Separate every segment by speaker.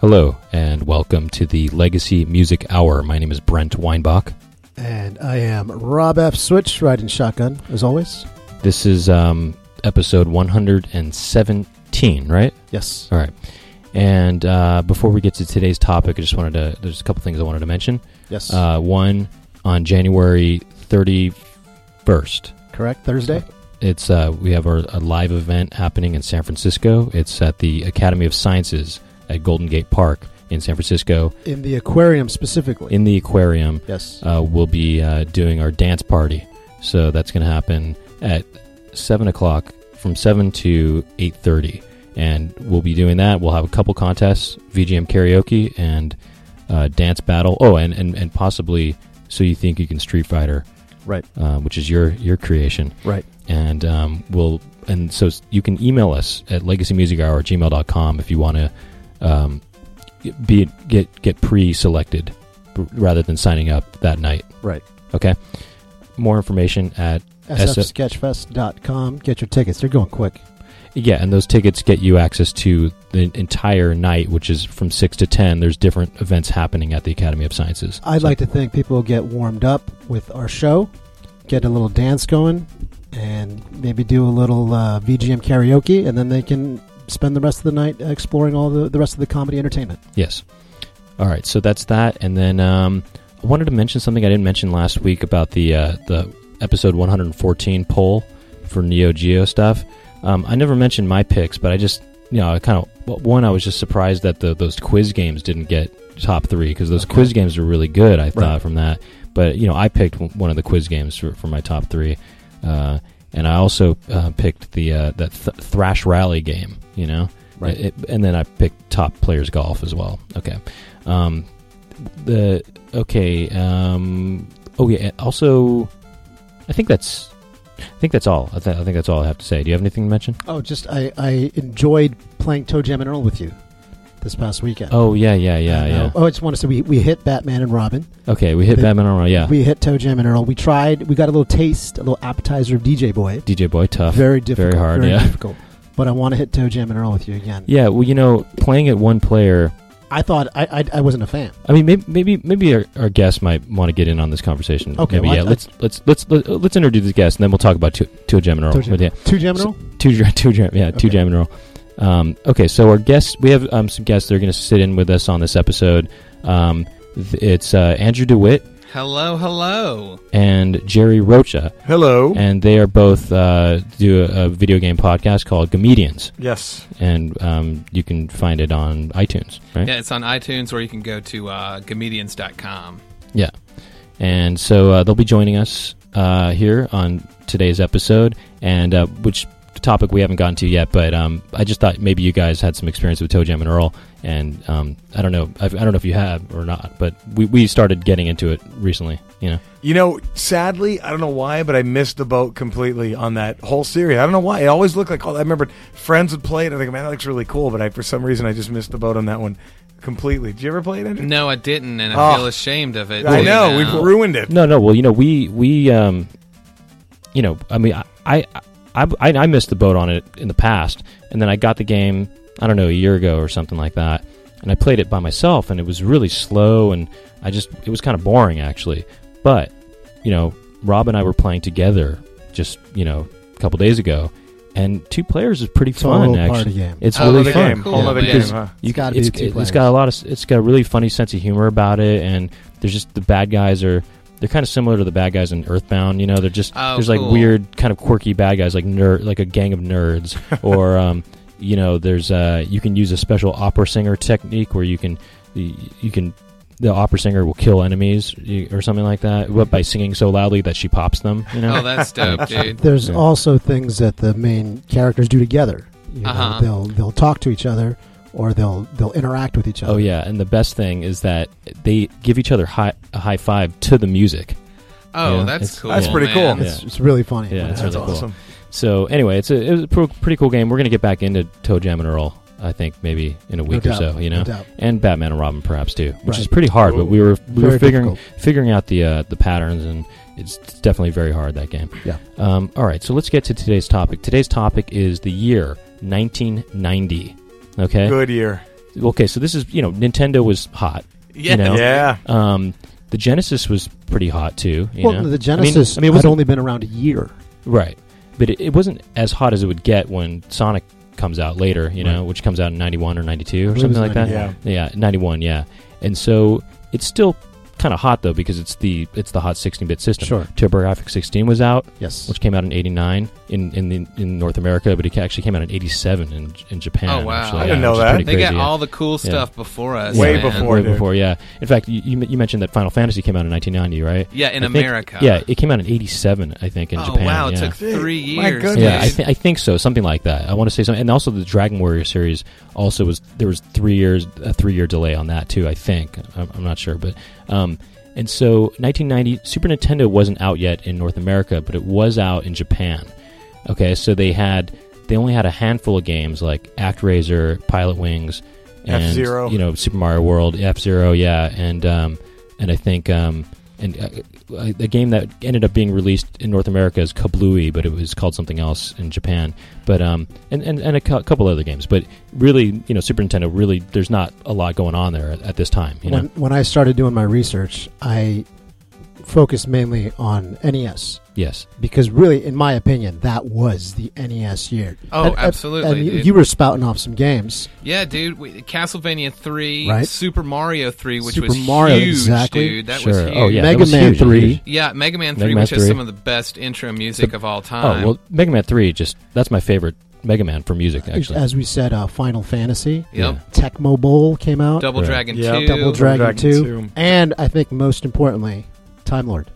Speaker 1: Hello, and welcome to the Legacy Music Hour. My name is Brent Weinbach.
Speaker 2: And I am Rob F. Switch, riding shotgun, as always.
Speaker 1: This is um, episode 117, right?
Speaker 2: Yes.
Speaker 1: All right. And uh, before we get to today's topic, I just wanted to, there's a couple things I wanted to mention.
Speaker 2: Yes.
Speaker 1: Uh, one, on January 31st,
Speaker 2: Correct. Thursday.
Speaker 1: it's uh, we have our, a live event happening in San Francisco. It's at the Academy of Sciences at Golden Gate Park in San Francisco.
Speaker 2: In the aquarium specifically.
Speaker 1: In the aquarium,
Speaker 2: yes.
Speaker 1: uh, we'll be uh, doing our dance party. So that's going to happen at seven o'clock, from seven to eight thirty, and we'll be doing that. We'll have a couple contests, VGM karaoke and uh, dance battle. Oh, and, and and possibly so you think you can Street Fighter,
Speaker 2: Right.
Speaker 1: Uh, which is your your creation,
Speaker 2: Right.
Speaker 1: And um, we'll and so s- you can email us at legacymusichour gmail.com if you want to um, be get get pre-selected r- rather than signing up that night.
Speaker 2: Right.
Speaker 1: Okay. More information at
Speaker 2: SFsketchfest.com. Get your tickets. They're going quick.
Speaker 1: yeah, and those tickets get you access to the entire night, which is from six to ten. There's different events happening at the Academy of Sciences.
Speaker 2: I'd like to think people get warmed up with our show, get a little dance going, and maybe do a little uh, VGM karaoke, and then they can spend the rest of the night exploring all the, the rest of the comedy entertainment.
Speaker 1: Yes. All right. So that's that. And then um, I wanted to mention something I didn't mention last week about the uh, the episode 114 poll for Neo Geo stuff. Um, I never mentioned my picks, but I just you know I kind of one I was just surprised that the those quiz games didn't get top three because those
Speaker 2: Okay.
Speaker 1: quiz games were really good. I
Speaker 2: Right.
Speaker 1: thought from that, but you know I picked w- one of the quiz games for, for my top three. Uh, and I also uh, picked the uh, that th- Thrash Rally game, you know,
Speaker 2: Right.
Speaker 1: it, and then I picked top players golf as well. Okay. Um, the okay. Um, oh yeah. Also, I think that's. I think that's all. I, th- I think that's all I have to say. Do you have anything to mention?
Speaker 2: Oh, just I, I enjoyed playing Toe Jam and Earl with you this past weekend.
Speaker 1: Oh yeah, yeah, yeah,
Speaker 2: And, uh,
Speaker 1: yeah.
Speaker 2: Oh, I just want to say we, we hit Batman and Robin.
Speaker 1: Okay, we hit
Speaker 2: the-
Speaker 1: Batman on yeah.
Speaker 2: We hit Toe Jam and Earl. We tried. We got a little taste, a little appetizer of DJ Boy.
Speaker 1: DJ Boy tough.
Speaker 2: very difficult.
Speaker 1: very hard, yeah.
Speaker 2: difficult. But I want to hit Toe Jam and Earl with you again.
Speaker 1: yeah. Well, you know, playing it one player.
Speaker 2: I thought I, I I wasn't a fan.
Speaker 1: I mean, maybe maybe, maybe our, our guest might want to get in on this conversation.
Speaker 2: Okay,
Speaker 1: Maybe,
Speaker 2: well,
Speaker 1: yeah.
Speaker 2: I-
Speaker 1: let's, let's let's let's let's introduce the guest, and then we'll talk about two two Gemini.
Speaker 2: Toe Jam.
Speaker 1: Yeah.
Speaker 2: Two Jam and
Speaker 1: So-
Speaker 2: Earl.
Speaker 1: two jam, two jam, yeah, two
Speaker 2: Okay.
Speaker 1: jam and roll. Um, okay, so our guests, we have um, some guests that are going to sit in with us on this episode. Um, th- it's uh, Andrew DeWitt
Speaker 3: Hello, hello.
Speaker 1: and Jerry Rocha,
Speaker 4: Hello.
Speaker 1: and they are both uh, do a, a video game podcast called Comedians,
Speaker 4: yes.
Speaker 1: and um, you can find it on iTunes, right?
Speaker 3: Yeah, it's on iTunes or you can go to uh, comedians.com.
Speaker 1: And so uh, they'll be joining us uh, here on today's episode, and uh, which topic we haven't gotten to yet. But um, I just thought maybe you guys had some experience with Toe Jam and Earl, and um, I don't know, I've, I don't know if you have or not, but we, we started getting into it recently. You know,
Speaker 4: You know, sadly, I don't know why, but I missed the boat completely on that whole series. I don't know why. It always looked like all I remembered friends would play it. I think, man, that looks really cool, but I for some reason I just missed the boat on that one completely. Did you ever play it? Andrew?
Speaker 3: No, I didn't, and I
Speaker 4: Oh.
Speaker 3: feel ashamed of it.
Speaker 4: I
Speaker 3: too
Speaker 4: know
Speaker 3: now.
Speaker 4: we've ruined it.
Speaker 1: no, no, well, you know, we we um, you know, I mean, I I, I I I missed the boat on it in the past, and then I got the game, I don't know, a year ago or something like that. and I played it by myself, and it was really slow, and I just it was kind of boring actually. But you know, Rob and I were playing together just you know a couple days ago, and two players is pretty
Speaker 2: Total
Speaker 1: fun actually.
Speaker 2: party game.
Speaker 1: It's
Speaker 3: Oh,
Speaker 4: Whole
Speaker 1: really
Speaker 4: other
Speaker 3: the
Speaker 1: fun.
Speaker 4: game. Whole
Speaker 3: Yeah,
Speaker 4: other
Speaker 3: but
Speaker 4: game.
Speaker 1: it's-
Speaker 4: Huh?
Speaker 1: You,
Speaker 2: It's gotta be
Speaker 1: it's,
Speaker 2: the two
Speaker 1: it- it's
Speaker 2: players.
Speaker 1: got a lot of s- it's got a really funny sense of humor about it, and there's just the bad guys are. They're kind of similar to the bad guys in Earthbound, you know. They're just
Speaker 3: Oh,
Speaker 1: there's like
Speaker 3: cool.
Speaker 1: weird, kind of quirky bad guys, like nerd, like a gang of nerds, or um, you know, there's uh, you can use a special opera singer technique where you can you, you can the opera singer will kill enemies you- or something like that, but by singing so loudly that she pops them. You know,
Speaker 3: Oh, that's dope, dude.
Speaker 2: There's
Speaker 1: Yeah.
Speaker 2: also things that the main characters do together. You know,
Speaker 3: Uh-huh.
Speaker 2: They'll they'll talk to each other, or they'll they'll interact with each other.
Speaker 1: oh yeah, and the best thing is that they give each other high, a high five to the music.
Speaker 3: Oh,
Speaker 1: Yeah, it's-
Speaker 3: that's cool.
Speaker 4: That's pretty
Speaker 3: man.
Speaker 4: cool.
Speaker 2: It's, it's really funny.
Speaker 1: Yeah,
Speaker 2: when
Speaker 1: it's
Speaker 2: it
Speaker 4: That's
Speaker 1: really
Speaker 2: happens.
Speaker 1: cool.
Speaker 4: awesome.
Speaker 1: So anyway, it's a it was a pro- pretty cool game. We're gonna get back into Toe Jam and Earl, I think maybe in a
Speaker 2: No
Speaker 1: week or
Speaker 2: doubt,
Speaker 1: so, you
Speaker 2: no
Speaker 1: know,
Speaker 2: doubt.
Speaker 1: and Batman and Robin perhaps too, which
Speaker 2: Right.
Speaker 1: is pretty hard. But we were we were
Speaker 2: Very
Speaker 1: figuring
Speaker 2: difficult.
Speaker 1: figuring out the uh, the patterns, and it's definitely very hard that game.
Speaker 2: Yeah.
Speaker 1: Um, all right, so let's get to today's topic. Today's topic is the year 1990. Okay.
Speaker 4: Good year.
Speaker 1: okay, so this is you know Nintendo was hot.
Speaker 3: Yeah.
Speaker 1: You know?
Speaker 4: Yeah.
Speaker 1: Um, the Genesis was pretty hot too. you
Speaker 2: well,
Speaker 1: know?
Speaker 2: the
Speaker 1: I mean,
Speaker 2: Genesis
Speaker 1: I mean it
Speaker 2: had
Speaker 1: wasn't
Speaker 2: only been around a year.
Speaker 1: right, but it, it wasn't as hot as it would get when Sonic comes out later. You know, which comes out in '91 or '92
Speaker 2: I
Speaker 1: or
Speaker 2: believe
Speaker 1: something
Speaker 2: it was
Speaker 1: like that.
Speaker 4: Yeah.
Speaker 1: Yeah, ninety one. Yeah, and so it's still kind of hot though because it's the it's the hot sixteen bit system.
Speaker 2: Sure.
Speaker 1: TurboGrafx sixteen was out,
Speaker 2: Yes.
Speaker 1: which came out in eighty nine in in the, in North America, but it actually came out in eighty seven in in Japan.
Speaker 3: Oh, wow.
Speaker 1: actually,
Speaker 3: I
Speaker 4: didn't
Speaker 1: yeah,
Speaker 4: know
Speaker 1: which is
Speaker 4: that.
Speaker 1: pretty
Speaker 3: They
Speaker 1: crazy,
Speaker 3: got
Speaker 1: yeah.
Speaker 3: all the cool
Speaker 1: Yeah.
Speaker 3: stuff before us.
Speaker 4: Way
Speaker 3: man.
Speaker 4: before.
Speaker 1: way
Speaker 4: dude.
Speaker 1: before. Yeah. In fact, you- you you mentioned that Final Fantasy came out in nineteen ninety, right?
Speaker 3: Yeah, in
Speaker 1: I think-
Speaker 3: America.
Speaker 1: Yeah, it came out in eighty seven, I think, in
Speaker 3: oh
Speaker 1: Japan.
Speaker 3: wow, it
Speaker 1: yeah.
Speaker 3: took three
Speaker 4: My
Speaker 3: years.
Speaker 4: goodness.
Speaker 1: Yeah, I,
Speaker 3: dude.
Speaker 1: th- I think so. Something like that. I want to say something. And also the Dragon Warrior series also was there was three years a three year delay on that too. I think I'm, I'm not sure, but um, and so 1990 Super Nintendo wasn't out yet in North America, but it was out in Japan. Okay, so they had they only had a handful of games like ActRaiser, Pilot Wings, and
Speaker 4: F-Zero.
Speaker 1: You know Super Mario World, F Zero, yeah, and um, and I think um, and uh, a a game that ended up being released in North America as Kablooey, but it was called something else in Japan. But um, and and, and a cou- couple other games, but really, you know, Super Nintendo really, there's not a lot going on there at, at this time. You know,
Speaker 2: when, when I started doing my research, I focused mainly on NES
Speaker 1: yes,
Speaker 2: because, really, in my opinion, that was the NES year.
Speaker 3: Oh, absolutely,
Speaker 2: And you,
Speaker 3: dude.
Speaker 2: you were spouting off some games.
Speaker 3: yeah, dude. We, Castlevania three,
Speaker 2: Right.
Speaker 3: Super Mario three, which
Speaker 2: Super
Speaker 3: was
Speaker 2: Mario,
Speaker 3: huge,
Speaker 2: exactly.
Speaker 3: dude. That
Speaker 1: sure.
Speaker 3: was huge.
Speaker 1: Oh yeah, that
Speaker 2: Mega
Speaker 1: was
Speaker 2: Man
Speaker 1: huge.
Speaker 2: 3.
Speaker 3: Yeah, Mega Man
Speaker 1: Mega
Speaker 3: three,
Speaker 1: Man
Speaker 3: which has
Speaker 1: 3.
Speaker 3: some of the best intro music
Speaker 1: The-
Speaker 3: of all time.
Speaker 1: Oh well, Mega Man Three just that's my favorite Mega Man for music actually.
Speaker 2: As we said, uh, Final Fantasy,
Speaker 3: yep.
Speaker 1: yeah.
Speaker 2: Tecmo Bowl came out,
Speaker 3: Double
Speaker 1: Right.
Speaker 3: Dragon
Speaker 4: Yeah.
Speaker 3: two.
Speaker 2: Double Dragon,
Speaker 4: Dragon
Speaker 2: 2,
Speaker 4: two.
Speaker 2: and I think most importantly, Time Lord.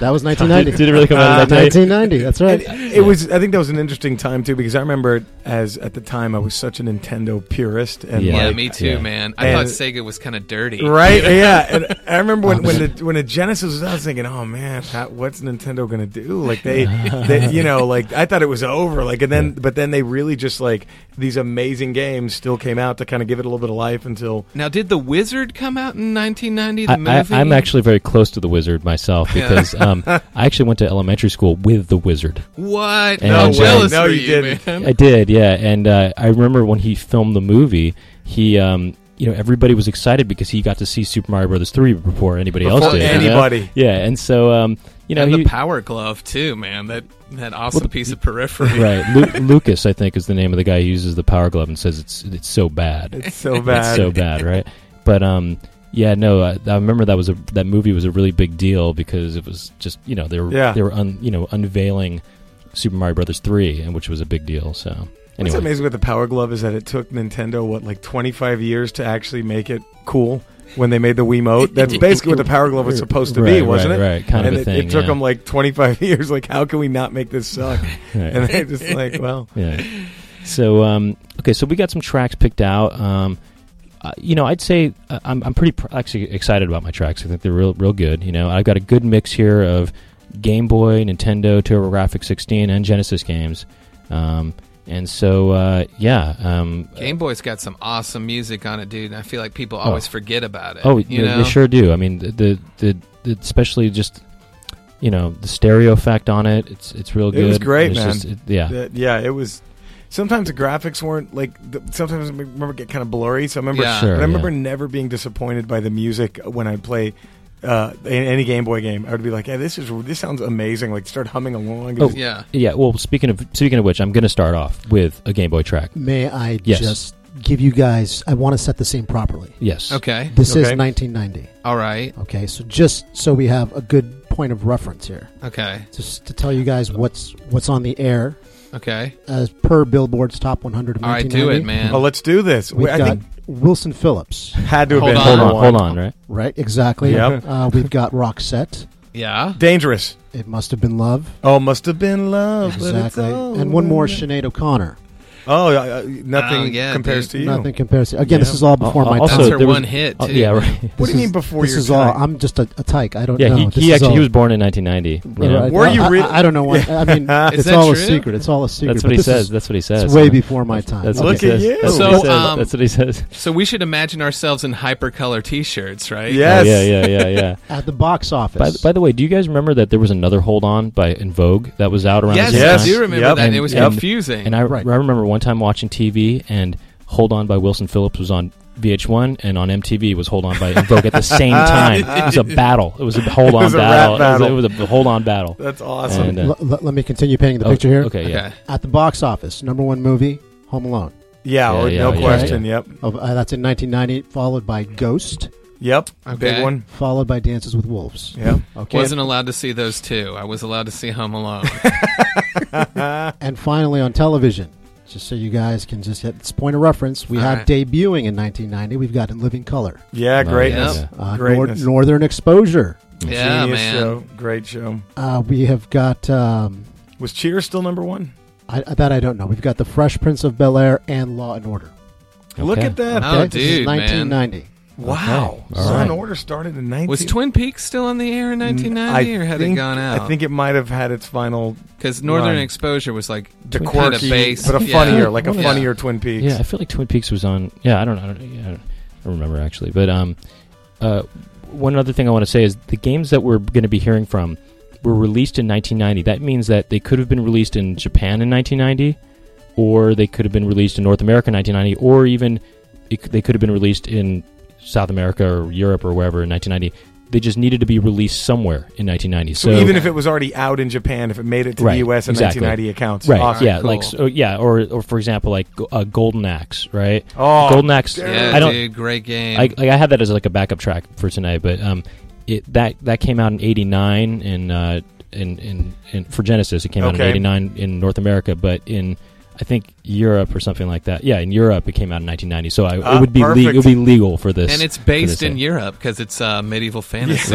Speaker 2: That was 1990.
Speaker 1: Did it really come
Speaker 3: Uh,
Speaker 1: out in that
Speaker 2: 1990, that's right.
Speaker 4: It, it was. I think that was an interesting time too, because I remember as at the time I was such a Nintendo purist, and
Speaker 1: Yeah.
Speaker 3: yeah,
Speaker 4: like,
Speaker 3: me too,
Speaker 1: Yeah.
Speaker 3: man. I
Speaker 4: And-
Speaker 3: thought Sega was kind of dirty.
Speaker 4: Right? Yeah. And I remember when when the when the Genesis was out, I was thinking, oh man, how, what's Nintendo gonna do? Like they, they, you know, like I thought it was over. Like and then, but then they really just like these amazing games still came out to kind of give it a little bit of life until.
Speaker 3: Now, did the Wizard come out in 1990? The
Speaker 1: I,
Speaker 3: movie.
Speaker 1: I, I'm actually very close to the Wizard myself
Speaker 3: Yeah.
Speaker 1: because um, I actually went to elementary school with the Wizard.
Speaker 3: what?
Speaker 1: And,
Speaker 3: How
Speaker 1: uh,
Speaker 3: jealous
Speaker 4: No,
Speaker 3: were
Speaker 4: you didn't.
Speaker 3: man.
Speaker 1: I did, yeah. And uh, I remember when he filmed the movie, he, um, you know, everybody was excited because he got to see Super Mario Brothers three before anybody else
Speaker 4: Before
Speaker 1: did. you know?
Speaker 4: anybody.
Speaker 1: yeah. And so, um, you know,
Speaker 3: and
Speaker 1: he-
Speaker 3: the Power Glove too, man. That that awesome
Speaker 1: the-
Speaker 3: piece of periphery.
Speaker 1: right, Lu- Lucas, I think, is the name of the guy who uses the power glove and says it's it's so bad,
Speaker 4: It's so
Speaker 1: it's
Speaker 4: bad.
Speaker 1: so bad, right? But um. Yeah, no, I, I remember that was a that movie was a really big deal because it was just you know they were
Speaker 4: Yeah.
Speaker 1: they were un, you know unveiling Super Mario Brothers three and which was a big deal. So
Speaker 4: What's
Speaker 1: anyway,
Speaker 4: amazing with the Power Glove is that it took Nintendo what like 25 years to actually make it cool when they made the Wiimote. That's basically what the Power Glove was supposed to be,
Speaker 1: Right,
Speaker 4: wasn't
Speaker 1: right,
Speaker 4: it?
Speaker 1: Right, kind
Speaker 4: and
Speaker 1: of a
Speaker 4: it,
Speaker 1: thing.
Speaker 4: it took
Speaker 1: yeah.
Speaker 4: them like 25 years. Like, how can we not make this suck?
Speaker 1: Right.
Speaker 4: And they just like, well,
Speaker 1: yeah. So um, okay, so we got some tracks picked out. Um, uh, you know, I'd say uh, I'm I'm pretty pr- actually excited about my tracks. I think they're real real good. You know, I've got a good mix here of Game Boy, Nintendo, TurboGrafx 16, and Genesis games. Um, and so uh, yeah, um,
Speaker 3: Game Boy's got some awesome music on it, dude. And I feel like people always forget about it.
Speaker 1: Oh,
Speaker 3: uh, you
Speaker 1: they,
Speaker 3: know?
Speaker 1: they sure do. I mean, the, the the the- especially just you know the stereo effect on it. It's it's real
Speaker 4: It
Speaker 1: good.
Speaker 4: was great,
Speaker 1: It's
Speaker 4: man.
Speaker 1: just- it- yeah.
Speaker 4: that- yeah, it was. Sometimes the graphics weren't like. The, sometimes I remember get kind of blurry. So I remember.
Speaker 3: Yeah.
Speaker 1: Sure,
Speaker 4: but I remember
Speaker 1: yeah.
Speaker 4: never being disappointed by the music when I play. Uh, in any Game Boy game, I would be like, "Yeah, this is this sounds amazing!" Like start humming along. It
Speaker 1: Oh.
Speaker 4: was-
Speaker 3: Yeah.
Speaker 1: Yeah, well, speaking of speaking of which, I'm going to start off with a Game Boy track.
Speaker 2: May I
Speaker 1: Yes.
Speaker 2: just give you guys? I want to set the scene properly.
Speaker 1: Yes.
Speaker 3: Okay.
Speaker 2: This is
Speaker 4: Okay.
Speaker 2: 1990.
Speaker 3: All right.
Speaker 2: Okay, so just so we have a good point of reference here,
Speaker 3: Okay.
Speaker 2: just to tell you guys what's what's on the air
Speaker 3: Okay.
Speaker 2: as per Billboard's top 100 of
Speaker 3: All right. Do it,
Speaker 2: 1990.
Speaker 3: man.
Speaker 4: Oh, let's do this.
Speaker 2: We've
Speaker 4: We- I
Speaker 2: got
Speaker 4: think
Speaker 2: Wilson Phillips,
Speaker 4: had to have
Speaker 3: Hold
Speaker 4: been
Speaker 3: on.
Speaker 1: Hold on,
Speaker 4: one.
Speaker 1: hold on, right?
Speaker 2: right? Exactly.
Speaker 4: Yep.
Speaker 2: Uh, we've got Roxette.
Speaker 3: Yeah.
Speaker 4: Dangerous.
Speaker 2: It must have been love.
Speaker 4: Oh, must have been love. but it's
Speaker 2: Exactly.
Speaker 4: all
Speaker 2: And one more,
Speaker 4: in-
Speaker 2: Sinead O'Connor.
Speaker 4: Oh, uh, uh, nothing
Speaker 3: Oh, yeah,
Speaker 4: compares
Speaker 3: dude.
Speaker 4: to you.
Speaker 2: Nothing compares. to- Again, this
Speaker 4: Yeah. Uh,
Speaker 2: is all before
Speaker 1: Al-
Speaker 2: my
Speaker 1: also,
Speaker 3: That's
Speaker 2: time.
Speaker 3: her
Speaker 1: there was-
Speaker 3: one hit.
Speaker 1: Oh,
Speaker 3: too,
Speaker 1: yeah,
Speaker 3: man.
Speaker 1: right.
Speaker 4: What do you
Speaker 2: This
Speaker 4: mean before
Speaker 2: This
Speaker 4: your
Speaker 2: is all.
Speaker 4: time?
Speaker 2: I'm just a, a tyke. I don't
Speaker 1: Yeah,
Speaker 2: know.
Speaker 1: he,
Speaker 2: This
Speaker 1: he
Speaker 2: is
Speaker 1: actually
Speaker 2: all-
Speaker 1: he was born in 1990. you know?
Speaker 2: Right.
Speaker 4: Were you
Speaker 2: I-
Speaker 4: really-
Speaker 2: I, I don't know. What, I mean, it's
Speaker 3: that
Speaker 2: all a
Speaker 3: true?
Speaker 2: secret. It's all a secret.
Speaker 1: That's
Speaker 2: but
Speaker 1: what he
Speaker 2: this
Speaker 1: says.
Speaker 2: is-
Speaker 1: That's what he says.
Speaker 2: It's way before my time.
Speaker 1: That's
Speaker 2: Okay.
Speaker 1: what
Speaker 4: Look
Speaker 1: he
Speaker 4: at
Speaker 1: says.
Speaker 4: you.
Speaker 1: That's what he
Speaker 3: So,
Speaker 1: says.
Speaker 3: um,
Speaker 1: That's what he says.
Speaker 3: So we should imagine ourselves in hypercolor T-shirts, right?
Speaker 4: Yeah. Yes.
Speaker 1: Oh, yeah, yeah, yeah, yeah.
Speaker 2: At the box office.
Speaker 1: by, the- by the way, do you guys remember that there was another Hold On by In Vogue that was out around
Speaker 3: Yes,
Speaker 1: the same
Speaker 4: Yes.
Speaker 3: I
Speaker 1: time?
Speaker 3: do remember
Speaker 4: Yep.
Speaker 3: that. And it was
Speaker 1: And-
Speaker 3: confusing.
Speaker 1: And I,
Speaker 2: Right.
Speaker 1: I remember one time watching TV and Hold On by Wilson Phillips was on VH1, and on MTV was Hold On by In Vogue at the same time. It was a battle. It was a hold on
Speaker 4: was a
Speaker 1: battle.
Speaker 4: rap battle.
Speaker 1: It, was, it was a hold on battle.
Speaker 4: That's awesome.
Speaker 1: And, uh,
Speaker 2: L- l- let me continue painting the
Speaker 1: oh,
Speaker 2: picture here.
Speaker 1: Okay,
Speaker 3: Okay.
Speaker 1: yeah.
Speaker 2: At the box office, number one movie, Home Alone.
Speaker 4: yeah,
Speaker 1: Yeah,
Speaker 4: or-
Speaker 1: yeah,
Speaker 4: no
Speaker 1: yeah,
Speaker 4: question. Yep,
Speaker 2: Of- uh, that's in 1990, followed by Ghost,
Speaker 4: yep,
Speaker 3: Okay.
Speaker 4: big one.
Speaker 2: followed by Dances with Wolves.
Speaker 4: Yep.
Speaker 2: Okay.
Speaker 3: Wasn't allowed to see those two. I was allowed to see Home Alone.
Speaker 2: And finally on television, just so you guys can just get this point of reference, we
Speaker 3: All
Speaker 2: have
Speaker 3: right.
Speaker 2: debuting in 1990. We've got In Living Color,
Speaker 4: Yeah,
Speaker 1: No,
Speaker 4: greatness.
Speaker 1: Oh, yeah.
Speaker 2: uh, Nor-
Speaker 4: Greatness.
Speaker 2: Northern Exposure.
Speaker 3: yeah,
Speaker 4: Genius
Speaker 3: man.
Speaker 4: Show. Great show.
Speaker 2: Uh, we have got. Um,
Speaker 4: Was Cheers still number one?
Speaker 2: I, that I don't know. We've got The Fresh Prince of Bel Air and Law and Order.
Speaker 4: Look
Speaker 1: Okay.
Speaker 4: at that.
Speaker 3: Oh,
Speaker 2: This is
Speaker 3: dude, man.
Speaker 2: 1990.
Speaker 4: Wow.
Speaker 1: Okay. All
Speaker 4: Law
Speaker 1: right.
Speaker 4: and Order started in 19...
Speaker 3: Was Twin Peaks still on the air in 1990, or had
Speaker 4: think,
Speaker 3: it gone out?
Speaker 4: I think it might have had its final,
Speaker 3: because Northern
Speaker 4: Right.
Speaker 3: Exposure was like
Speaker 4: the
Speaker 1: Twin
Speaker 4: quirky,
Speaker 3: Peaks. base,
Speaker 4: but a
Speaker 3: yeah.
Speaker 4: funnier, like a
Speaker 3: Yeah.
Speaker 4: funnier Twin Peaks.
Speaker 1: Oh, Yeah, I feel like Twin Peaks was on. Yeah, I don't, I don't, yeah, I don't remember actually. But um, uh, one other thing I want to say is the games that we're going to be hearing from were released in 1990. That means that they could have been released in Japan in 1990, or they could have been released in North America in 1990, or even it, c- they could have been released in South America or Europe or wherever in 1990. They just needed to be released somewhere in 1990.
Speaker 4: So,
Speaker 1: So,
Speaker 4: even if it was already out in Japan, if it made it to
Speaker 1: Right,
Speaker 4: the U.S. in
Speaker 1: exactly.
Speaker 4: 1990, accounts.
Speaker 1: right,
Speaker 4: Awesome.
Speaker 1: yeah,
Speaker 3: Cool.
Speaker 1: like so, yeah, or or for example, like Go- uh, Golden Axe, right?
Speaker 4: Oh,
Speaker 1: Golden Axe.
Speaker 3: yeah,
Speaker 1: I don't.
Speaker 3: dude, great game.
Speaker 1: I, like, I had that as like a backup track for tonight, but um, it that that came out in '89 in uh in, in in for Genesis. It came out in
Speaker 4: Okay.
Speaker 1: '89 in North America, but in I think Europe or something like that. Yeah, in Europe it came out in 1990. So I, it
Speaker 4: Ah,
Speaker 1: would be le-
Speaker 4: perfect.
Speaker 1: it would be legal for this.
Speaker 3: and it's
Speaker 1: for this
Speaker 3: based in
Speaker 1: thing.
Speaker 3: Europe because it's uh, medieval fantasy.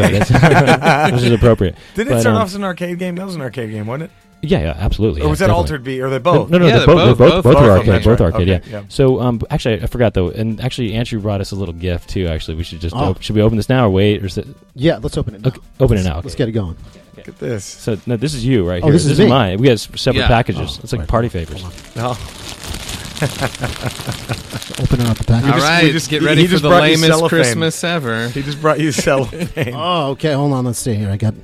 Speaker 1: Right, that's- which is appropriate.
Speaker 4: Did
Speaker 1: But,
Speaker 4: it start
Speaker 1: um,
Speaker 4: off as an arcade game? That was an arcade game, wasn't it?
Speaker 1: Yeah, yeah, absolutely.
Speaker 4: or
Speaker 1: yeah,
Speaker 4: was Oh, that
Speaker 1: definitely.
Speaker 4: Altered Beast? Or they both?
Speaker 1: No, no,
Speaker 3: Yeah,
Speaker 1: they're,
Speaker 3: they're
Speaker 1: both,
Speaker 3: both-
Speaker 1: they're both,
Speaker 3: both-
Speaker 1: both,
Speaker 4: both
Speaker 1: are
Speaker 4: of
Speaker 1: arcade,
Speaker 4: them,
Speaker 1: both
Speaker 4: right.
Speaker 1: arcade,
Speaker 4: Okay,
Speaker 1: yeah.
Speaker 4: yeah.
Speaker 1: So, um, actually, I forgot though, and actually, Andrew brought us a little gift too. Actually, we should just
Speaker 2: Oh.
Speaker 1: op- should we open this now or wait or is it-
Speaker 2: Yeah, let's open it. now.
Speaker 1: okay, open it now?
Speaker 2: Let's
Speaker 1: okay.
Speaker 2: get it going.
Speaker 4: Look at this.
Speaker 1: So no, this is you right
Speaker 2: Oh,
Speaker 1: here.
Speaker 2: this is me.
Speaker 1: mine. We got s- separate
Speaker 3: Yeah.
Speaker 1: packages.
Speaker 2: Oh,
Speaker 1: it's like
Speaker 2: right.
Speaker 1: party favors.
Speaker 2: Hold
Speaker 4: Oh,
Speaker 2: Open it up the
Speaker 3: All
Speaker 2: package.
Speaker 4: just-
Speaker 3: right,
Speaker 4: we just-
Speaker 3: get
Speaker 4: he-
Speaker 3: ready
Speaker 4: he
Speaker 3: for
Speaker 4: just
Speaker 3: the
Speaker 4: brought you
Speaker 3: lamest
Speaker 4: cellophane.
Speaker 3: Christmas ever.
Speaker 4: he just brought you cellophane.
Speaker 2: Oh, okay. Hold on. Let's see here. I got.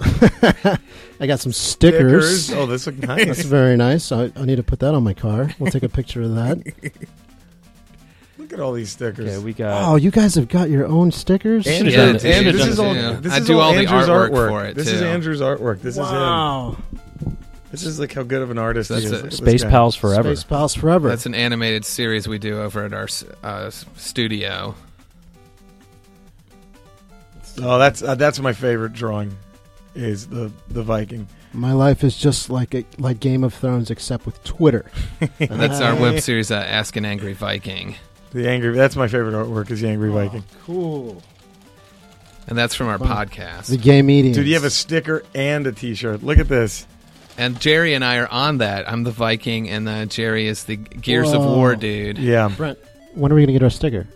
Speaker 2: I got some stickers.
Speaker 4: Stickers. Oh, this looks
Speaker 2: That's
Speaker 4: nice.
Speaker 2: very nice. I, I need to put that on my car. We'll take a picture of that.
Speaker 4: Look at all these stickers.
Speaker 1: we
Speaker 2: Oh, you guys have got your own stickers.
Speaker 1: And-
Speaker 4: Andrew-
Speaker 1: should've done
Speaker 4: and
Speaker 1: this. You should've
Speaker 4: this
Speaker 1: done
Speaker 4: is
Speaker 1: this,
Speaker 4: all.
Speaker 3: yeah.
Speaker 4: This
Speaker 3: I
Speaker 4: is
Speaker 3: do
Speaker 4: all
Speaker 3: all the
Speaker 4: Andrew's
Speaker 3: artwork
Speaker 4: artwork.
Speaker 3: for it,
Speaker 4: This is
Speaker 3: too.
Speaker 4: Andrew's artwork. This is him.
Speaker 2: wow.
Speaker 4: This is like how good of an artist
Speaker 3: That's
Speaker 4: he is.
Speaker 3: it.
Speaker 4: Look at this
Speaker 1: Space
Speaker 4: guy.
Speaker 1: Pals Forever.
Speaker 2: Space Pals Forever.
Speaker 3: That's an animated series we do over at our s- uh, s- studio.
Speaker 4: Oh, that's uh, that's my favorite drawing. Is the the Viking?
Speaker 2: my life is just like a, like Game of Thrones, except with Twitter.
Speaker 3: That's our
Speaker 2: Uh,
Speaker 3: web series, uh, Ask an Angry Viking,
Speaker 4: The angry. That's my favorite artwork. Is the angry Viking?
Speaker 2: Cool.
Speaker 3: and that's from our
Speaker 2: Fun. The
Speaker 3: podcast.
Speaker 2: game eating.
Speaker 4: Dude, you have a sticker and a T-shirt. Look at this.
Speaker 3: And Jerry and I are on that. I'm the Viking, and uh, Jerry is the Gears
Speaker 2: Whoa.
Speaker 3: of War dude.
Speaker 4: Yeah,
Speaker 2: Brent, when are we going to get our sticker?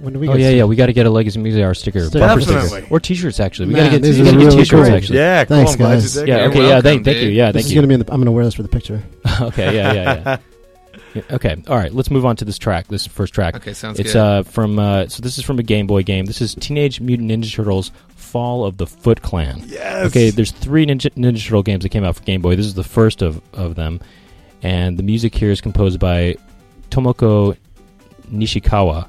Speaker 2: When do we
Speaker 1: oh
Speaker 2: get
Speaker 1: yeah, yeah. We got to get a Legacy Music Hour sticker,
Speaker 2: Sticker.
Speaker 1: bumper sticker.
Speaker 4: Definitely.
Speaker 1: or T-shirts. Actually, we
Speaker 2: Man,
Speaker 1: got to get,
Speaker 2: these
Speaker 1: we
Speaker 2: are
Speaker 1: gotta get
Speaker 2: really
Speaker 1: T-shirts.
Speaker 2: cool.
Speaker 1: Actually,
Speaker 4: yeah. Cool.
Speaker 2: Thanks,
Speaker 4: I'm glad you
Speaker 2: guys.
Speaker 4: did
Speaker 1: Yeah.
Speaker 4: it.
Speaker 1: okay. yeah.
Speaker 3: welcome,
Speaker 1: Thank, thank you.
Speaker 3: dude.
Speaker 1: Yeah.
Speaker 2: This
Speaker 1: Thank
Speaker 2: is
Speaker 1: you.
Speaker 2: going to be in the, I'm going to wear this for the picture.
Speaker 1: okay. Yeah. Yeah. Yeah. Yeah, Okay. All right. Let's move on to this track. This first track.
Speaker 3: Okay, sounds
Speaker 1: It's
Speaker 3: good.
Speaker 1: uh from uh so this is from a Game Boy game. This is Teenage Mutant Ninja Turtles: Fall of the Foot Clan.
Speaker 4: Yes.
Speaker 1: Okay, there's three Ninja, Ninja Turtle games that came out for Game Boy. This is the first of, of them. And the music here is composed by Tomoko Nishikawa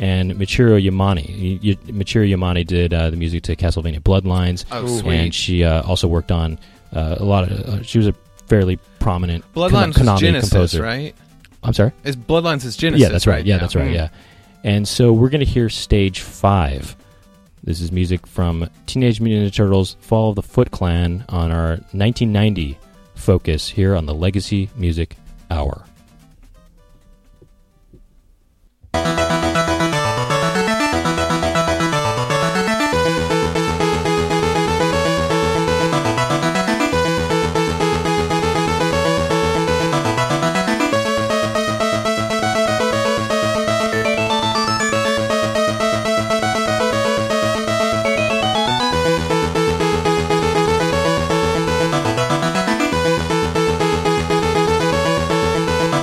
Speaker 1: and Michiru Yamane. Y- y- Michiru Yamane did uh, the music to Castlevania Bloodlines.
Speaker 3: Oh,
Speaker 4: Ooh.
Speaker 1: And
Speaker 3: sweet.
Speaker 1: she uh, also worked on uh, a lot of. Uh, she was a fairly prominent
Speaker 3: Bloodlines
Speaker 1: Kon- Konami
Speaker 3: is Genesis,
Speaker 1: composer.
Speaker 3: right?
Speaker 1: I'm sorry?
Speaker 3: Is Bloodlines is Genesis?
Speaker 1: yeah, that's right. Yeah,
Speaker 3: now. Hmm.
Speaker 1: that's right. Yeah. And so we're going to hear stage five. This is music from Teenage Mutant Ninja Turtles Fall of the Foot Clan on our 1990 focus here on the Legacy Music Hour.
Speaker 5: Thank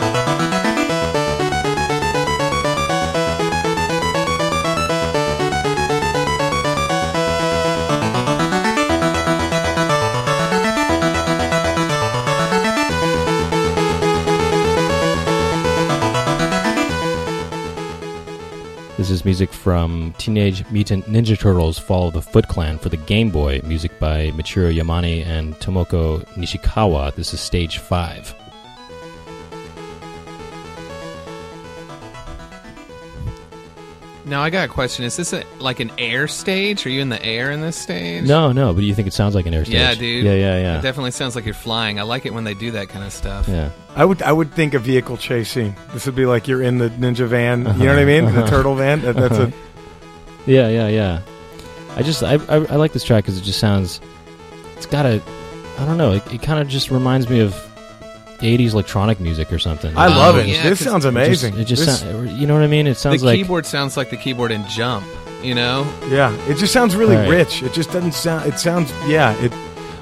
Speaker 1: uses music from Teenage Mutant Ninja Turtles Fall of the Foot Clan for the Game Boy, music by Michiru Yamane and Tomoko Nishikawa. This is stage five.
Speaker 3: Now I got a question. Is this a, like an air stage? Are you in the air in this stage?
Speaker 1: No, no, but you think it sounds like an air stage?
Speaker 3: Yeah, dude.
Speaker 1: Yeah, yeah,
Speaker 3: It
Speaker 1: yeah.
Speaker 3: definitely sounds like you're flying. I like it when they do that kind of stuff.
Speaker 1: Yeah.
Speaker 4: I would I would think a vehicle chase scene. This would be like you're in the ninja van. You know what I mean? The
Speaker 1: Uh-huh.
Speaker 4: turtle van. That, that's a
Speaker 1: Yeah, yeah, yeah. I just I I, I like this track because it just sounds. It's got a, I don't know. It, it kind of just reminds me of '80s electronic music or something.
Speaker 4: I
Speaker 3: Oh,
Speaker 4: love it.
Speaker 3: yeah,
Speaker 4: this
Speaker 3: 'cause
Speaker 4: sounds
Speaker 1: It just-
Speaker 4: amazing.
Speaker 1: It just,
Speaker 4: This-
Speaker 1: sound- you know what I mean. It sounds
Speaker 3: the
Speaker 1: like
Speaker 3: keyboard sounds like the keyboard in Jump. You know,
Speaker 4: yeah. It just sounds really
Speaker 1: Right.
Speaker 4: rich. It just doesn't sound. It sounds yeah. It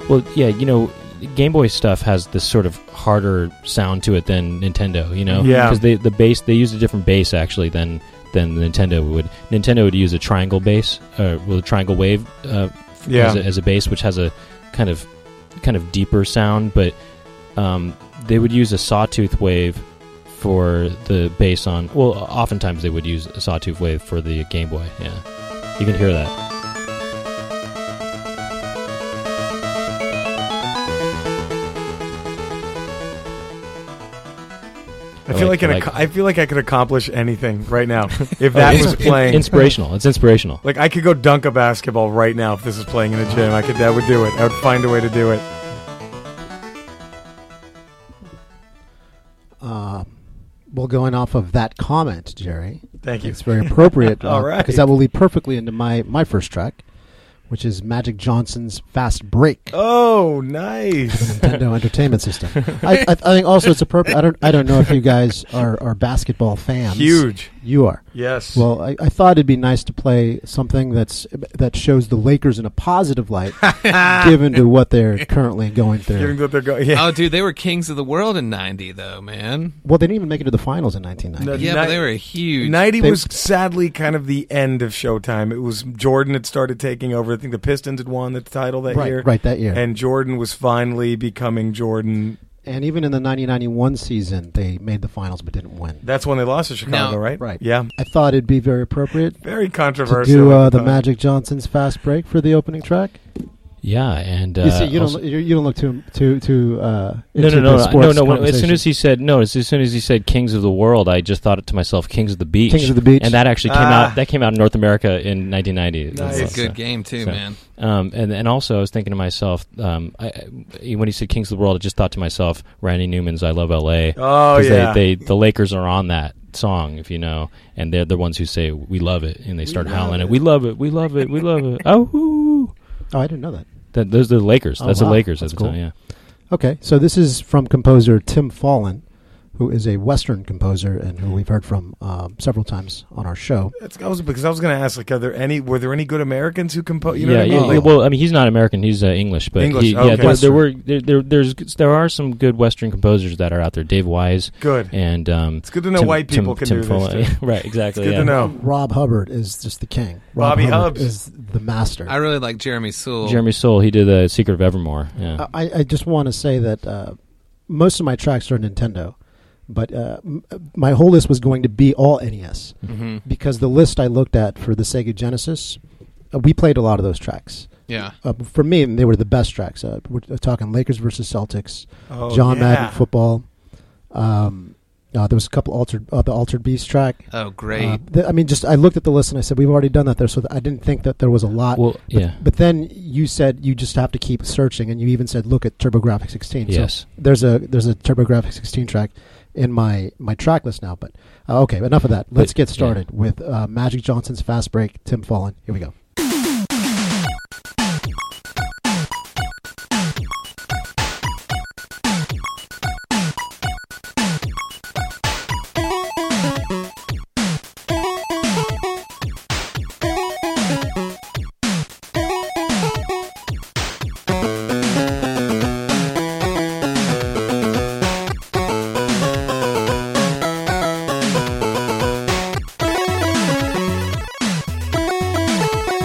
Speaker 1: well, yeah. You know, Game Boy stuff has this sort of harder sound to it than Nintendo. You know,
Speaker 4: Yeah.
Speaker 1: because they the bass they used a different bass actually than than Nintendo would. Nintendo would use a triangle bass, uh, well, a triangle wave uh,
Speaker 4: yeah.
Speaker 1: as, a, as a bass, which has a kind of kind of deeper sound. But um, they would use a sawtooth wave for the bass on. Well, oftentimes they would use a sawtooth wave for the Game Boy. Yeah, you can hear that.
Speaker 4: I feel
Speaker 1: like-
Speaker 4: like,
Speaker 1: Oh,
Speaker 4: an,
Speaker 1: I
Speaker 4: I
Speaker 1: like-
Speaker 4: I feel like I could accomplish anything right now if that
Speaker 1: it's
Speaker 4: was playing.
Speaker 1: Inspirational. It's inspirational.
Speaker 4: like I could go dunk a basketball right now if this is playing in a gym. I could. That would do it. I would find a way to do it.
Speaker 2: Um, well, going off of that comment, Jerry,
Speaker 4: Thank you.
Speaker 2: it's very appropriate.
Speaker 4: All right.
Speaker 2: because that will lead perfectly into my my first track, which is Magic Johnson's "Fast Break."
Speaker 4: Oh, nice.
Speaker 2: Nintendo Entertainment System. I, I, I think also it's appropriate. I don't. I don't know if you guys are, are basketball fans.
Speaker 4: Huge.
Speaker 2: You are.
Speaker 4: Yes.
Speaker 2: Well, I, I thought it'd be nice to play something that's that shows the Lakers in a positive light, given to what they're currently going
Speaker 4: Given
Speaker 2: through.
Speaker 4: that they're going. Yeah.
Speaker 3: oh, dude, they were kings of the world in '90, though, man.
Speaker 2: Well, they didn't even make it to the finals in 1990.
Speaker 3: Yeah,
Speaker 4: Ni-
Speaker 3: but they were a huge.
Speaker 4: 90
Speaker 2: They-
Speaker 4: was sadly kind of the end of Showtime. It was Jordan had started taking over. I think the Pistons had won the title that
Speaker 2: right,
Speaker 4: year.
Speaker 2: right that year. And,
Speaker 4: And Jordan was finally becoming Jordan.
Speaker 2: even in the 1991 season, they made the finals but didn't win.
Speaker 4: That's when they lost to
Speaker 3: No.
Speaker 4: Chicago, right?
Speaker 2: Right.
Speaker 4: Yeah.
Speaker 2: I thought it'd be very appropriate
Speaker 4: Very
Speaker 2: to
Speaker 4: controversial.
Speaker 2: do
Speaker 4: at
Speaker 2: uh, the
Speaker 4: time.
Speaker 2: Magic Johnson's fast break for the opening track.
Speaker 1: Yeah, and uh,
Speaker 2: you see, you don't
Speaker 1: also-
Speaker 2: you, you don't look too too too uh,
Speaker 1: no,
Speaker 2: into
Speaker 1: no, no,
Speaker 2: the
Speaker 1: no,
Speaker 2: sports
Speaker 1: no, no. when- As soon
Speaker 2: conversation.
Speaker 1: as he said no, as, as soon as he said "Kings of the World," I just thought to myself, "Kings of the Beach."
Speaker 2: Kings of the Beach.
Speaker 1: and that actually came
Speaker 4: Ah.
Speaker 1: out. That came out in North America in 1990.
Speaker 4: Nice.
Speaker 3: It's
Speaker 1: So-
Speaker 3: a good game too,
Speaker 1: so-
Speaker 3: man.
Speaker 1: Um, and and also, I was thinking to myself, um, I, I- when he said "Kings of the World," I just thought to myself, Randy Newman's "I Love L.A."
Speaker 4: Oh,
Speaker 1: 'Cause
Speaker 4: yeah.
Speaker 1: they, they the Lakers are on that song, if you know, and they're the ones who say, "We love it," and they start
Speaker 4: love
Speaker 1: howling
Speaker 4: it.
Speaker 1: it. "We love it, we love it, we love it." Oh, whoo.
Speaker 2: oh, I didn't know that.
Speaker 1: that those are the Lakers.
Speaker 2: Oh,
Speaker 1: That's
Speaker 2: wow.
Speaker 1: the Lakers
Speaker 2: That's
Speaker 1: at the
Speaker 2: cool.
Speaker 1: time. Yeah.
Speaker 2: Okay, so this is from composer Tim Fallon, who is a Western composer and who we've heard from um, several times on our show.
Speaker 4: That's, I was, because I was going to ask, like, are there any? Were there any good Americans who composed? Oh, You know
Speaker 1: yeah,
Speaker 4: what I mean?
Speaker 1: yeah,
Speaker 2: Like-
Speaker 1: yeah, well, I mean, he's not American; he's uh, English. But
Speaker 4: English,
Speaker 1: he,
Speaker 4: okay.
Speaker 1: yeah, there,
Speaker 2: Western.
Speaker 1: there were there, there there's there are some good Western composers that are out there. Dave Wise
Speaker 4: Good.
Speaker 1: and um,
Speaker 4: It's good to know
Speaker 1: Tim-
Speaker 4: white people
Speaker 1: Tim-
Speaker 4: can
Speaker 1: Tim
Speaker 4: do
Speaker 1: Fuller.
Speaker 4: this. Too.
Speaker 1: right, exactly.
Speaker 4: It's good
Speaker 1: yeah.
Speaker 4: to know.
Speaker 2: Rob Hubbard is just the king. Rob
Speaker 4: Bobby
Speaker 2: Hubbard
Speaker 4: Hubbs.
Speaker 2: is the master.
Speaker 3: I really like Jeremy Sewell.
Speaker 1: Jeremy Soule, he did the Secret of Evermore. Yeah,
Speaker 2: I, I just want to say that uh, most of my tracks are Nintendo, but uh, m- my whole list was going to be all E NES
Speaker 3: hmm
Speaker 2: because the list I looked at for the Sega Genesis, uh, we played a lot of those tracks.
Speaker 3: Yeah,
Speaker 2: Uh, for me, they were the best tracks. Uh, we're talking Lakers versus Celtics,
Speaker 4: Oh,
Speaker 2: John
Speaker 4: yeah.
Speaker 2: Madden football. Um, uh, there was a couple altered uh, the altered beast track.
Speaker 3: Oh, great.
Speaker 2: Uh, th- I mean, just I looked at the list and I said we've already done that there, so th- I didn't think that there was a lot.
Speaker 1: well,
Speaker 2: uh, but,
Speaker 1: yeah,
Speaker 2: but then you said you just have to keep searching, and you even said look at TurboGrafx 16. So
Speaker 1: yes.
Speaker 2: there's a there's a TurboGrafx 16 track in my my track list now. But uh, okay, enough of that. Let's
Speaker 1: But-
Speaker 2: get started with uh, Magic Johnson's Fast Break. Tim Fallon. Here we go.
Speaker 5: Thank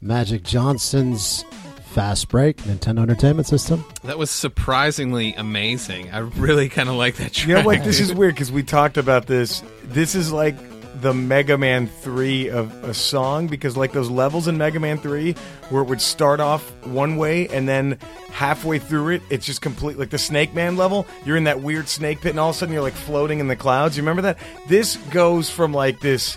Speaker 2: Magic Johnson's Fast Break, Nintendo Entertainment System.
Speaker 3: That was surprisingly amazing. I really kind of like that track.
Speaker 4: You know what? This is weird because we talked about this. This is like the Mega Man 3 of a song because, like, those levels in Mega Man 3 where it would start off one way and then halfway through it, it's just complete. Like the Snake Man level, you're in that weird snake pit and all of a sudden you're like floating in the clouds. You remember that? This goes from like this,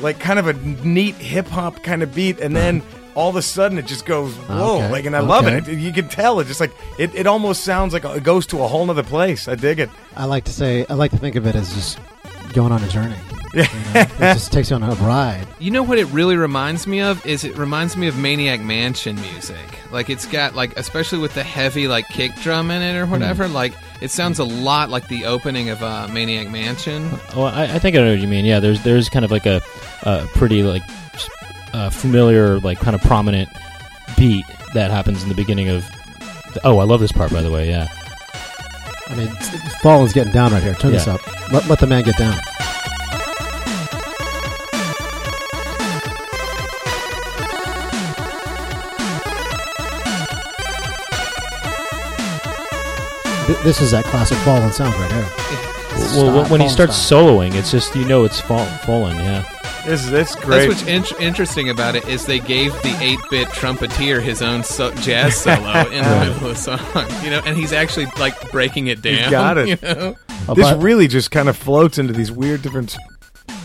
Speaker 4: like, kind of a neat hip hop kind of beat and then. All of a sudden, it just goes whoa!
Speaker 2: Okay,
Speaker 4: Like, and I love it.
Speaker 2: okay.
Speaker 4: It- You can tell it just like it. It almost sounds like it goes to a whole nother place. I dig it.
Speaker 2: I like to say, I like to think of it as just going on a journey. You know? it just takes you on a ride.
Speaker 3: You know what it really reminds me of is it reminds me of Maniac Mansion music. Like it's got like especially with the heavy like kick drum in it or whatever.
Speaker 4: Hmm.
Speaker 3: Like it sounds a lot like the opening of uh, Maniac Mansion.
Speaker 1: Well, I, I think I know what you mean. Yeah, there's there's kind of like a, a pretty like s- uh, familiar, like kind of prominent beat that happens in the beginning of. oh, I love this part by the way. Yeah,
Speaker 2: I mean, it's- it's- Fallen's getting down right here. Turn this
Speaker 1: Yeah.
Speaker 2: up. Let, let the man get down. Th- This is that classic Fallen sound right here.
Speaker 1: well,
Speaker 2: Stop,
Speaker 1: when he
Speaker 2: Fallen,
Speaker 1: starts
Speaker 2: stop.
Speaker 1: soloing, it's just you know it's fall, fallen. Yeah,
Speaker 4: This is it's great.
Speaker 3: That's what's in- interesting about it is they gave the 8-bit trumpeter his own so- jazz solo in the middle of the song, you know, and he's actually like breaking it down.
Speaker 4: He's got it.
Speaker 3: you know?
Speaker 2: Oh,
Speaker 4: this
Speaker 2: but-
Speaker 4: really just kind of floats into these weird different.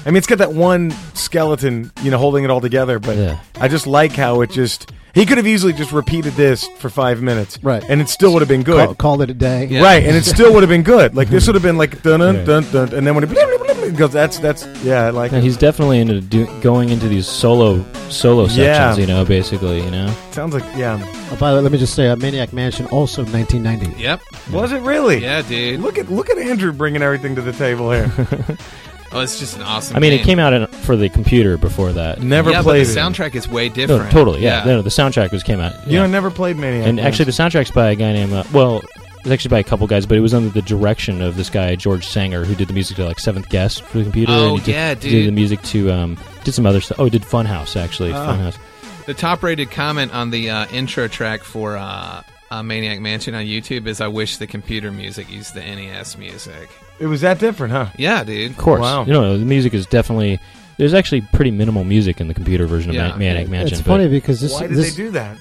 Speaker 4: I mean, it's got that one skeleton, you know, holding it all together. But
Speaker 1: Yeah.
Speaker 4: I just like how it just. He could have easily just repeated this for five minutes,
Speaker 2: Right.
Speaker 4: And it still would have been good,
Speaker 2: Call, call it a day.
Speaker 3: Yeah.
Speaker 4: right? And it still would have been good. Like this would have been like dun
Speaker 1: Yeah.
Speaker 4: dun dun dun, and then when it, it goes, that's that's yeah, I like
Speaker 1: No,
Speaker 4: it.
Speaker 1: he's definitely into do, going into these solo solo sections.
Speaker 4: Yeah.
Speaker 1: You know, basically, you know.
Speaker 4: Sounds like yeah.
Speaker 2: Oh, by the way, let me just say, uh, Maniac Mansion also 1990.
Speaker 3: Yep.
Speaker 4: Was it really?
Speaker 3: Yeah, dude.
Speaker 4: Look at look at Andrew bringing everything to the table here.
Speaker 3: Oh, it's just an awesome.
Speaker 1: I mean, it
Speaker 3: game.
Speaker 1: came out in, for the computer before that.
Speaker 4: Never
Speaker 3: yeah,
Speaker 4: played
Speaker 3: but
Speaker 4: it.
Speaker 3: the soundtrack is way
Speaker 1: No,
Speaker 3: different.
Speaker 1: totally. Yeah. No, the soundtrack was came out.
Speaker 4: You know,
Speaker 1: yeah.
Speaker 4: I never played Maniac.
Speaker 1: and actually, the
Speaker 4: Mansion.
Speaker 1: soundtrack's by a guy named uh, well, it was actually by a couple guys, but it was under the direction of this guy George Sanger, who did the music to like Seventh Guest for the computer.
Speaker 3: Oh,
Speaker 1: and he did,
Speaker 3: yeah,
Speaker 1: he
Speaker 3: dude.
Speaker 1: did the music to um, did some other stuff. Oh, he did Funhouse actually.
Speaker 4: Ah.
Speaker 1: Funhouse.
Speaker 3: The top rated comment on the uh, intro track for uh, uh, Maniac Mansion on YouTube is I wish the computer music used the NES music.
Speaker 4: it was that different, huh?
Speaker 3: Yeah, dude.
Speaker 1: Of course.
Speaker 4: Wow.
Speaker 1: You know, the music is definitely there's actually pretty minimal music in the computer version
Speaker 3: Yeah.
Speaker 1: of Ma- Maniac Mansion.
Speaker 2: It's
Speaker 1: but-
Speaker 2: funny because this.
Speaker 4: Why did
Speaker 2: this
Speaker 4: they do that?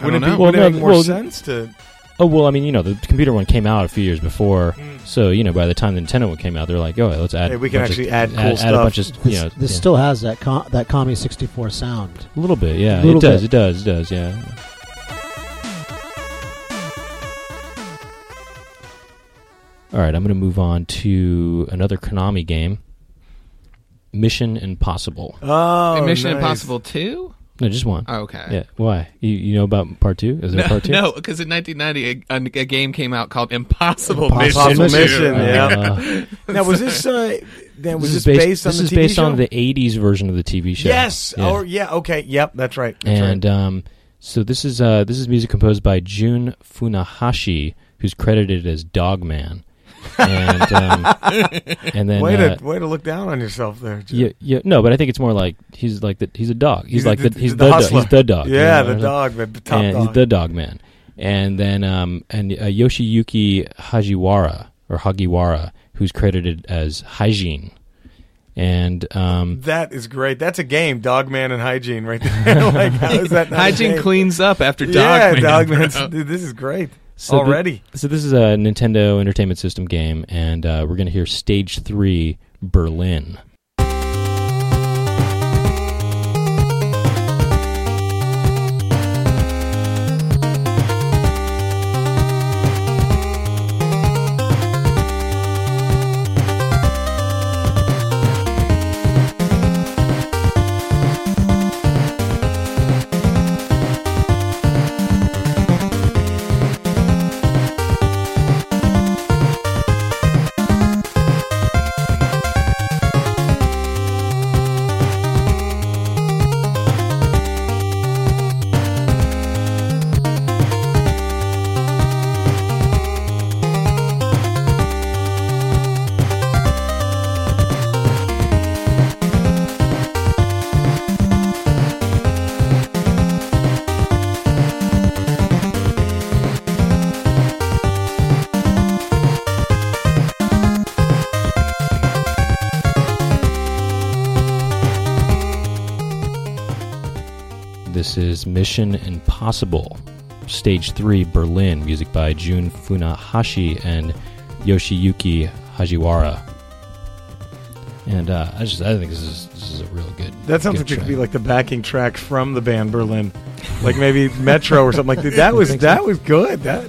Speaker 3: I
Speaker 4: Wouldn't it,
Speaker 3: don't know.
Speaker 4: be,
Speaker 1: Well,
Speaker 4: wouldn't it
Speaker 1: no,
Speaker 4: make more
Speaker 1: well-
Speaker 4: sense to?
Speaker 1: Oh well, I mean, you know, the computer one came out a few years before,
Speaker 3: Mm.
Speaker 1: so you know, by the time the Nintendo one came out, they're like, oh, let's add.
Speaker 4: Hey, we
Speaker 1: a
Speaker 4: can
Speaker 1: bunch
Speaker 4: actually
Speaker 1: of,
Speaker 4: add cool
Speaker 1: add, a
Speaker 4: stuff.
Speaker 1: bunch of,
Speaker 2: this,
Speaker 1: you know,
Speaker 2: this
Speaker 1: yeah.
Speaker 2: still has that com- that Kami 64 sound.
Speaker 1: a little bit, yeah,
Speaker 2: Little
Speaker 1: it does,
Speaker 2: bit.
Speaker 1: it does, it does, yeah. All right, I'm going to move on to another Konami game, Mission Impossible.
Speaker 4: Oh,
Speaker 3: Mission
Speaker 4: nice.
Speaker 3: Impossible 2?
Speaker 1: No, just one.
Speaker 3: Oh, okay.
Speaker 1: Yeah, why? You, you know about part two? Is there
Speaker 3: No,
Speaker 1: part two?
Speaker 3: no, because in 1990, a, a, a game came out called Impossible,
Speaker 2: Impossible
Speaker 3: Mission.
Speaker 4: Mission,
Speaker 3: 2.
Speaker 4: yeah.
Speaker 1: Uh,
Speaker 4: Now was this uh, now, was
Speaker 1: this is based,
Speaker 4: this based on
Speaker 1: this
Speaker 4: the
Speaker 1: is
Speaker 4: TV
Speaker 1: based
Speaker 4: show?
Speaker 1: on the 80s version of the TV show.
Speaker 4: yes
Speaker 1: Yeah.
Speaker 4: or yeah okay yep that's right that's
Speaker 1: and um, so this is uh, this is music composed by Jun Funahashi, who's credited as Dogman. And um, and then
Speaker 4: right. way
Speaker 1: uh,
Speaker 4: to way to look down on yourself there Jim.
Speaker 1: yeah, yeah, no, but I think it's more like he's like the, he's a dog. He's,
Speaker 4: He's
Speaker 1: like the,
Speaker 4: the-
Speaker 1: he's
Speaker 4: the
Speaker 1: the, dog.
Speaker 4: hustler.
Speaker 1: he's the dog. you
Speaker 4: yeah
Speaker 1: know,
Speaker 4: the
Speaker 1: or
Speaker 4: dog the the top
Speaker 1: and
Speaker 4: dog
Speaker 1: He's the dog man. And then um, and uh, Yoshiyuki Hajiwara or Hagiwara, who's credited as Hajin. And um,
Speaker 4: that is great that's a game dog man and hygiene right there like how is that not a
Speaker 3: Hygiene
Speaker 4: game?
Speaker 3: cleans up after Dog
Speaker 4: yeah
Speaker 3: Man,
Speaker 4: dog
Speaker 3: bro.
Speaker 4: man dude, this is great
Speaker 1: So the-
Speaker 4: already
Speaker 1: so this is a Nintendo Entertainment System game, and uh, we're going to hear Stage Three, Berlin. This is Mission Impossible, Stage 3, Berlin, music by Jun Funahashi and Yoshiyuki Hajiwara. And uh, I just I think this is this is a real good.
Speaker 4: That
Speaker 1: good
Speaker 4: sounds like it could
Speaker 1: track.
Speaker 4: be like the backing track from the band Berlin, like maybe Metro or something like that. That
Speaker 1: You
Speaker 4: was
Speaker 1: think so?
Speaker 4: that was good. That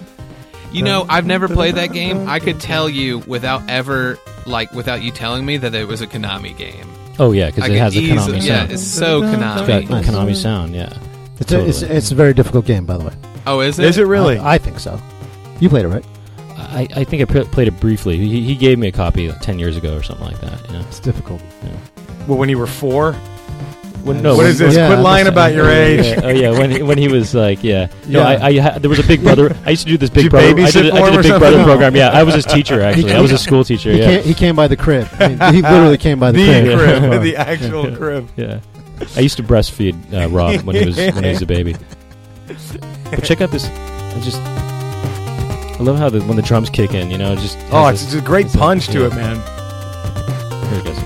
Speaker 3: You know, I've never played that game. I could tell you without ever, like, without you telling me that it was a Konami game.
Speaker 1: Oh yeah, because
Speaker 3: I
Speaker 1: it
Speaker 3: could
Speaker 1: has a
Speaker 3: easily-
Speaker 1: Konami
Speaker 3: Yeah,
Speaker 1: sound.
Speaker 3: it's so
Speaker 1: it's got
Speaker 3: Konami.
Speaker 2: Nice.
Speaker 1: Konami sound. Yeah.
Speaker 2: It's, a, it's,
Speaker 1: Totally.
Speaker 2: it's a very difficult game, by the way.
Speaker 3: Oh, is it?
Speaker 4: is it really?
Speaker 2: I, I think so. You played it, right?
Speaker 1: I, I think I pl- played it briefly. He, he gave me a copy like, ten years ago or something like that. You know?
Speaker 2: It's difficult.
Speaker 4: well, when you were four,
Speaker 1: When,
Speaker 2: No,
Speaker 4: what
Speaker 2: when-
Speaker 4: is this?
Speaker 2: yeah,
Speaker 4: Quit
Speaker 2: I'm
Speaker 4: lying
Speaker 2: just-
Speaker 4: about your
Speaker 1: yeah,
Speaker 4: age.
Speaker 1: yeah. Oh yeah, when when he was like, yeah, no, I, I ha- there was a big brother. I used to do this
Speaker 4: Did
Speaker 1: big
Speaker 4: you
Speaker 1: brother. I
Speaker 4: babysit
Speaker 1: did, a- I
Speaker 4: for him
Speaker 1: did
Speaker 4: or
Speaker 1: a big brother
Speaker 4: something?
Speaker 1: program. Yeah, I was his teacher actually. I was a school teacher.
Speaker 2: He,
Speaker 1: Yeah,
Speaker 2: came, he came by the crib. I mean, he literally came by the,
Speaker 4: the
Speaker 1: crib.
Speaker 4: crib, the actual crib.
Speaker 1: yeah. I used to breastfeed uh, Rob when he was when he was a baby. But check out this. I just I love how the when the drums kick in. You know, it just
Speaker 4: Oh,
Speaker 1: has
Speaker 4: it's, it's a great
Speaker 1: it's a-
Speaker 4: punch to
Speaker 1: yeah.
Speaker 4: it, man.
Speaker 1: this- here it goes.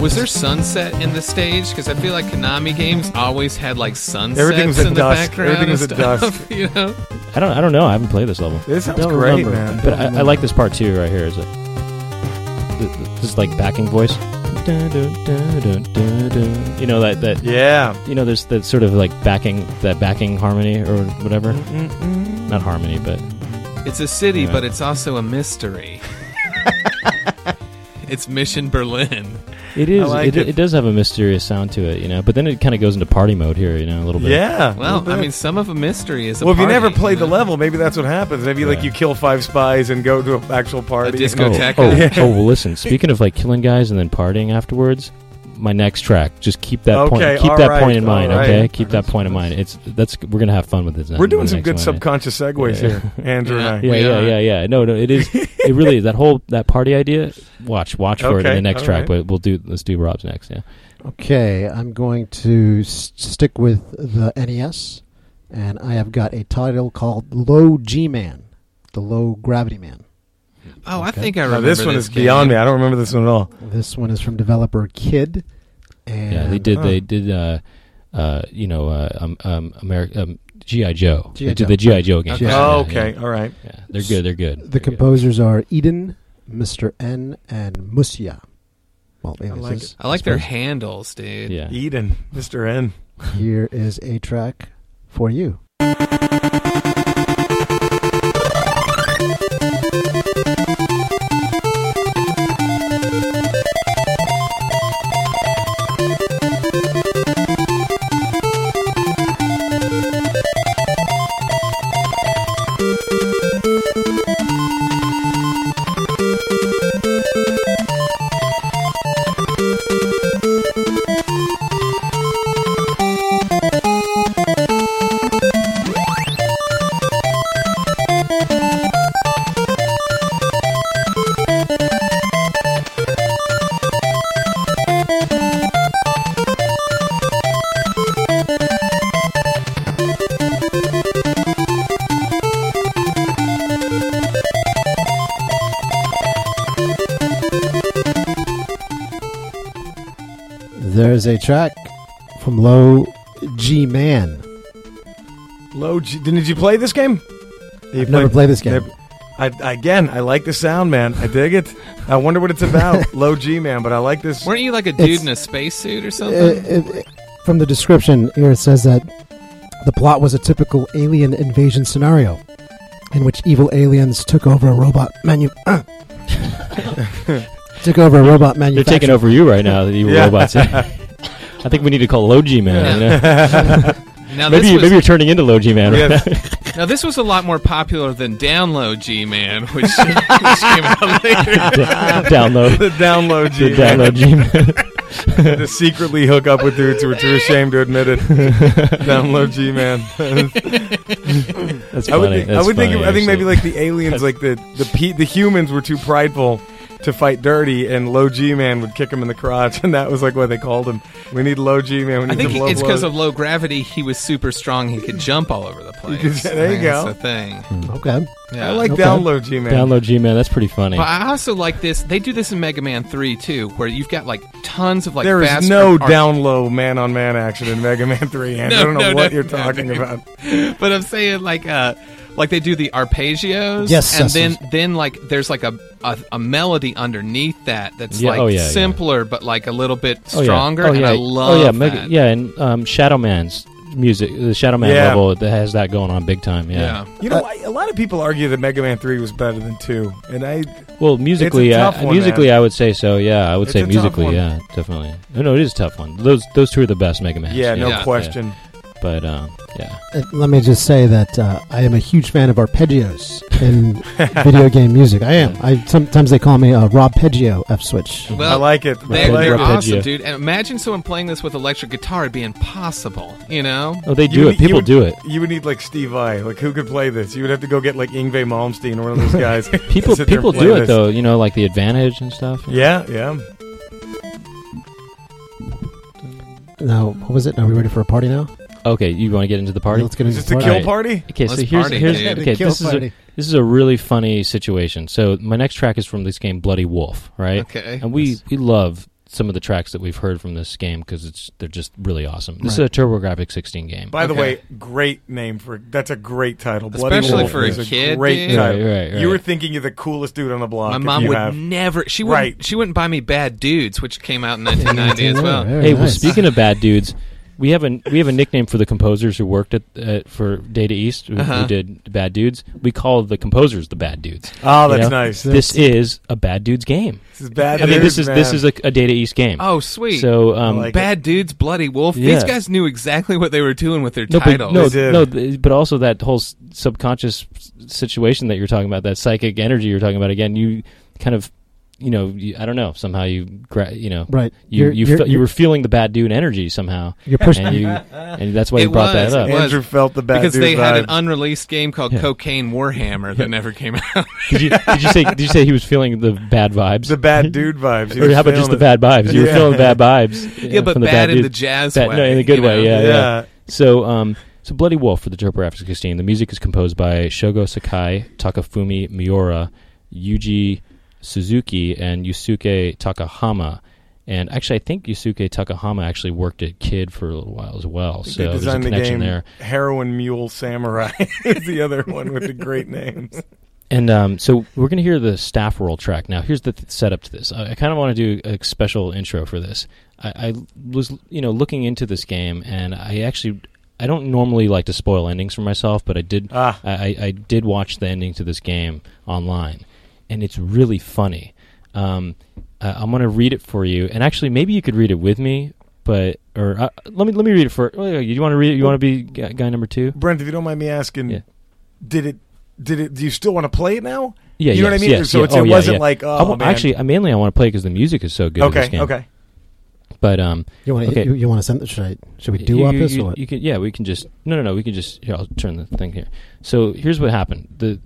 Speaker 3: Was there sunset in the stage? Because I feel like Konami games always had like sunsets
Speaker 4: Everything was at
Speaker 3: in the
Speaker 4: dusk.
Speaker 3: background. and
Speaker 4: Everything was at
Speaker 3: stuff,
Speaker 4: dusk.
Speaker 3: You know,
Speaker 1: I don't I don't know. I haven't played this level.
Speaker 4: This sounds
Speaker 2: Don't
Speaker 4: great,
Speaker 2: remember.
Speaker 4: man.
Speaker 1: But I, I like this part too, right here. Is it? th- th- This like backing voice. Dun, dun, dun, dun, dun, dun. You know that that
Speaker 4: Yeah.
Speaker 1: you know there's that sort of like backing that backing harmony or whatever. Not harmony, but
Speaker 3: it's a city,
Speaker 1: Yeah.
Speaker 3: but it's also a mystery. it's Mission Berlin.
Speaker 1: it is.
Speaker 4: like
Speaker 1: it,
Speaker 4: it.
Speaker 1: it. does have a mysterious sound to it, you know. But then it kind of goes into party mode here, you know, a little bit.
Speaker 4: Yeah.
Speaker 3: Well, I mean, some of a mystery is. A
Speaker 4: well, if you
Speaker 3: party,
Speaker 4: never played the
Speaker 3: know?
Speaker 4: level, maybe that's what happens. Maybe like
Speaker 1: Yeah.
Speaker 4: you kill five spies and go to an actual party.
Speaker 3: disco-
Speaker 1: Oh,
Speaker 3: Discotheca.
Speaker 1: oh,
Speaker 4: Yeah.
Speaker 1: oh, well, listen. Speaking of like killing guys and then partying afterwards, my next track. Just keep that
Speaker 4: Okay,
Speaker 1: point. Keep
Speaker 4: all
Speaker 1: that
Speaker 4: right,
Speaker 1: point in
Speaker 4: all
Speaker 1: mind.
Speaker 4: right.
Speaker 1: Okay, keep that point in mind. It's that's we're gonna have fun with this.
Speaker 4: We're doing some
Speaker 1: next
Speaker 4: good
Speaker 1: one.
Speaker 4: subconscious segues
Speaker 1: Yeah.
Speaker 4: here, Andrew
Speaker 3: Yeah.
Speaker 4: and I.
Speaker 1: yeah,
Speaker 3: We
Speaker 1: yeah,
Speaker 3: are.
Speaker 1: yeah, yeah. No, no, it is. It really is that whole that party idea. Watch, watch for it in
Speaker 4: Okay,
Speaker 1: the next
Speaker 4: all
Speaker 1: track.
Speaker 4: right.
Speaker 1: But we'll do. Let's do Rob's next. Yeah.
Speaker 2: Okay, I'm going to s- stick with the NES, and I have got a title called Low G Man, the Low Gravity Man.
Speaker 3: Oh, I
Speaker 2: Okay.
Speaker 3: think I
Speaker 4: Now,
Speaker 3: remember
Speaker 4: this one is
Speaker 3: game.
Speaker 4: beyond me. I don't remember this one at all.
Speaker 2: This one is from developer Kid. And
Speaker 1: yeah, they did.
Speaker 4: oh.
Speaker 1: They did. Uh, uh, you know, uh, um, um, Ameri- um, GI Joe.
Speaker 2: G.I.
Speaker 1: They did
Speaker 2: Joe.
Speaker 1: the GI Joe games.
Speaker 3: Okay.
Speaker 1: Yeah,
Speaker 4: Oh,
Speaker 1: yeah,
Speaker 4: okay.
Speaker 1: yeah.
Speaker 4: All right.
Speaker 1: Yeah, they're good. They're good.
Speaker 2: The
Speaker 1: They're good.
Speaker 2: composers are Eden, Mr. N, and Musia. Well,
Speaker 4: I like
Speaker 2: aliases.
Speaker 3: I like their
Speaker 2: suppose.
Speaker 3: handles, dude.
Speaker 1: Yeah.
Speaker 4: Eden, Mr. N.
Speaker 2: Here is a track for you. There's a track from Low G Man.
Speaker 4: Low G. Didn't you play this game? You
Speaker 2: I've never played this game.
Speaker 4: Never- I, again, I like the sound, man. I dig it. I wonder what it's about. Low G, man, but I like this.
Speaker 3: Weren't you like a dude
Speaker 2: It's-
Speaker 3: in a spacesuit or something?
Speaker 2: Uh, it, it- from the description here it says that the plot was a typical alien invasion scenario in which evil aliens took over a robot manu- took over a robot
Speaker 1: They're
Speaker 2: manufacturer
Speaker 1: taking over you right now. The evil
Speaker 4: Yeah.
Speaker 1: robots. I think we need to call Logi Man.
Speaker 3: Yeah.
Speaker 1: you know?
Speaker 4: Uh,
Speaker 3: now
Speaker 1: Maybe
Speaker 3: this
Speaker 1: you,
Speaker 3: was,
Speaker 1: maybe you're turning into Logi Man. Right
Speaker 4: Yeah.
Speaker 1: now.
Speaker 3: now this was a lot more popular than Download G Man, which, which came out later.
Speaker 1: download.
Speaker 4: the download G.
Speaker 1: The download G Man.
Speaker 4: to secretly hook up with dudes who are too ashamed to admit it. download G, man.
Speaker 1: That's funny.
Speaker 4: I would think. I
Speaker 1: That's
Speaker 4: would think.
Speaker 1: funny,
Speaker 4: I think maybe
Speaker 1: actually.
Speaker 4: like the aliens, like the the pe- the humans were too prideful to fight dirty, and Low G Man would kick him in the crotch, and that was like what they called him. We need Low G Man. We need
Speaker 3: I think
Speaker 4: some
Speaker 3: he-
Speaker 4: low
Speaker 3: it's
Speaker 4: blows.
Speaker 3: because of low gravity. He was super strong. He could jump all over the place.
Speaker 4: could- there you
Speaker 3: I think
Speaker 4: go. Hmm.
Speaker 3: That's the thing.
Speaker 2: Okay.
Speaker 3: Yeah.
Speaker 4: I like
Speaker 2: Okay.
Speaker 4: down Low G Man.
Speaker 1: Download Gmail. That's pretty funny.
Speaker 3: But I also like this. They do this in Mega Man Three too, where you've got like tons of like.
Speaker 4: there
Speaker 3: fast
Speaker 4: is no
Speaker 3: ar-
Speaker 4: down low man on man action in Mega Man 3, and I
Speaker 3: No,
Speaker 4: don't know
Speaker 3: no,
Speaker 4: what
Speaker 3: no,
Speaker 4: you're
Speaker 3: no,
Speaker 4: talking
Speaker 3: no.
Speaker 4: about.
Speaker 3: but I'm saying like uh like they do the arpeggios.
Speaker 2: Yes,
Speaker 3: and
Speaker 2: yes,
Speaker 3: then
Speaker 2: yes.
Speaker 3: then like there's like a a, a melody underneath that that's
Speaker 1: Yeah,
Speaker 3: like
Speaker 1: oh, yeah, yeah.
Speaker 3: simpler but like a little bit
Speaker 1: Oh, yeah.
Speaker 3: stronger.
Speaker 1: Oh,
Speaker 3: and
Speaker 1: yeah.
Speaker 3: I love
Speaker 1: oh, yeah. Mega-
Speaker 3: that.
Speaker 1: yeah, and um, Shadow Man's music, the Shadow Man
Speaker 4: Yeah.
Speaker 1: level that has that going on big time.
Speaker 3: Yeah.
Speaker 1: Yeah. Mm-hmm.
Speaker 4: You know, I- a lot of people argue that Mega Man 3 was better than 2, and I
Speaker 1: Well, musically,
Speaker 4: tough
Speaker 1: I,
Speaker 4: one,
Speaker 1: musically,
Speaker 4: man.
Speaker 1: I would say so. Yeah, I would
Speaker 4: It's a
Speaker 1: say
Speaker 4: tough
Speaker 1: musically.
Speaker 4: one.
Speaker 1: Yeah, definitely. No, no, it is a tough one. Those those two are the best Mega Man.
Speaker 4: yeah, no
Speaker 3: Yeah.
Speaker 4: question.
Speaker 1: But um, yeah.
Speaker 2: Uh, Let me just say that uh, I am a huge fan of arpeggios in video game music. I am. I sometimes they call me uh, Rob Peggio F Switch.
Speaker 4: I
Speaker 3: Well,
Speaker 4: like it.
Speaker 3: They,
Speaker 4: I like
Speaker 3: they're
Speaker 4: it.
Speaker 1: Arpeggio.
Speaker 3: awesome, dude. And imagine someone playing this with electric guitar. It'd be impossible, you know?
Speaker 1: Oh, they
Speaker 4: You
Speaker 1: do
Speaker 4: would-
Speaker 1: it. People
Speaker 4: you would-
Speaker 1: do it.
Speaker 4: You would need like Steve Vai. Like who could play this? You would have to go get like Ingve Malmsteen or one of those guys. to
Speaker 1: People
Speaker 4: sit there
Speaker 1: people
Speaker 4: and play
Speaker 1: do it
Speaker 4: this.
Speaker 1: though. You know, like the advantage and stuff.
Speaker 4: Yeah, yeah.
Speaker 2: Now, what was it? Are we ready for a party now?
Speaker 1: Okay, you want to get into the party?
Speaker 2: Let's get
Speaker 4: Is
Speaker 2: into
Speaker 4: this
Speaker 2: the
Speaker 4: a
Speaker 2: party.
Speaker 4: kill
Speaker 1: Alright.
Speaker 4: party?
Speaker 1: Okay, so
Speaker 3: Let's
Speaker 1: here's
Speaker 3: party,
Speaker 1: here's
Speaker 3: dude.
Speaker 1: okay.
Speaker 2: Kill
Speaker 1: This is a,
Speaker 2: party.
Speaker 1: this is a really funny situation. So my next track is from this game, Bloody Wolf. Right.
Speaker 3: Okay.
Speaker 1: and we we love some of the tracks that we've heard from this game because it's they're just really awesome. This
Speaker 2: Right.
Speaker 1: is a TurboGrafx 16 game.
Speaker 4: By the
Speaker 3: Okay.
Speaker 4: way, great name for that's a great title. Bloody
Speaker 3: Especially
Speaker 4: Wolf
Speaker 3: for a
Speaker 4: is
Speaker 3: kid,
Speaker 4: Great
Speaker 3: dude.
Speaker 4: title.
Speaker 1: Right, right, right.
Speaker 4: You were thinking you're the coolest dude on the block.
Speaker 3: My
Speaker 4: if
Speaker 3: mom
Speaker 4: you
Speaker 3: would
Speaker 4: have.
Speaker 3: never. She wouldn't.
Speaker 4: Right.
Speaker 3: She wouldn't buy me Bad Dudes, which came out in 1990 as well.
Speaker 2: Very
Speaker 1: hey, well,
Speaker 2: nice.
Speaker 1: speaking of bad dudes, we have a we have a nickname for the composers who worked at uh, for Data East who,
Speaker 3: Uh-huh.
Speaker 1: who did Bad Dudes. We call the composers the Bad Dudes.
Speaker 4: Oh, that's
Speaker 1: You know?
Speaker 4: nice. This,
Speaker 1: This is a Bad Dudes game.
Speaker 4: is bad.
Speaker 1: I mean,
Speaker 4: news,
Speaker 1: this is this
Speaker 4: man.
Speaker 1: is a, a Data East game.
Speaker 3: Oh, sweet.
Speaker 1: so um,
Speaker 4: like
Speaker 3: Bad Dudes, Bloody Wolf. These
Speaker 1: Yeah.
Speaker 3: guys knew exactly what they were doing with their
Speaker 1: No, but,
Speaker 3: titles.
Speaker 1: no,
Speaker 4: They did.
Speaker 1: no, th- but also that whole s- subconscious s- situation that you're talking about, that psychic energy you're talking about again, you kind of, you know, you, I don't know, somehow you, gra- you know,
Speaker 2: right,
Speaker 1: you
Speaker 2: You're-
Speaker 1: you,
Speaker 2: you're-
Speaker 1: fe- you
Speaker 2: you're-
Speaker 1: were feeling the bad dude energy somehow,
Speaker 2: you're pushing.
Speaker 1: and you and that's why
Speaker 3: It
Speaker 1: you brought
Speaker 3: was,
Speaker 1: that
Speaker 3: it
Speaker 1: up
Speaker 4: Andrew
Speaker 3: was.
Speaker 4: felt the bad
Speaker 3: because
Speaker 4: dude
Speaker 3: they had an
Speaker 4: vibes.
Speaker 3: unreleased game called
Speaker 1: Yeah.
Speaker 3: Cocaine Warhammer that never came out.
Speaker 1: did you, did you say did you say he was feeling the bad vibes?
Speaker 4: the bad dude vibes. You
Speaker 1: or
Speaker 4: were
Speaker 1: how about
Speaker 4: feeling
Speaker 1: just the bad
Speaker 4: it.
Speaker 1: vibes? You were
Speaker 4: Yeah.
Speaker 1: feeling the bad vibes. uh,
Speaker 3: yeah, but
Speaker 1: from the
Speaker 3: bad in
Speaker 1: dude.
Speaker 3: the jazz
Speaker 1: Bad-
Speaker 3: way.
Speaker 1: no, in a good
Speaker 3: you
Speaker 1: way,
Speaker 3: know?
Speaker 1: yeah.
Speaker 4: Yeah.
Speaker 1: So, um, so Bloody Wolf for the TurboGrafx 16. The music is composed by Shogo Sakai, Takafumi Miura, Yuji Suzuki, and Yusuke Takahama. And actually, I think Yusuke Takahama actually worked at Kid for a little while as well. So
Speaker 4: they
Speaker 1: there's a
Speaker 4: designed the game
Speaker 1: connection there.
Speaker 4: Heroin Mule Samurai is the other one with the great names.
Speaker 1: And um, so we're going to hear the staff roll track now. Here's the th- setup to this. I, I kind of want to do a special intro for this. I, I was, you know, looking into this game, and I actually, I don't normally like to spoil endings for myself, but I did
Speaker 4: Ah,
Speaker 1: I, I I did watch the ending to this game online, and it's really funny. Um, I, I'm going to read it for you, and actually, maybe you could read it with me, but or uh, let me let me read it for. Oh, yeah, you want to read it? You want to be gu- guy number two?
Speaker 4: Brent, if you don't mind me asking,
Speaker 1: Yeah.
Speaker 4: did it? Did it? Do you still want to play it now?
Speaker 1: Yeah,
Speaker 4: you know what I
Speaker 1: yes,
Speaker 4: mean.
Speaker 1: yes,
Speaker 4: so
Speaker 1: yeah.
Speaker 4: it's,
Speaker 1: Oh,
Speaker 4: it
Speaker 1: yeah,
Speaker 4: wasn't
Speaker 1: yeah.
Speaker 4: like oh
Speaker 1: I wa-
Speaker 4: man.
Speaker 1: actually, I mainly I want to play because the music is so good. in this
Speaker 4: okay,
Speaker 1: game.
Speaker 4: okay.
Speaker 1: But um,
Speaker 2: you want to
Speaker 1: okay.
Speaker 2: you, you want to send? the- Should I? Should we
Speaker 1: You-
Speaker 2: do up
Speaker 1: you-
Speaker 2: this
Speaker 1: you-
Speaker 2: or what?
Speaker 1: you can- yeah, we can just no, no, no. We can just here. I'll turn the thing here. So here's what happened. The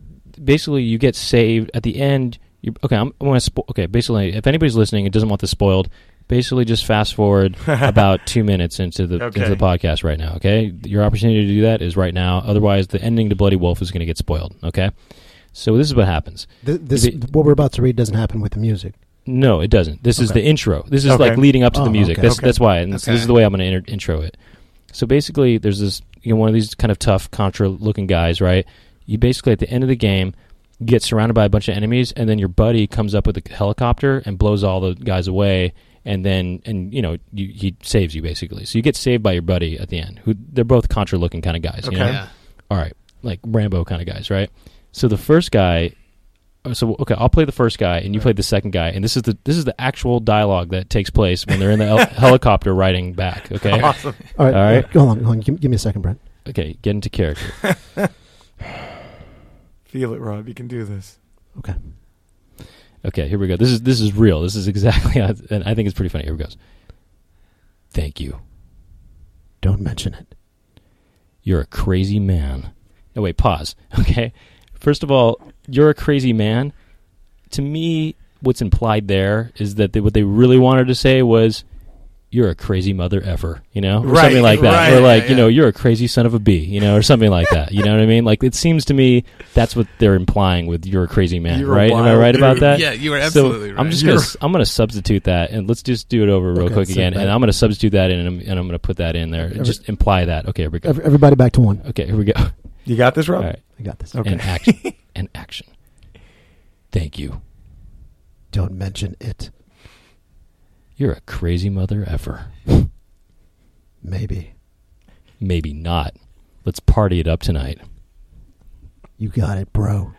Speaker 1: basically you get saved at the end. You okay? I'm, I'm gonna spo- okay. Basically, if anybody's listening and doesn't want this spoiled, basically just fast forward about two minutes into the
Speaker 4: Okay.
Speaker 1: into the podcast right now. Okay, your opportunity to do that is right now. Otherwise, the ending to Bloody Wolf is gonna get spoiled. Okay, so this is what happens.
Speaker 2: Th- This,
Speaker 1: if
Speaker 2: what we're about to read doesn't happen with the music.
Speaker 1: No, it doesn't. This is
Speaker 2: Okay.
Speaker 1: the intro. This is
Speaker 4: Okay.
Speaker 1: like leading up to
Speaker 2: Oh,
Speaker 1: the music.
Speaker 2: okay.
Speaker 1: That's
Speaker 4: Okay.
Speaker 1: that's why. And so
Speaker 3: Okay.
Speaker 1: this is the way I'm going to inter- intro it. So basically, there's this you know one of these kind of tough contra looking guys, right? You basically at the end of the game you get surrounded by a bunch of enemies, and then your buddy comes up with a helicopter and blows all the guys away, and then and you know you, he saves you basically. So you get saved by your buddy at the end. Who they're both contra looking kind of guys. You know?
Speaker 4: Okay.
Speaker 3: Yeah.
Speaker 1: all right, like Rambo kind of guys, right? So the first guy, oh, so okay, I'll play the first guy, and you play the second guy, and this is the this is the actual dialogue that takes place when they're in the hel- helicopter riding back. Okay,
Speaker 4: Awesome.
Speaker 2: All right,
Speaker 1: All right.
Speaker 2: uh, Hold on, hold on. Give, give me a second, Brent.
Speaker 1: okay, get into character.
Speaker 4: Feel it, Rob. You can do this.
Speaker 1: Okay, here we go. This is this is real. This is exactly, how, and I think it's pretty funny. Here it goes. Thank you.
Speaker 2: Don't mention it.
Speaker 1: You're a crazy man. No, wait, pause. Okay. First of all, you're a crazy man. To me, what's implied there is that they, what they really wanted to say was, "You're a crazy mother effer," you know, or
Speaker 4: Right,
Speaker 1: something like that,
Speaker 4: right,
Speaker 1: or like
Speaker 3: yeah,
Speaker 1: you
Speaker 3: yeah.
Speaker 1: know, "You're a crazy son of a bee," you know, or something like that. You know what I mean? Like it seems to me that's what they're implying with "You're a crazy man,"
Speaker 4: You're a
Speaker 1: right? Am I
Speaker 4: wild
Speaker 1: right about
Speaker 4: dude.
Speaker 1: that?
Speaker 3: Yeah, you were absolutely
Speaker 1: so
Speaker 3: right.
Speaker 1: I'm just
Speaker 4: You're-
Speaker 1: gonna s- I'm gonna substitute that, and let's just do it over real
Speaker 2: Okay,
Speaker 1: quick
Speaker 2: so
Speaker 1: again,
Speaker 2: that-
Speaker 1: and I'm gonna substitute that in, and I'm, and I'm gonna put that in there, and
Speaker 2: Every-
Speaker 1: just imply that. Okay, here we go.
Speaker 2: Ev- Everybody back to one.
Speaker 1: Okay, here we go.
Speaker 4: You got this,
Speaker 1: All
Speaker 4: Rob?
Speaker 1: right,
Speaker 2: I got this.
Speaker 4: Okay.
Speaker 1: and action, and action. Thank you.
Speaker 2: Don't mention it.
Speaker 1: You're a crazy mother effer.
Speaker 2: Maybe.
Speaker 1: Maybe not. Let's party it up tonight.
Speaker 2: You got it, bro.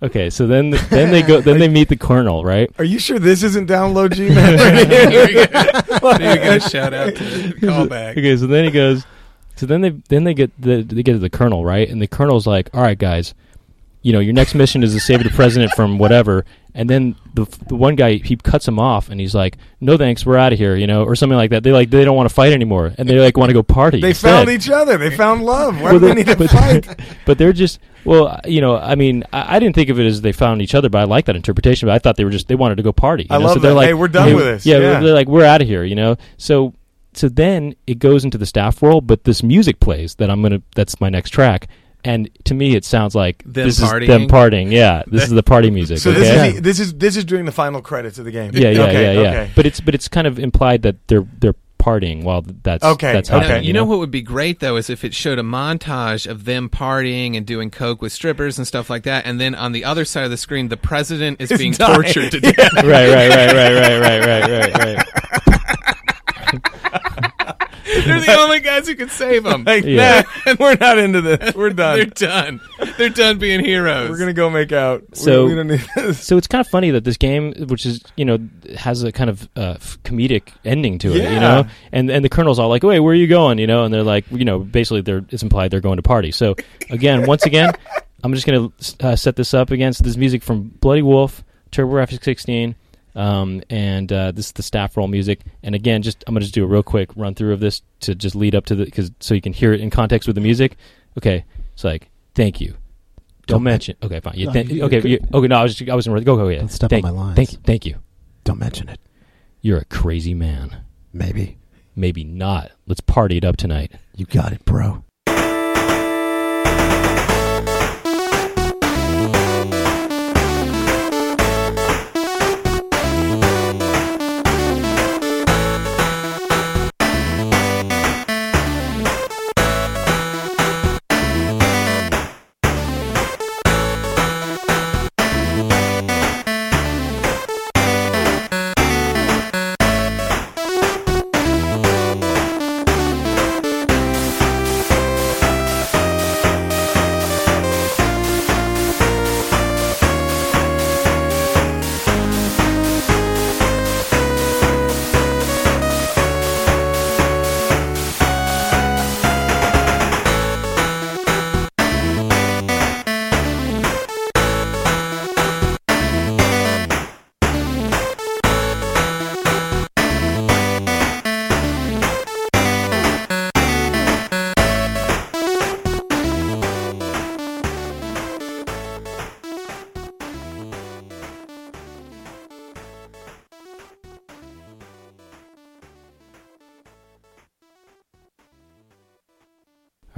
Speaker 1: Okay, so then then they go then they meet the colonel, right?
Speaker 4: Are you sure this isn't download Gmail?
Speaker 3: There you go. There you go. Shout out to the callback.
Speaker 1: Okay, so then he goes. So then they then they get the, they get to the colonel, right? And the colonel's like, "All right, guys, you know your next mission is to save the president from whatever." And then the the one guy he cuts him off, and he's like, "No thanks, we're out of here," you know, or something like that. They like they don't want to fight anymore, and they like want to go party.
Speaker 4: they
Speaker 1: instead.
Speaker 4: found each other. They found love. Why
Speaker 1: Well,
Speaker 4: do they
Speaker 1: they-
Speaker 4: need to
Speaker 1: but-
Speaker 4: fight?
Speaker 1: but they're just well, you know. I mean, I, I didn't think of it as they found each other, but I like that interpretation. But I thought they were just they wanted to go party. you
Speaker 4: I
Speaker 1: know?
Speaker 4: love
Speaker 1: so they're
Speaker 4: that.
Speaker 1: Like,
Speaker 4: Hey, we're done with this.
Speaker 1: Yeah,
Speaker 4: Yeah.
Speaker 1: they're like we're out of here. You know. So so then it goes into the staff world, but this music plays that I'm gonna. That's my next track. And to me, it sounds like
Speaker 3: Them
Speaker 1: this
Speaker 3: partying?
Speaker 1: is them partying. Yeah, this is the party music.
Speaker 4: So
Speaker 1: okay?
Speaker 4: this
Speaker 2: Yeah.
Speaker 4: is the, this is this is during the final credits of the game.
Speaker 1: yeah, yeah,
Speaker 4: okay,
Speaker 1: yeah, yeah.
Speaker 4: Okay.
Speaker 1: But it's but it's kind of implied that they're they're partying while th- that's
Speaker 4: Okay,
Speaker 1: That's
Speaker 4: okay.
Speaker 3: Now,
Speaker 1: happening.
Speaker 3: you know what would be great though is if it showed a montage of them partying and doing coke with strippers and stuff like that, and then on the other side of the screen, the president is
Speaker 4: It's
Speaker 3: being
Speaker 4: dying.
Speaker 3: tortured to death.
Speaker 1: right, right, right, right, right, right, right, right, right.
Speaker 3: They're the only guys who can save them.
Speaker 4: Like,
Speaker 1: Yeah.
Speaker 4: nah, we're not into this. We're
Speaker 3: They're
Speaker 4: done.
Speaker 3: done. They're done being heroes.
Speaker 4: we're gonna go make out. We-
Speaker 1: So-
Speaker 4: we, don't need this.
Speaker 1: So it's kind of funny that this game, which is you know, has a kind of uh, f- comedic ending to it,
Speaker 4: Yeah.
Speaker 1: you know, and and the colonel's all like, "Wait, where are you going?" You know, and they're like, you know, basically they're it's implied they're going to party. So again, once again, I'm just gonna uh, set this up against this music from Bloody Wolf, TurboGrafx 16. Um, and uh, this is the staff roll music. And again, just I'm gonna just do a real quick run through of this to just lead up to the because so you can hear it in context with the music. Okay, it's like thank you. Don't
Speaker 2: Don't-
Speaker 1: mention. Okay, fine. You
Speaker 2: No,
Speaker 1: thank-
Speaker 2: you-
Speaker 1: okay,
Speaker 2: you-
Speaker 1: you- okay. No, I was just, I was in. Go, go, yeah.
Speaker 2: Don't step
Speaker 1: thank,
Speaker 2: on my lines.
Speaker 1: Thank, thank you.
Speaker 2: Don't mention it.
Speaker 1: You're a crazy man.
Speaker 2: Maybe.
Speaker 1: Maybe not. Let's party it up tonight.
Speaker 2: You got it, bro.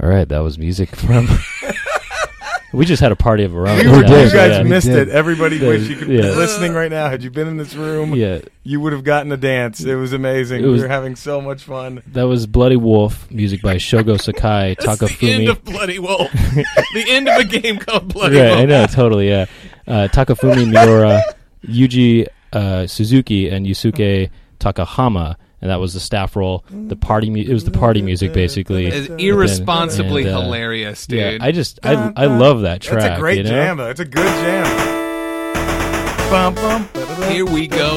Speaker 1: All right, that was music from. we just had a party of our own.
Speaker 4: You,
Speaker 2: we
Speaker 4: were-
Speaker 1: Yeah,
Speaker 4: you
Speaker 2: did.
Speaker 1: so
Speaker 4: guys
Speaker 1: yeah.
Speaker 2: We
Speaker 4: missed
Speaker 2: did.
Speaker 4: it. Everybody
Speaker 1: Yeah,
Speaker 4: wish you could
Speaker 1: yeah.
Speaker 4: be listening right now. Had you been in this room,
Speaker 1: Yeah,
Speaker 4: you would have gotten a dance. It was amazing.
Speaker 1: It was-
Speaker 4: we were having so much fun.
Speaker 1: that was Bloody Wolf music by Shogo Sakai
Speaker 3: That's the end
Speaker 1: Takafumi.
Speaker 3: of Bloody Wolf. the end of a game called Bloody
Speaker 1: right, I
Speaker 3: Wolf.
Speaker 1: know, totally. Yeah, uh, Takafumi Miura, Yuji uh, Suzuki, and Yusuke Takahama, and that was the staff role. The party, mu- it was the party music basically.
Speaker 3: It's irresponsibly
Speaker 1: uh, And, uh,
Speaker 3: hilarious, dude.
Speaker 1: Yeah, I just I, I love that track.
Speaker 4: That's a great
Speaker 1: you know?
Speaker 4: jam, though. It's a good jam. Bum, bum, ba-da-da.
Speaker 3: Here we go.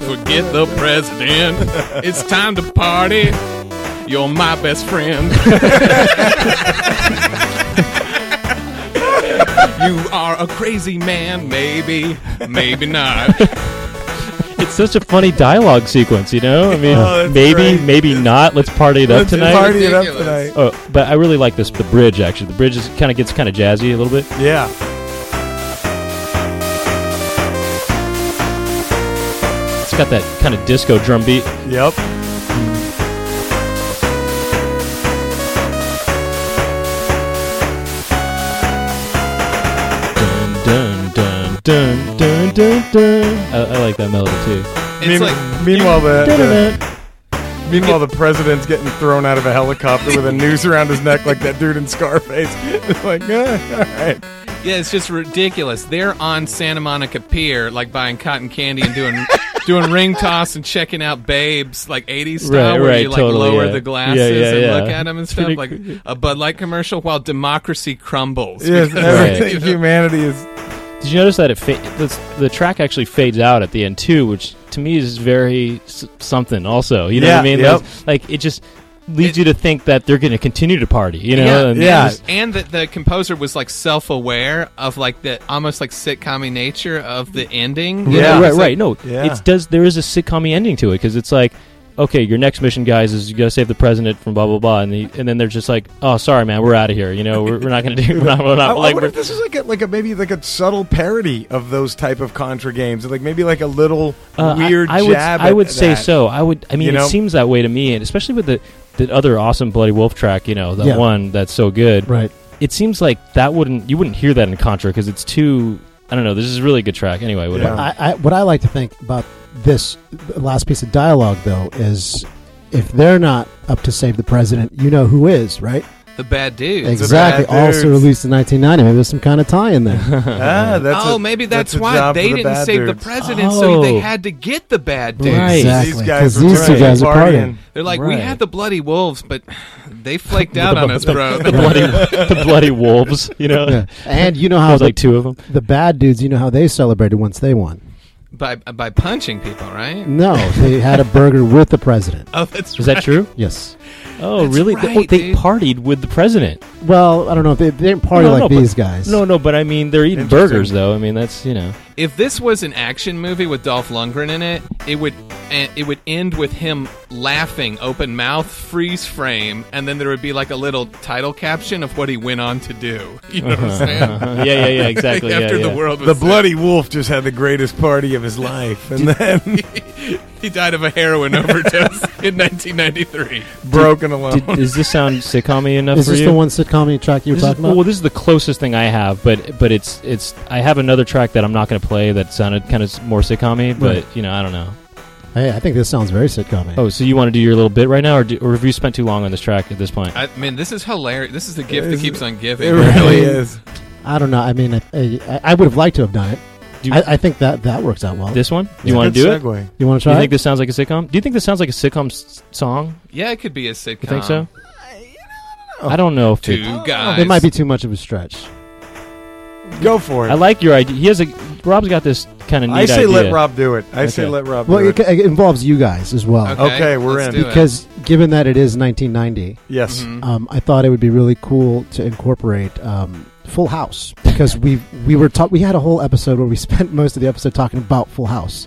Speaker 3: Forget the president. It's time to party. You're my best friend. you are a crazy man, maybe, maybe not.
Speaker 1: It's such a funny dialogue sequence, you know. I mean,
Speaker 4: Oh, that's
Speaker 1: maybe
Speaker 4: great.
Speaker 1: maybe not. Let's party it up
Speaker 4: Let's
Speaker 1: tonight.
Speaker 4: Party it up
Speaker 3: Ridiculous.
Speaker 4: tonight.
Speaker 1: Oh, but I really like this the bridge actually. The bridge is kind of gets kind of jazzy a little bit.
Speaker 4: Yeah.
Speaker 1: got that kind of disco drum beat.
Speaker 4: Yep.
Speaker 1: Dun dun dun dun dun dun dun. I, I like that melody too.
Speaker 3: It's
Speaker 4: Mean-
Speaker 3: like
Speaker 4: meanwhile, the, the-
Speaker 1: Dun-dun-dun.
Speaker 4: meanwhile the president's getting thrown out of a helicopter with a noose around his neck like that dude in Scarface. It's like, eh, all right.
Speaker 3: yeah, it's just ridiculous. They're on Santa Monica Pier, like buying cotton candy and doing doing ring toss and checking out babes, like '80s style,
Speaker 1: Right,
Speaker 3: where
Speaker 1: right,
Speaker 3: you like
Speaker 1: totally,
Speaker 3: lower
Speaker 1: yeah.
Speaker 3: the glasses
Speaker 1: Yeah, yeah,
Speaker 3: and
Speaker 1: yeah.
Speaker 3: look at them and
Speaker 1: It's
Speaker 3: stuff,
Speaker 1: pretty cr-
Speaker 3: like a Bud Light commercial, while democracy crumbles.
Speaker 4: Yes,
Speaker 3: Because-
Speaker 4: everything humanity is.
Speaker 1: Uh, Did you notice that it fa- the, the track actually fades out at the end too, which to me is very s- something. Also, you know
Speaker 4: Yeah,
Speaker 1: what I mean?
Speaker 4: yep.
Speaker 1: Those- Like it just leads
Speaker 3: It-
Speaker 1: you to think that they're going to continue to party. You know?
Speaker 3: Yeah,
Speaker 1: And
Speaker 4: yeah.
Speaker 1: it's just-
Speaker 3: and that the composer was like self-aware of like the almost like sitcom nature of the ending. you know?
Speaker 4: Yeah.
Speaker 1: right,
Speaker 3: It's
Speaker 1: right.
Speaker 3: like-
Speaker 1: no,
Speaker 4: Yeah.
Speaker 1: it's does there is a sitcom ending to it because it's like, okay, your next mission, guys, is you got to save the president from blah blah blah, and the, and then they're just like, oh, sorry, man, we're out of here. You know, we're, we're not going to do. We're not, we're
Speaker 4: I,
Speaker 1: not
Speaker 4: I
Speaker 1: like.
Speaker 4: wonder
Speaker 1: We're,
Speaker 4: if this is like a, like a maybe like a subtle parody of those type of contra games, like maybe like a little
Speaker 1: uh, I-
Speaker 4: weird
Speaker 1: I, would,
Speaker 4: jab.
Speaker 1: I
Speaker 4: at
Speaker 1: would say
Speaker 4: that.
Speaker 1: so. I would. I mean,
Speaker 4: You know?
Speaker 1: it seems that way to me, and especially with the the other awesome Bloody Wolf track. You know, that
Speaker 2: Yeah.
Speaker 1: one that's so good.
Speaker 2: Right.
Speaker 1: It seems like that wouldn't you wouldn't hear that in Contra because it's too. I don't know. This is a really good track. Anyway, whatever.
Speaker 4: Yeah.
Speaker 2: I, I, what I like to think about this the last piece of dialogue, though, is if they're not up to save the president, you know who is, right?
Speaker 3: The bad dudes.
Speaker 2: exactly.
Speaker 4: bad
Speaker 2: Also
Speaker 4: dudes.
Speaker 2: released in 1990. Maybe there's some kind of tie in there.
Speaker 4: Ah, that's
Speaker 3: oh,
Speaker 4: a-
Speaker 3: maybe that's,
Speaker 4: a
Speaker 3: why
Speaker 4: job for
Speaker 3: they
Speaker 4: the
Speaker 3: didn't
Speaker 4: bad
Speaker 3: save the
Speaker 4: dudes.
Speaker 3: president, so they
Speaker 1: Oh.
Speaker 3: had to get the bad dudes.
Speaker 1: Right.
Speaker 2: Exactly.
Speaker 4: These guys
Speaker 2: 'Cause these
Speaker 4: were
Speaker 2: two
Speaker 4: trying-
Speaker 2: guys are
Speaker 4: partying.
Speaker 2: partying.
Speaker 3: They're like,
Speaker 1: Right.
Speaker 3: we had the bloody wolves, but they flaked out on us, bro.
Speaker 1: the bloody the bloody wolves. You know,
Speaker 2: Yeah. And you know how
Speaker 1: there's
Speaker 2: the,
Speaker 1: like two of them.
Speaker 2: the bad dudes, you know how they celebrated once they won.
Speaker 3: by by punching people, right?
Speaker 2: No, they had a burger with the president.
Speaker 3: Oh, that's
Speaker 1: Is that true?
Speaker 2: Yes.
Speaker 1: Oh,
Speaker 3: That's
Speaker 1: really?
Speaker 3: right,
Speaker 1: they, oh, they
Speaker 3: dude.
Speaker 1: partied with the president.
Speaker 2: Well, I don't know if they, they didn't party
Speaker 1: No,
Speaker 2: like
Speaker 1: no, but-
Speaker 2: these guys.
Speaker 1: No, no, but I mean, they're eating
Speaker 4: Interesting.
Speaker 1: burgers, though. I mean, that's you know.
Speaker 3: if this was an action movie with Dolph Lundgren in it, it would eh, it would end with him laughing, open mouth, freeze frame, and then there would be like a little title caption of what he went on to do. You know what I'm saying?
Speaker 1: yeah, yeah, yeah, Uh-huh. exactly. yeah,
Speaker 3: After
Speaker 1: yeah.
Speaker 3: the world was
Speaker 4: The
Speaker 3: set.
Speaker 4: bloody wolf just had the greatest party of his life, and then
Speaker 3: he died of a heroin overdose in 1993.
Speaker 4: broken alone.
Speaker 1: Did, does this sound sitcom enough
Speaker 2: Is
Speaker 1: for
Speaker 2: this
Speaker 1: you?
Speaker 2: the one sitcom track you were
Speaker 1: This is-
Speaker 2: talking about?
Speaker 1: Well, this is the closest thing I have, but but it's it's I have another track that I'm not going to play that sounded kind of more sitcom but
Speaker 2: Right.
Speaker 1: you know I don't know.
Speaker 2: hey, I think this sounds very sitcom
Speaker 1: Oh, so you want to do your little bit right now, or, do, or have you spent too long on this track at this point?
Speaker 3: I mean, this is hilarious. This is the gift
Speaker 4: It
Speaker 3: that
Speaker 4: is-
Speaker 3: keeps on
Speaker 4: it
Speaker 3: giving.
Speaker 4: really is.
Speaker 2: I don't know. I mean, I, I, I would have liked to have done it.
Speaker 1: Do you-
Speaker 2: I, I think that, that works out well.
Speaker 1: this one? you want to do it?
Speaker 4: segue.
Speaker 2: you want to
Speaker 1: Do you
Speaker 2: try
Speaker 1: think
Speaker 2: it?
Speaker 1: this sounds like a sitcom? Do you think this sounds like a sitcom s- song?
Speaker 3: Yeah, it could be a sitcom.
Speaker 1: You think so? I don't know if
Speaker 3: Two
Speaker 1: it-
Speaker 3: guys.
Speaker 2: It might be too much of a stretch.
Speaker 4: Go for it.
Speaker 1: I like your idea. He has a Rob's got this kind of neat
Speaker 4: I say
Speaker 1: idea.
Speaker 4: let Rob do it. I say
Speaker 1: Okay.
Speaker 4: let Rob
Speaker 2: Well,
Speaker 4: do
Speaker 2: it,
Speaker 4: it.
Speaker 2: it involves you guys as well.
Speaker 4: Okay, we're
Speaker 3: let's
Speaker 4: in.
Speaker 3: do it.
Speaker 2: Because given that it is 1990,
Speaker 4: Yes.
Speaker 1: Oh,
Speaker 3: Mhm.
Speaker 2: um, I thought it would be really cool to incorporate um, Full House because we we were ta- we had a whole episode where we spent most of the episode talking about Full House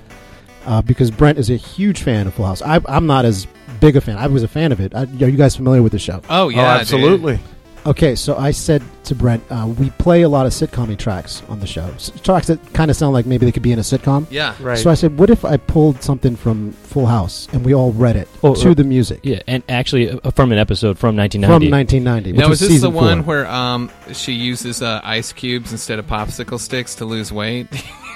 Speaker 2: uh, because Brent is a huge fan of Full House. I, I'm not as big a fan. I was a fan of it. I, are you guys familiar with the show?
Speaker 3: Oh yeah,
Speaker 4: oh, absolutely.
Speaker 2: Okay, so I said to Brent, uh, we play a lot of sitcom tracks on the show, S- tracks that kind of sound like maybe they could be in a sitcom.
Speaker 3: dude. Yeah.
Speaker 4: Right.
Speaker 2: So I said, what if I pulled something from Full House and we all read it
Speaker 1: Oh,
Speaker 2: to
Speaker 1: uh,
Speaker 2: the music
Speaker 1: Yeah, and actually uh, from an episode from
Speaker 2: from
Speaker 1: 1990.
Speaker 2: 1990? Which
Speaker 3: Now is
Speaker 2: was
Speaker 3: this the
Speaker 2: season four.
Speaker 3: one where um she uses uh, ice cubes instead of popsicle sticks to lose weight?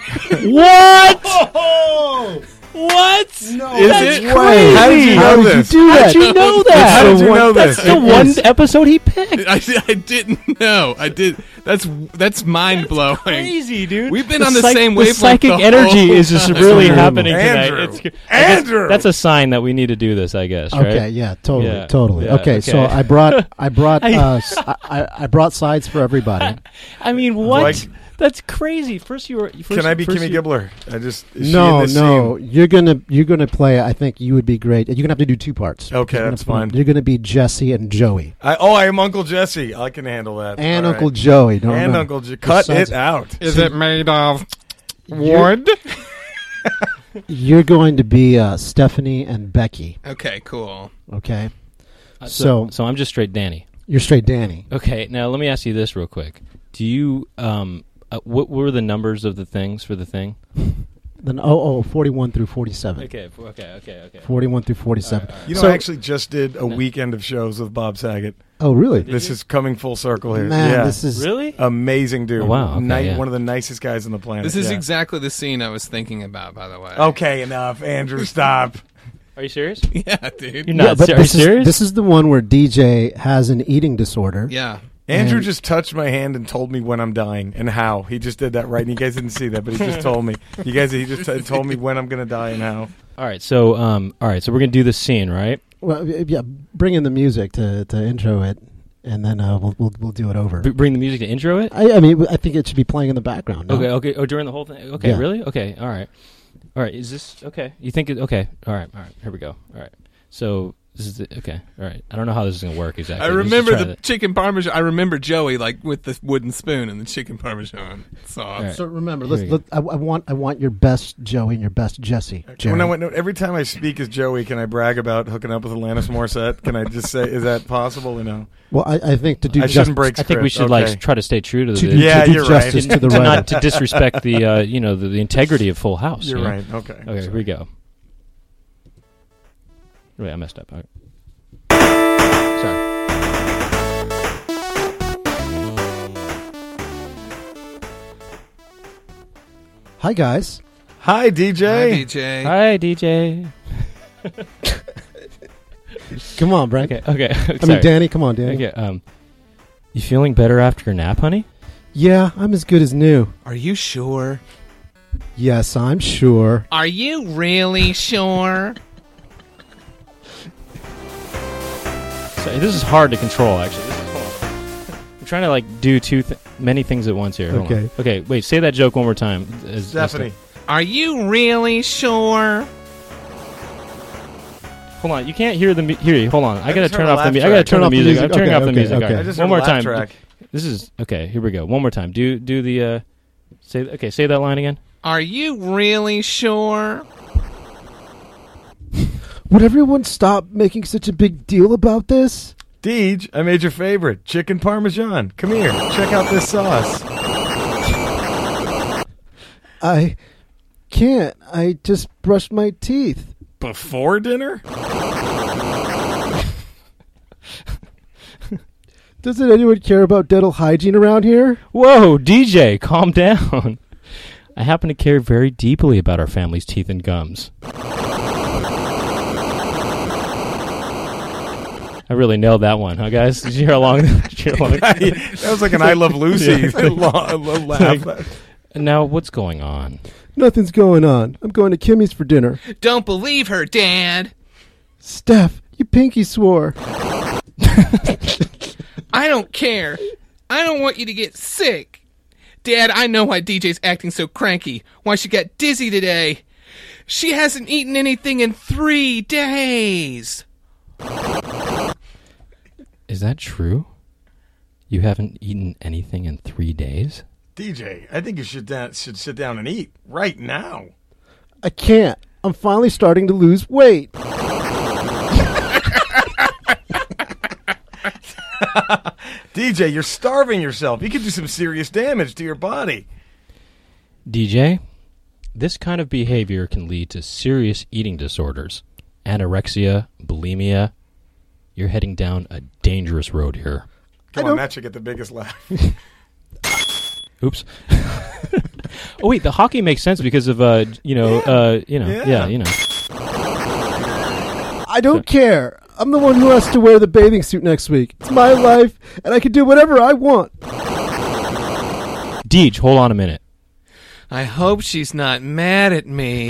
Speaker 1: what? What? No,
Speaker 4: Is
Speaker 1: that's
Speaker 4: it?
Speaker 1: crazy.
Speaker 4: Wait, how did you
Speaker 2: How
Speaker 4: know
Speaker 2: did you
Speaker 4: this?
Speaker 2: do
Speaker 1: How
Speaker 2: that?
Speaker 1: did you know that?
Speaker 4: How did you know
Speaker 1: that's
Speaker 4: this?
Speaker 1: the
Speaker 2: It
Speaker 1: one
Speaker 2: is-
Speaker 1: episode he picked.
Speaker 3: I, I didn't know. I did. That's that's mind blowing.
Speaker 1: Crazy, dude.
Speaker 3: We've been on the same
Speaker 1: The
Speaker 3: wavelength
Speaker 1: psychic
Speaker 3: the whole
Speaker 1: energy is just
Speaker 3: time.
Speaker 1: really
Speaker 2: Andrew.
Speaker 1: happening
Speaker 4: Andrew.
Speaker 1: tonight. It's, I guess
Speaker 4: Andrew.
Speaker 1: That's a sign that we need to do this, I guess. Right?
Speaker 2: Okay, yeah, totally,
Speaker 1: Yeah,
Speaker 2: totally.
Speaker 1: yeah,
Speaker 2: okay, so
Speaker 1: okay.
Speaker 2: I brought I brought
Speaker 1: I-
Speaker 2: uh, s- I, I- I brought sides for everybody.
Speaker 1: I mean, what?
Speaker 4: Like-
Speaker 1: that's crazy. First you were. First,
Speaker 4: Can I be
Speaker 1: first
Speaker 4: Kimmy
Speaker 1: you-
Speaker 4: Gibbler? I just is she in
Speaker 2: no,
Speaker 4: this
Speaker 2: no,
Speaker 4: scene?
Speaker 2: you're gonna you're gonna play. I think you would be great. You're gonna have to do two parts.
Speaker 4: Okay,
Speaker 2: You're gonna
Speaker 4: that's
Speaker 2: play-
Speaker 4: fine.
Speaker 2: You're gonna be Jesse and Joey
Speaker 4: I, oh, I am Uncle Jesse. I can handle that.
Speaker 2: and
Speaker 4: All
Speaker 2: Uncle
Speaker 4: right.
Speaker 2: Joey. Don't
Speaker 4: and
Speaker 2: remember.
Speaker 4: Uncle Je- Cut
Speaker 2: sounds-
Speaker 4: it out.
Speaker 3: Is it made of wood?
Speaker 2: You're going to be uh, Stephanie and Becky.
Speaker 3: Okay, cool.
Speaker 2: Okay,
Speaker 1: Uh,
Speaker 2: So-
Speaker 1: So, so I'm just straight Danny.
Speaker 2: you're straight Danny.
Speaker 1: Okay, now let me ask you this real quick. Do you um, uh, what were the numbers of the things for the thing?
Speaker 2: Then oh oh 41 through 47.
Speaker 1: Okay, f- okay, okay, okay.
Speaker 2: 41 through 47.
Speaker 1: All right, all right.
Speaker 4: You know,
Speaker 2: So-
Speaker 4: I actually just did a weekend of shows with Bob Saget.
Speaker 2: Oh, really?
Speaker 4: This is coming full circle here.
Speaker 2: Man,
Speaker 4: yeah.
Speaker 2: this is
Speaker 1: Really?
Speaker 4: amazing dude.
Speaker 1: Oh, wow, okay,
Speaker 4: Ni-
Speaker 1: yeah.
Speaker 4: One of the nicest guys on the planet.
Speaker 3: This is
Speaker 4: yeah.
Speaker 3: exactly the scene I was thinking about, by the way.
Speaker 4: Okay, enough, Andrew. Stop.
Speaker 1: Are you serious?
Speaker 3: Yeah, dude.
Speaker 1: You're not
Speaker 2: yeah, but
Speaker 1: ser- are you
Speaker 2: this
Speaker 1: serious?
Speaker 2: is this is the one where DJ has an eating disorder.
Speaker 3: yeah.
Speaker 4: Andrew
Speaker 2: And-
Speaker 4: just touched my hand and told me when I'm dying and how. He just did that right, and you guys didn't see that, but he just told me. You guys, he just t- told me when I'm gonna die and how.
Speaker 1: all right, so um, all right, so we're gonna do this scene, right?
Speaker 2: Well, y- yeah, bring in the music to, to intro it, and then uh, we'll, we'll we'll do it over.
Speaker 1: B- bring the music to intro it.
Speaker 2: I, I mean, I think it should be playing in the background. no?
Speaker 1: Okay, okay. Oh, during the whole thing. Okay,
Speaker 2: Yeah.
Speaker 1: really? Okay, all right, all right. Is this okay? You think it? Okay, all right, all right. Here we go. All right. So this is the, okay. All right. I don't know how this is gonna work exactly.
Speaker 3: I
Speaker 1: Let's just
Speaker 3: remember
Speaker 1: try
Speaker 3: the
Speaker 1: that.
Speaker 3: chicken parmesan. I remember Joey like with the wooden spoon and the chicken parmesan sauce.
Speaker 1: All right.
Speaker 2: So remember,
Speaker 1: Here
Speaker 2: let's,
Speaker 1: we go.
Speaker 2: let, I, I want I want your best Joey and your best Jesse. Jerry.
Speaker 4: When I went, every time I speak as Joey, can I brag about hooking up with Alanis Morissette? Can I just say, is that possible or no?
Speaker 2: well, I, I think to do
Speaker 4: I
Speaker 2: just,
Speaker 4: shouldn't break.
Speaker 1: I think we
Speaker 4: script.
Speaker 1: should
Speaker 4: Okay.
Speaker 1: like try to stay true to
Speaker 2: to
Speaker 1: the
Speaker 2: do,
Speaker 4: Yeah,
Speaker 2: to do
Speaker 4: you're right.
Speaker 2: justice to
Speaker 1: to
Speaker 2: the
Speaker 1: not
Speaker 2: right.
Speaker 1: to disrespect the uh, you know the, the integrity of Full House.
Speaker 4: You're
Speaker 1: you know?
Speaker 4: right. Okay.
Speaker 1: Okay, here we go. Wait, I messed up. All right. Sorry.
Speaker 2: Hi guys,
Speaker 4: Hi,
Speaker 3: Hi,
Speaker 4: DJ.
Speaker 3: DJ.
Speaker 1: Hi, DJ.
Speaker 2: come on, Brent.
Speaker 1: Okay, okay.
Speaker 2: I
Speaker 1: sorry.
Speaker 2: mean, Danny, come on, Danny.
Speaker 1: Okay, um, you feeling better after your nap, honey?
Speaker 2: Yeah, I'm as good as new.
Speaker 3: Are you sure?
Speaker 2: Yes, I'm sure.
Speaker 3: Are you really sure?
Speaker 1: So, this is hard to control, actually. This is cool. I'm trying to like do two th- many things at once here. Hold on.
Speaker 2: Okay.
Speaker 1: Okay. Wait. Say that joke one more time. As- as-
Speaker 4: Stephanie.
Speaker 3: Are you really sure?
Speaker 1: Hold on. You can't hear the mu- hear you. Hold on. I,
Speaker 4: I
Speaker 1: gotta
Speaker 4: just heard
Speaker 1: turn
Speaker 4: a
Speaker 1: off the
Speaker 4: laugh
Speaker 1: music. I
Speaker 4: track.
Speaker 1: gotta turn
Speaker 2: Turn
Speaker 1: the
Speaker 2: off the
Speaker 1: music.
Speaker 2: music.
Speaker 1: I turn
Speaker 2: Okay,
Speaker 1: off the
Speaker 2: okay,
Speaker 1: music.
Speaker 2: okay.
Speaker 1: All right.
Speaker 4: I just heard
Speaker 1: one
Speaker 4: a
Speaker 1: more
Speaker 4: laugh
Speaker 1: time.
Speaker 4: Track.
Speaker 1: This is okay. Here we go. One more time. Do do the uh, say okay. Say that line again.
Speaker 3: Are you really sure?
Speaker 2: Would everyone stop making such a big deal about this?
Speaker 4: Deej, I made your favorite chicken parmesan. Come here, check out this sauce.
Speaker 2: I can't. I just brushed my teeth.
Speaker 4: Before dinner?
Speaker 2: Doesn't anyone care about dental hygiene around here?
Speaker 1: Whoa, DJ, calm down. I happen to care very deeply about our family's teeth and gums. I really nailed that one, huh, guys? Did you hear how long? did you hear how long-
Speaker 4: that was like an I Love Lucy la- la- laugh.
Speaker 1: now, what's going on?
Speaker 2: Nothing's going on. I'm going to Kimmy's for dinner.
Speaker 3: Don't believe her, Dad.
Speaker 2: Steph, you pinky swore.
Speaker 3: I don't care. I don't want you to get sick. Dad, I know why DJ's acting so cranky. Why she got dizzy today. She hasn't eaten anything in three days.
Speaker 1: Is that true? You haven't eaten anything in three days?
Speaker 4: DJ, I think you should da- should sit down and eat right now.
Speaker 2: I can't. I'm finally starting to lose weight.
Speaker 4: DJ, you're starving yourself. You could do some serious damage to your body.
Speaker 1: DJ, this kind of behavior can lead to serious eating disorders, anorexia, bulimia. You're heading down a dangerous road here.
Speaker 2: I
Speaker 4: Come on,
Speaker 2: don't-
Speaker 4: that should get the biggest laugh.
Speaker 1: Oops. oh wait, the hockey makes sense because of uh, you know, uh, you know, yeah.
Speaker 4: Yeah.
Speaker 1: you know.
Speaker 2: I don't care. I'm the one who has to wear the bathing suit next week. It's my life, and I can do whatever I want.
Speaker 1: Deej, hold on a minute.
Speaker 3: I hope she's not mad at me.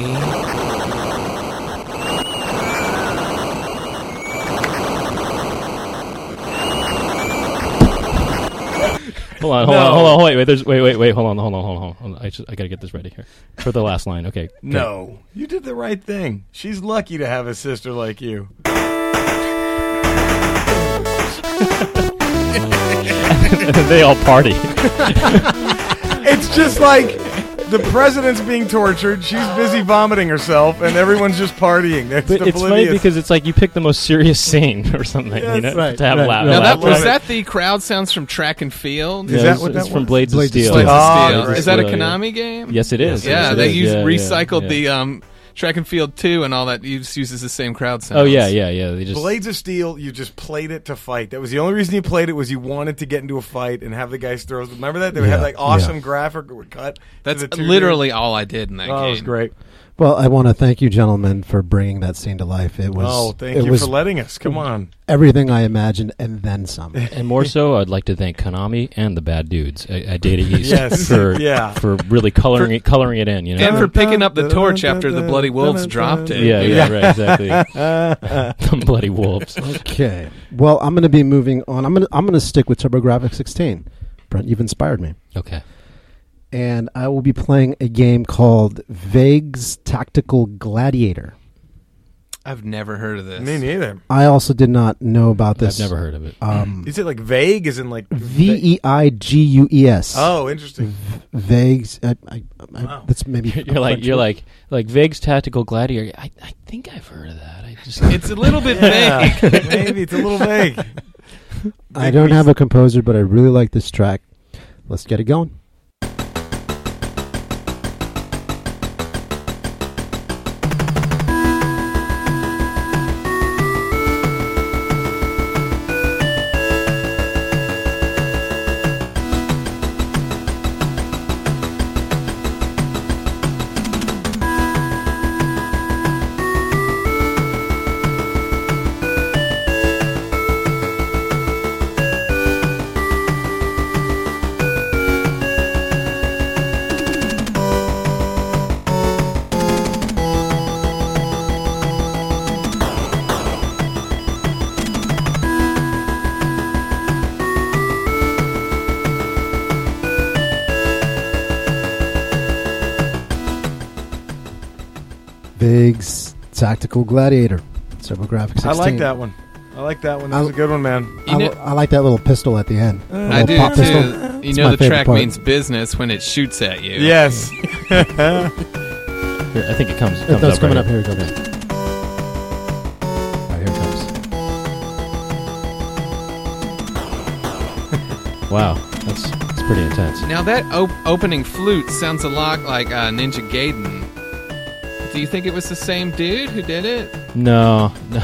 Speaker 1: Hold on, hold
Speaker 4: No.
Speaker 1: on, hold on, wait, wait, there's, wait, wait, wait, hold on, hold on, hold on, hold on. I just, I gotta get this ready here for the last line. Okay.
Speaker 4: no, you did the right thing. She's lucky to have a sister like you.
Speaker 1: they all party.
Speaker 4: It's just like the president's being tortured. She's busy vomiting herself, and everyone's just partying. That's
Speaker 1: But
Speaker 4: the
Speaker 1: it's funny
Speaker 4: Polybius.
Speaker 1: because it's like you pick the most serious scene or something, you know,
Speaker 4: Yes.
Speaker 2: Right,
Speaker 1: to have
Speaker 2: right,
Speaker 1: laugh.
Speaker 2: right.
Speaker 3: Now that
Speaker 1: laugh.
Speaker 3: was
Speaker 4: Right.
Speaker 3: that the crowd sounds from Track and Field.
Speaker 1: Yeah,
Speaker 4: Is
Speaker 1: it
Speaker 4: that
Speaker 1: was-
Speaker 4: what
Speaker 1: it's
Speaker 4: that
Speaker 1: from
Speaker 4: was?
Speaker 1: Blades,
Speaker 2: Blades of
Speaker 1: of Steel.
Speaker 2: Steel.
Speaker 3: Blades of
Speaker 4: Ah,
Speaker 3: Steel.
Speaker 4: great.
Speaker 3: Oh, Is that a
Speaker 1: Yeah, yeah.
Speaker 3: Konami game?
Speaker 1: Yes, it is.
Speaker 4: Yes,
Speaker 1: Yes,
Speaker 3: Yeah,
Speaker 1: it
Speaker 3: they
Speaker 1: is.
Speaker 3: used
Speaker 1: Yeah, yeah,
Speaker 3: recycled
Speaker 1: yeah.
Speaker 3: the um, Track and Field two and all that. You just uses the same crowd sounds.
Speaker 1: Oh yeah, yeah, yeah. They just
Speaker 4: Blades of Steel, you just played it to fight. That was the only reason you played it was you wanted to get into a fight and have the guys throw. Remember that they would have
Speaker 2: Yeah,
Speaker 4: like awesome graphic cut. to
Speaker 3: That's
Speaker 4: the two
Speaker 3: literally all I did in that
Speaker 4: dudes. Oh,
Speaker 3: game.
Speaker 4: it was great.
Speaker 2: Well, I want to thank you, gentlemen, for bringing that scene to life. It was
Speaker 4: oh, thank
Speaker 2: it
Speaker 4: you
Speaker 2: was
Speaker 4: for letting us. Come on.
Speaker 2: everything I imagined and then some.
Speaker 1: And more so, I'd like to thank Konami and the bad dudes at, at Data East
Speaker 4: Yes,
Speaker 1: for
Speaker 4: yeah.
Speaker 1: for really coloring it coloring it in. You know,
Speaker 3: And for picking up the torch after the bloody wolves dropped it.
Speaker 1: yeah, yeah, right, exactly. the bloody wolves.
Speaker 2: okay. Well, I'm going to be moving on. I'm going to I'm going to stick with TurboGrafx 16. Brent, you've inspired me.
Speaker 1: Okay,
Speaker 2: And I will be playing a game called Vague's Tactical Gladiator.
Speaker 3: I've never heard of this.
Speaker 4: Me neither.
Speaker 2: I also did not know about this.
Speaker 1: I've never heard of it.
Speaker 2: Um,
Speaker 4: Is it like vague? Is in like
Speaker 2: V E I G U E S.
Speaker 4: Oh, interesting.
Speaker 2: Vague's. I, I, I,
Speaker 4: Wow.
Speaker 2: That's maybe.
Speaker 1: You're like you're like like Vague's Tactical Gladiator. I, I think I've heard of that. I just
Speaker 3: It's a little bit vague.
Speaker 4: Yeah, maybe it's a little vague.
Speaker 2: I don't have a composer, but I really like this track. Let's get it going. Vague's Tactical Gladiator. TurboGrafx 16.
Speaker 4: I like that one. I like that one. That was a good one, Uh, man.
Speaker 2: I,
Speaker 3: You know-
Speaker 2: li- I like that little pistol at the end. The
Speaker 3: I
Speaker 2: little
Speaker 3: do
Speaker 2: pop
Speaker 3: too.
Speaker 2: pistol.
Speaker 3: You
Speaker 2: It's
Speaker 3: know
Speaker 2: my
Speaker 3: the
Speaker 2: favorite
Speaker 3: track
Speaker 2: part.
Speaker 3: means business when it shoots at you.
Speaker 4: Yes.
Speaker 1: I think it comes.
Speaker 2: If
Speaker 1: comes
Speaker 2: that's
Speaker 1: up
Speaker 2: coming
Speaker 1: right
Speaker 2: up here, we go. Okay. All right, here it comes.
Speaker 1: Wow, that's that's pretty intense.
Speaker 3: Now that op- opening flute sounds a lot like uh, Ninja Gaiden. Do you think it was the same dude who did it?
Speaker 1: No, no.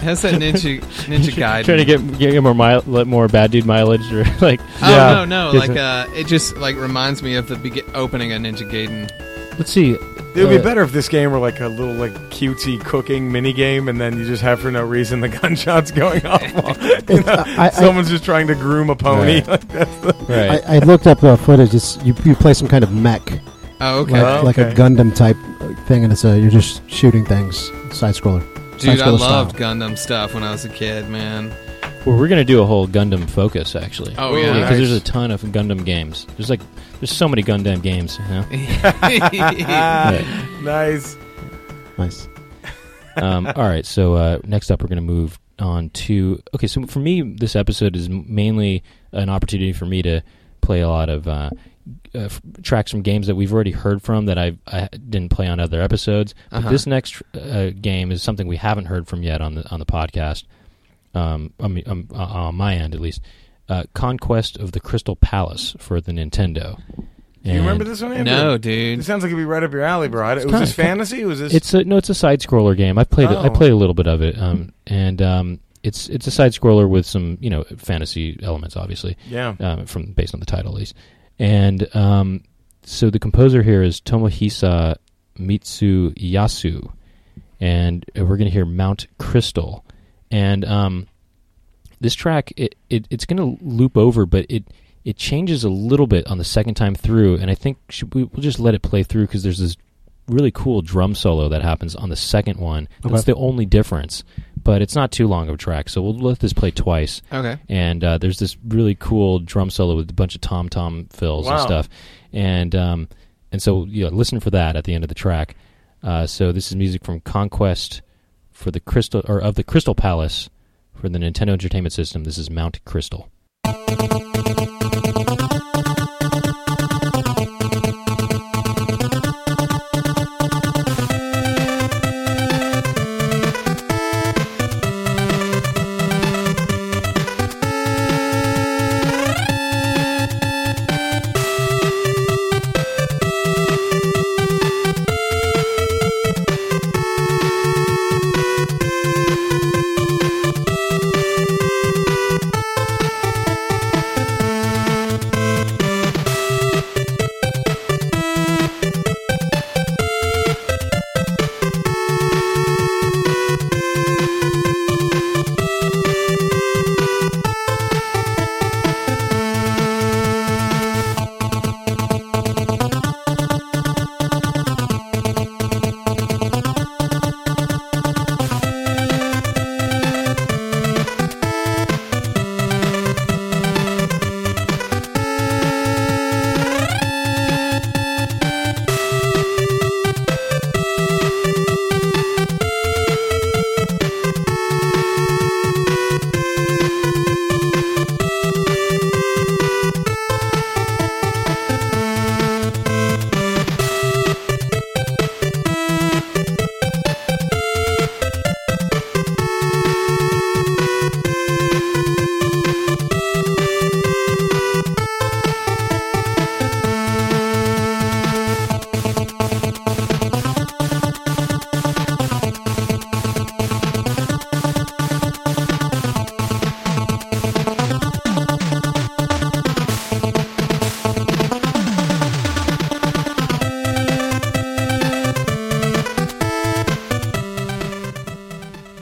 Speaker 3: How's that Ninja Ninja Gaiden?
Speaker 1: Trying to get get more mile, let more bad dude mileage or like.
Speaker 3: Oh
Speaker 4: Yeah.
Speaker 3: no no! Like uh, it just like reminds me of the beg- opening of Ninja Gaiden.
Speaker 1: Let's see.
Speaker 4: It would
Speaker 1: Uh,
Speaker 4: be better if this game were like a little like cutesy cooking mini game, and then you just have for no reason the gunshots going off. while, you know,
Speaker 2: I- I-
Speaker 4: someone's just trying to groom a pony.
Speaker 1: Right. Right.
Speaker 2: I, I looked up the footage. It's, you, you play some kind of mech,
Speaker 3: Oh okay,
Speaker 2: like,
Speaker 4: Oh,
Speaker 2: like a
Speaker 4: okay.
Speaker 2: Gundam type thing, and it's a, you're just shooting things, side scroller.
Speaker 3: dude, I
Speaker 2: Side-scroller
Speaker 3: loved
Speaker 2: style.
Speaker 3: Gundam stuff when I was a kid, man.
Speaker 1: Well, we're gonna do a whole Gundam focus actually.
Speaker 3: Oh,
Speaker 1: because
Speaker 3: yeah.
Speaker 4: Nice.
Speaker 1: there's a ton of Gundam games. There's like there's so many Gundam games. You know.
Speaker 4: Ah, nice.
Speaker 2: Nice.
Speaker 1: um, all right. So uh, next up, we're gonna move on to okay. So for me, this episode is m- mainly an opportunity for me to play a lot of. Uh, uh, f- tracks from games that we've already heard from that I, I didn't play on other episodes. But
Speaker 3: Uh-huh.
Speaker 1: this next tr- uh, game is something we haven't heard from yet on the on the podcast. Um, I mean, um, uh, on my end at least, uh, Conquest of the Crystal Palace for the Nintendo.
Speaker 4: you
Speaker 1: And
Speaker 4: remember this one? Andrew?
Speaker 3: no,
Speaker 4: It
Speaker 3: dude.
Speaker 4: sounds like it'd be right up your alley, bro. I- Was
Speaker 1: kinda
Speaker 4: this
Speaker 1: fun.
Speaker 4: fantasy? Was this?
Speaker 1: It's a, no, it's a side scroller game. I played it. I
Speaker 4: Oh.
Speaker 1: played a little bit of it, um, and um, it's it's a side scroller with some you know fantasy elements, obviously,
Speaker 4: yeah.
Speaker 1: um, from based on the title at least. And um, so the composer here is Tomohisa Mitsuyasu, and uh, we're going to hear Mount Crystal, and um, this track it, it it's going to loop over, but it it changes a little bit on the second time through, and I think should we, we'll just let it play through because there's this really cool drum solo that happens on the second one. That's
Speaker 2: Okay.
Speaker 1: the only difference, but it's not too long of a track, so we'll let this play twice
Speaker 3: Okay.
Speaker 1: and uh, there's this really cool drum solo with a bunch of tom tom fills and
Speaker 4: Wow.
Speaker 1: stuff, and um, and so you know, listen for that at the end of the track. Uh, so this is music from Conquest for the Crystal or of the Crystal Palace for the Nintendo Entertainment System. This is Mount Crystal.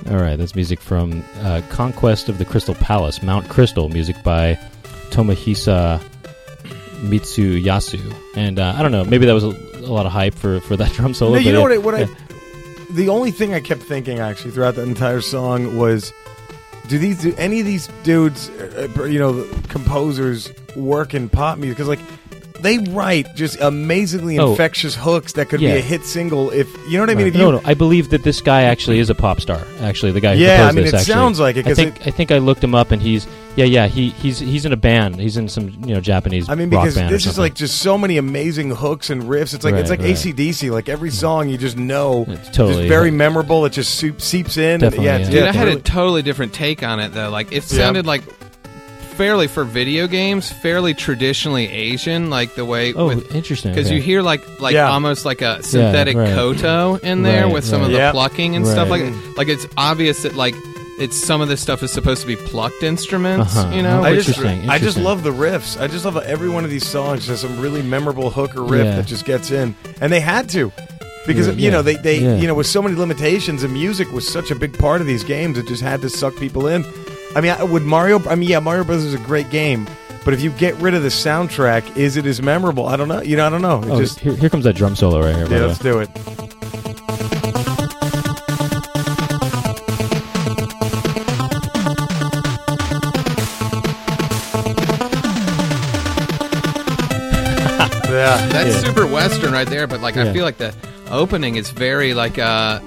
Speaker 1: All right, that's music from uh, Conquest of the Crystal Palace, Mount Crystal, music by Tomohisa Mitsuyasu. And uh, I don't know, maybe that was a, a lot of hype for, for that drum solo.
Speaker 4: No,
Speaker 1: but
Speaker 4: you know what?
Speaker 1: yeah,
Speaker 4: I, what
Speaker 1: yeah.
Speaker 4: I, the only thing I kept thinking actually throughout that entire song was, do these do any of these dudes, uh, uh, you know, composers work in pop music? Because like. They write just amazingly
Speaker 1: Oh.
Speaker 4: infectious hooks that could
Speaker 1: Yeah.
Speaker 4: be a hit single. If you know what I mean, if you
Speaker 1: no, no, I believe that this guy actually is a pop star. Actually, the guy who
Speaker 4: yeah, I
Speaker 1: proposed
Speaker 4: mean,
Speaker 1: this
Speaker 4: it
Speaker 1: actually.
Speaker 4: sounds like it
Speaker 1: I
Speaker 4: because
Speaker 1: think I think I looked him up, and he's yeah, yeah. He he's he's in a band. He's in some you know Japanese.
Speaker 4: I mean,
Speaker 1: rock
Speaker 4: because
Speaker 1: band or
Speaker 4: this is
Speaker 1: something.
Speaker 4: like just so many amazing hooks and riffs. It's like it's
Speaker 1: Right,
Speaker 4: like
Speaker 1: right.
Speaker 4: ACDC. Like every song, you just know
Speaker 1: It's totally
Speaker 4: just very memorable. It just soup, seeps in.
Speaker 1: Definitely,
Speaker 4: and yeah, it's-
Speaker 1: yeah.
Speaker 3: Dude,
Speaker 4: yeah,
Speaker 3: I had a
Speaker 4: totally.
Speaker 3: totally different take on it though. Like it
Speaker 4: Yeah.
Speaker 3: sounded like fairly for video games, fairly traditionally Asian, like the way
Speaker 1: oh,
Speaker 3: with
Speaker 1: interesting.
Speaker 3: because
Speaker 1: okay.
Speaker 3: you hear like like
Speaker 4: Yeah.
Speaker 3: almost like a synthetic
Speaker 1: right.
Speaker 3: koto in there
Speaker 1: Right,
Speaker 3: with some
Speaker 1: right.
Speaker 3: of the
Speaker 4: Yeah.
Speaker 3: plucking and stuff
Speaker 1: Right.
Speaker 3: like that. Like it's obvious that like it's some of this stuff is supposed to be plucked instruments,
Speaker 1: Uh-huh.
Speaker 3: you know.
Speaker 1: Oh,
Speaker 4: I
Speaker 3: which-
Speaker 4: just,
Speaker 1: Interesting,
Speaker 4: I just
Speaker 1: interesting.
Speaker 4: love the riffs. I just love how every one of these songs has some really memorable hook or riff
Speaker 1: Yeah.
Speaker 4: that just gets in, and they had to because
Speaker 1: Yeah,
Speaker 4: you
Speaker 1: yeah,
Speaker 4: know they, they
Speaker 1: yeah.
Speaker 4: you know with so many limitations and music was such a big part of these games. It just had to suck people in. I mean, I- would Mario? I mean, yeah, Mario Brothers is a great game, but if you get rid of the soundtrack, is it as memorable? I don't know. You know, I don't know. It
Speaker 1: Oh,
Speaker 4: just
Speaker 1: here, here comes that drum solo right here. by
Speaker 4: yeah,
Speaker 1: the
Speaker 4: let's
Speaker 1: way.
Speaker 4: do it. yeah.
Speaker 3: That's
Speaker 1: Yeah.
Speaker 3: super western right there, but like
Speaker 1: Yeah.
Speaker 3: I feel like the opening is very like uh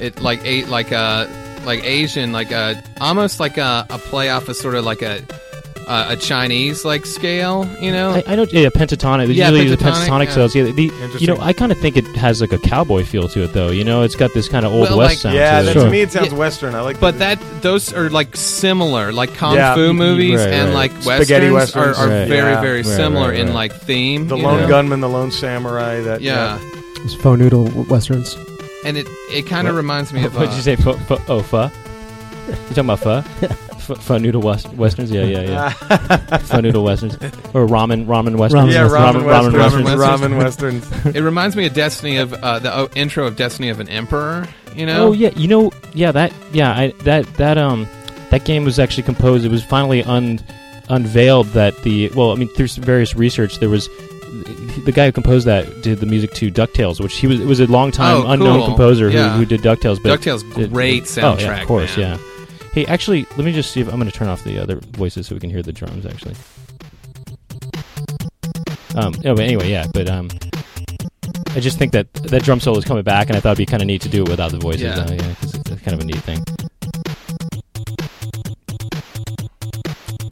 Speaker 3: it like eight like uh like Asian like uh almost like a, a play off of sort of like a uh, a Chinese like scale, you know?
Speaker 1: I, I know, yeah, pentatonic. They
Speaker 3: Yeah,
Speaker 1: usually use the
Speaker 3: pentatonic,
Speaker 1: pentatonic
Speaker 3: yeah.
Speaker 1: sounds. Yeah, the, you know,
Speaker 4: Interesting.
Speaker 1: I kind of think it has like a cowboy feel to it, though. You know, it's got this kind of old
Speaker 3: Well,
Speaker 1: west
Speaker 3: like-
Speaker 1: sound.
Speaker 4: Yeah,
Speaker 1: to
Speaker 4: that,
Speaker 1: it.
Speaker 4: to me it sounds
Speaker 3: Yeah.
Speaker 4: western. I like
Speaker 3: but
Speaker 4: the-
Speaker 3: that those are like similar, like kung
Speaker 4: Yeah.
Speaker 3: fu movies
Speaker 1: Right,
Speaker 3: and
Speaker 1: right.
Speaker 3: like
Speaker 4: Spaghetti
Speaker 3: westerns, are,
Speaker 4: westerns.
Speaker 3: are
Speaker 1: Right.
Speaker 3: very
Speaker 4: Yeah.
Speaker 3: very
Speaker 1: Right,
Speaker 3: similar
Speaker 1: right,
Speaker 3: in
Speaker 1: right.
Speaker 3: like theme.
Speaker 4: the
Speaker 3: you
Speaker 4: lone
Speaker 3: know?
Speaker 4: gunman, the lone samurai. That
Speaker 3: yeah.
Speaker 2: It's faux noodle w- westerns.
Speaker 3: and it it kind of
Speaker 1: What?
Speaker 3: reminds me of.
Speaker 1: What did
Speaker 3: uh,
Speaker 1: you say? Fu, fu, oh, pho? You talking about pho? Pho, pho noodle west, westerns? Yeah, yeah, yeah. pho noodle westerns or ramen ramen westerns?
Speaker 4: yeah, ramen,
Speaker 1: ramen,
Speaker 4: westerns,
Speaker 1: westerns.
Speaker 4: ramen westerns.
Speaker 3: It reminds me of Destiny of uh, the oh, intro of Destiny of an Emperor. You know?
Speaker 1: Oh yeah, you know, yeah that yeah I, that that um that game was actually composed. It was finally un, unveiled that the well, I mean through some various research there was the guy who composed that did the music to Ducktales, which he was it was a long time
Speaker 3: Oh, cool.
Speaker 1: unknown composer
Speaker 3: Yeah.
Speaker 1: who, who did Ducktales, but
Speaker 3: Ducktales,
Speaker 1: it-
Speaker 3: great
Speaker 1: it-
Speaker 3: soundtrack.
Speaker 1: Oh yeah, of course,
Speaker 3: man.
Speaker 1: yeah. Hey, actually, let me just see if I'm going to turn off the other voices so we can hear the drums. Actually. Um. Oh, but anyway, yeah, but um. I just think that that drum solo is coming back, and I thought it'd be kind of neat to do it without the voices.
Speaker 3: Yeah.
Speaker 1: uh, yeah, 'cause it's, it's kind of a neat thing.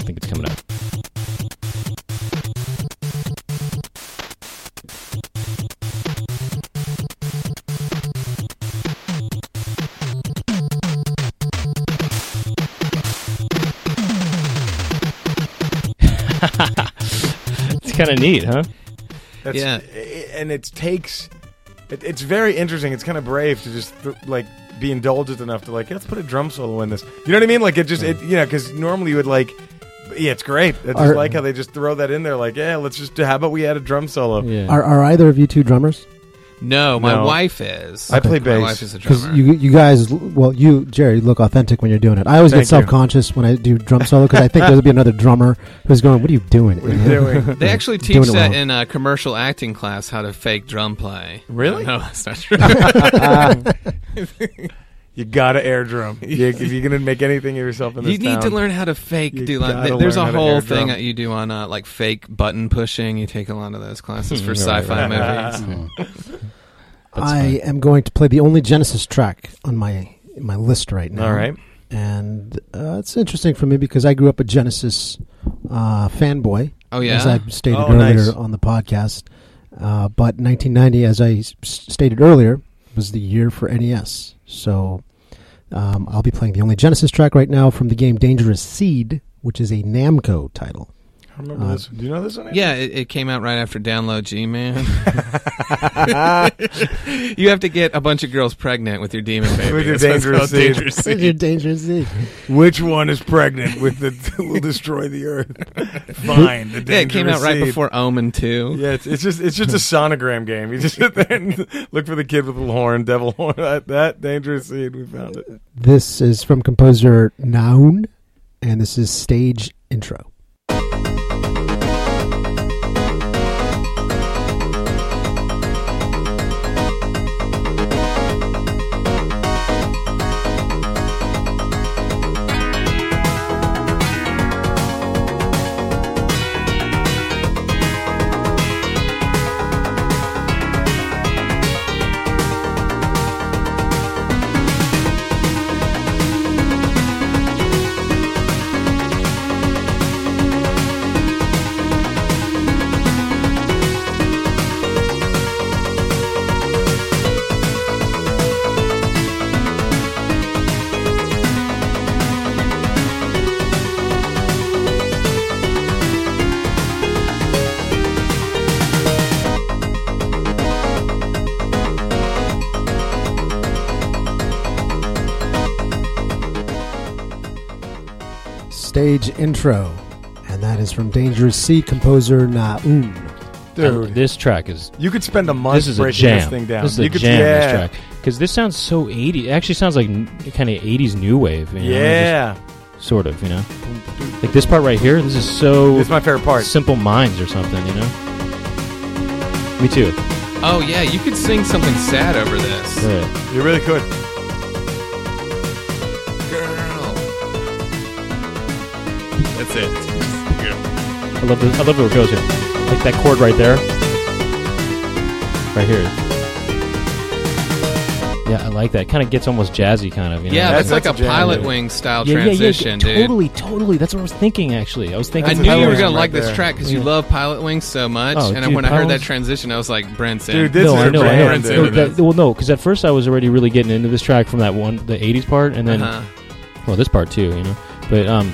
Speaker 1: I think it's coming up. It's kind of neat, huh?
Speaker 4: That's,
Speaker 3: Yeah.
Speaker 4: i- and it takes. It, it's very interesting. It's kind of brave to just th- like be indulgent enough to like let's put a drum solo in this. You know what I mean? Like it just it you know because normally you would like. Yeah, it's great. I just
Speaker 2: Are-
Speaker 4: like how they just throw that in there. Like, yeah, let's just. How about we add a drum solo?
Speaker 1: Yeah.
Speaker 2: Are, are either of you two drummers?
Speaker 3: No, my
Speaker 4: No.
Speaker 3: wife is.
Speaker 4: I
Speaker 3: My
Speaker 4: play bass.
Speaker 3: wife is a
Speaker 2: Because
Speaker 3: drummer.
Speaker 2: you you guys, well, you Jerry look authentic when you're doing it. I always
Speaker 4: Thank
Speaker 2: get
Speaker 4: you.
Speaker 2: self conscious when I do drum solo because I think there'll be another drummer who's going, "What are you doing?"
Speaker 4: What are you doing?
Speaker 3: they actually
Speaker 2: Doing
Speaker 3: teach
Speaker 2: it
Speaker 3: that
Speaker 2: wrong.
Speaker 3: in a commercial acting class how to fake drum play.
Speaker 4: Really?
Speaker 3: No, that's not true.
Speaker 4: you gotta air drum you, if you're gonna make anything of yourself in this
Speaker 3: you need to
Speaker 4: town.
Speaker 3: learn how to fake
Speaker 4: You
Speaker 3: do like
Speaker 4: gotta
Speaker 3: there's
Speaker 4: learn
Speaker 3: a
Speaker 4: how to
Speaker 3: whole
Speaker 4: air
Speaker 3: thing
Speaker 4: drum.
Speaker 3: that you do on uh, like fake button pushing. You take a lot of those classes for
Speaker 1: Right, right,
Speaker 3: sci-fi
Speaker 4: right.
Speaker 3: movies.
Speaker 2: I
Speaker 1: fine.
Speaker 2: am going to play the only Genesis track on my my list right now.
Speaker 4: All right.
Speaker 2: and uh, it's interesting for me because I grew up a Genesis uh, fanboy.
Speaker 3: Oh
Speaker 2: as I
Speaker 3: yeah.
Speaker 2: stated
Speaker 4: Oh,
Speaker 2: earlier
Speaker 4: nice.
Speaker 2: on the podcast. Uh, but 1990, as I s- stated earlier, was the year for NES. So um, I'll be playing the only Genesis track right now from the game Dangerous Seed, which is a Namco title.
Speaker 4: don't remember
Speaker 2: Uh,
Speaker 4: this. Do you know this one? Andy?
Speaker 3: Yeah, it, it came out right after Download G Man. you have to get a bunch of girls pregnant with your demon baby.
Speaker 4: With your
Speaker 3: That's why it's called
Speaker 4: dangerous seed.
Speaker 3: Dangerous
Speaker 2: Such
Speaker 3: Seed.
Speaker 2: a dangerous thing.
Speaker 4: Which one is pregnant with the will destroy the earth? Fine. The
Speaker 3: Yeah, it came out
Speaker 4: dangerous
Speaker 3: right
Speaker 4: seed.
Speaker 3: before Omen Two.
Speaker 4: Yeah, it's, it's just it's just a sonogram game. You just sit there and look for the kid with the little horn, devil horn. That, that dangerous seed. We found it.
Speaker 2: This is from composer Naun, and this is stage intro. Stage intro, and that is from Dangerous Sea composer Naun.
Speaker 1: I- Um, this track is
Speaker 4: you could spend a month
Speaker 1: this is a
Speaker 4: breaking
Speaker 1: jam.
Speaker 4: this thing down.
Speaker 1: This is
Speaker 4: you
Speaker 1: a
Speaker 4: could,
Speaker 1: jam.
Speaker 4: Yeah,
Speaker 1: This track because this sounds so 80. It actually sounds like kind of 80s new wave. You know?
Speaker 4: yeah.
Speaker 1: Just sort of. You know, like this part right here. This is so
Speaker 4: It's my favorite part.
Speaker 1: Simple Minds or something. You know. Me too.
Speaker 3: Oh yeah, you could sing something sad over this.
Speaker 1: Yeah.
Speaker 4: You really could.
Speaker 3: Girl. That's it. Girl.
Speaker 1: I love the I love where it goes here. Like that chord right there. Right here. Yeah, I like that. Kind of gets almost jazzy, kind of. You know?
Speaker 3: Yeah, that's,
Speaker 4: That's-
Speaker 3: like
Speaker 4: that's
Speaker 3: a
Speaker 4: a jam,
Speaker 3: pilot
Speaker 4: dude.
Speaker 3: wing style
Speaker 1: yeah,
Speaker 3: transition,
Speaker 1: yeah, yeah,
Speaker 3: dude.
Speaker 1: Totally, totally. That's what I was thinking. Actually, I was thinking.
Speaker 3: I
Speaker 4: That's
Speaker 3: knew you were
Speaker 4: Pilot
Speaker 3: gonna
Speaker 4: Wing
Speaker 3: like
Speaker 4: right
Speaker 3: this
Speaker 4: there.
Speaker 3: track because you
Speaker 1: Yeah.
Speaker 3: love Pilot Wings so much,
Speaker 1: Oh,
Speaker 3: and
Speaker 1: dude,
Speaker 3: when I heard
Speaker 1: Pilot
Speaker 3: that
Speaker 1: Wings-
Speaker 3: transition, I was like, Brent's in.
Speaker 4: Dude, this
Speaker 1: no,
Speaker 4: is
Speaker 1: I know, I know.
Speaker 4: brand,
Speaker 1: No,
Speaker 4: dude.
Speaker 1: that- well, no, because at first I was already really getting into this track from that one, the '80s part, and then
Speaker 3: Uh-huh.
Speaker 1: well, this part too, you know. But um,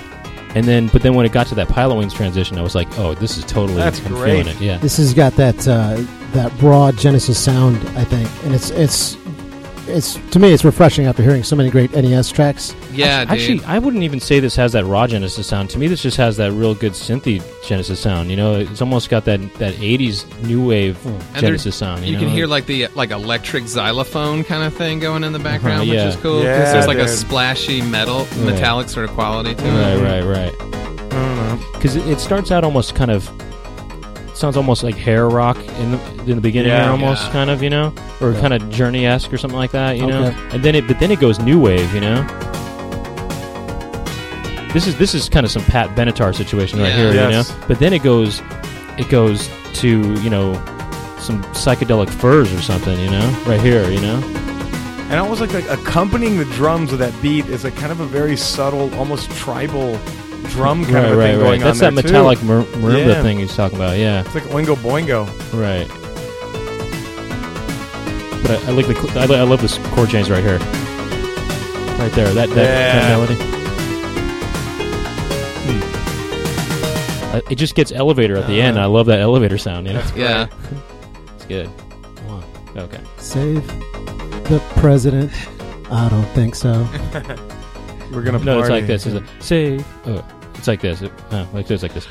Speaker 1: and then but then when it got to that Pilot Wings transition, I was like, oh, this is totally.
Speaker 4: That's
Speaker 1: I'm
Speaker 4: great.
Speaker 1: feeling it. Yeah.
Speaker 2: This has got that uh, that raw Genesis sound, I think, and it's it's it's to me it's refreshing after hearing so many great NES tracks.
Speaker 3: yeah, dude.
Speaker 1: Actually, I wouldn't even say this has that raw Genesis sound. To me, this just has that real good synthy Genesis sound. You know, it's almost got that that '80s new wave
Speaker 3: And there-
Speaker 1: Genesis sound. You,
Speaker 3: You can
Speaker 1: know?
Speaker 3: hear like the like electric xylophone kind of thing going in the background,
Speaker 1: Uh-huh, yeah.
Speaker 3: which is cool because
Speaker 4: Yeah,
Speaker 3: there's like a
Speaker 4: dude.
Speaker 3: splashy metal, metallic sort of quality to
Speaker 1: Right,
Speaker 3: it.
Speaker 1: right, right.
Speaker 4: I don't know.
Speaker 1: because it, it starts out almost kind of sounds almost like hair rock in the in the beginning
Speaker 4: Yeah.
Speaker 1: there almost
Speaker 3: Yeah.
Speaker 1: kind of you know or
Speaker 2: Yeah.
Speaker 1: kind of journey esque or something like that you know
Speaker 2: Okay.
Speaker 1: and then it but then it goes new wave you know this is this is kind of some Pat Benatar situation right
Speaker 3: Yeah.
Speaker 1: here
Speaker 4: Yes.
Speaker 1: you know but then it goes it goes to you know some psychedelic furs or something you know right here you know
Speaker 4: And almost like, like accompanying the drums with that beat is like kind of a very subtle, almost tribal drum kind of a thing going
Speaker 1: that's
Speaker 4: on
Speaker 1: that
Speaker 4: there, too.
Speaker 1: metallic mar- marimba
Speaker 4: Yeah.
Speaker 1: thing he's talking about yeah
Speaker 4: It's like Oingo Boingo.
Speaker 1: Right. But I, I like the cl- I, li- I love this chord change right here, right there. That that, that
Speaker 4: Yeah.
Speaker 1: melody. Hmm. Uh, it just gets elevator at the end. I love that elevator sound. You know,
Speaker 4: That's
Speaker 3: Yeah.
Speaker 4: great.
Speaker 1: it's good. Okay.
Speaker 2: Save the president. I don't think so.
Speaker 4: We're gonna
Speaker 1: No, it's
Speaker 4: party.
Speaker 1: like this. It's like, say, oh, it's like this. It, oh, like this, like this.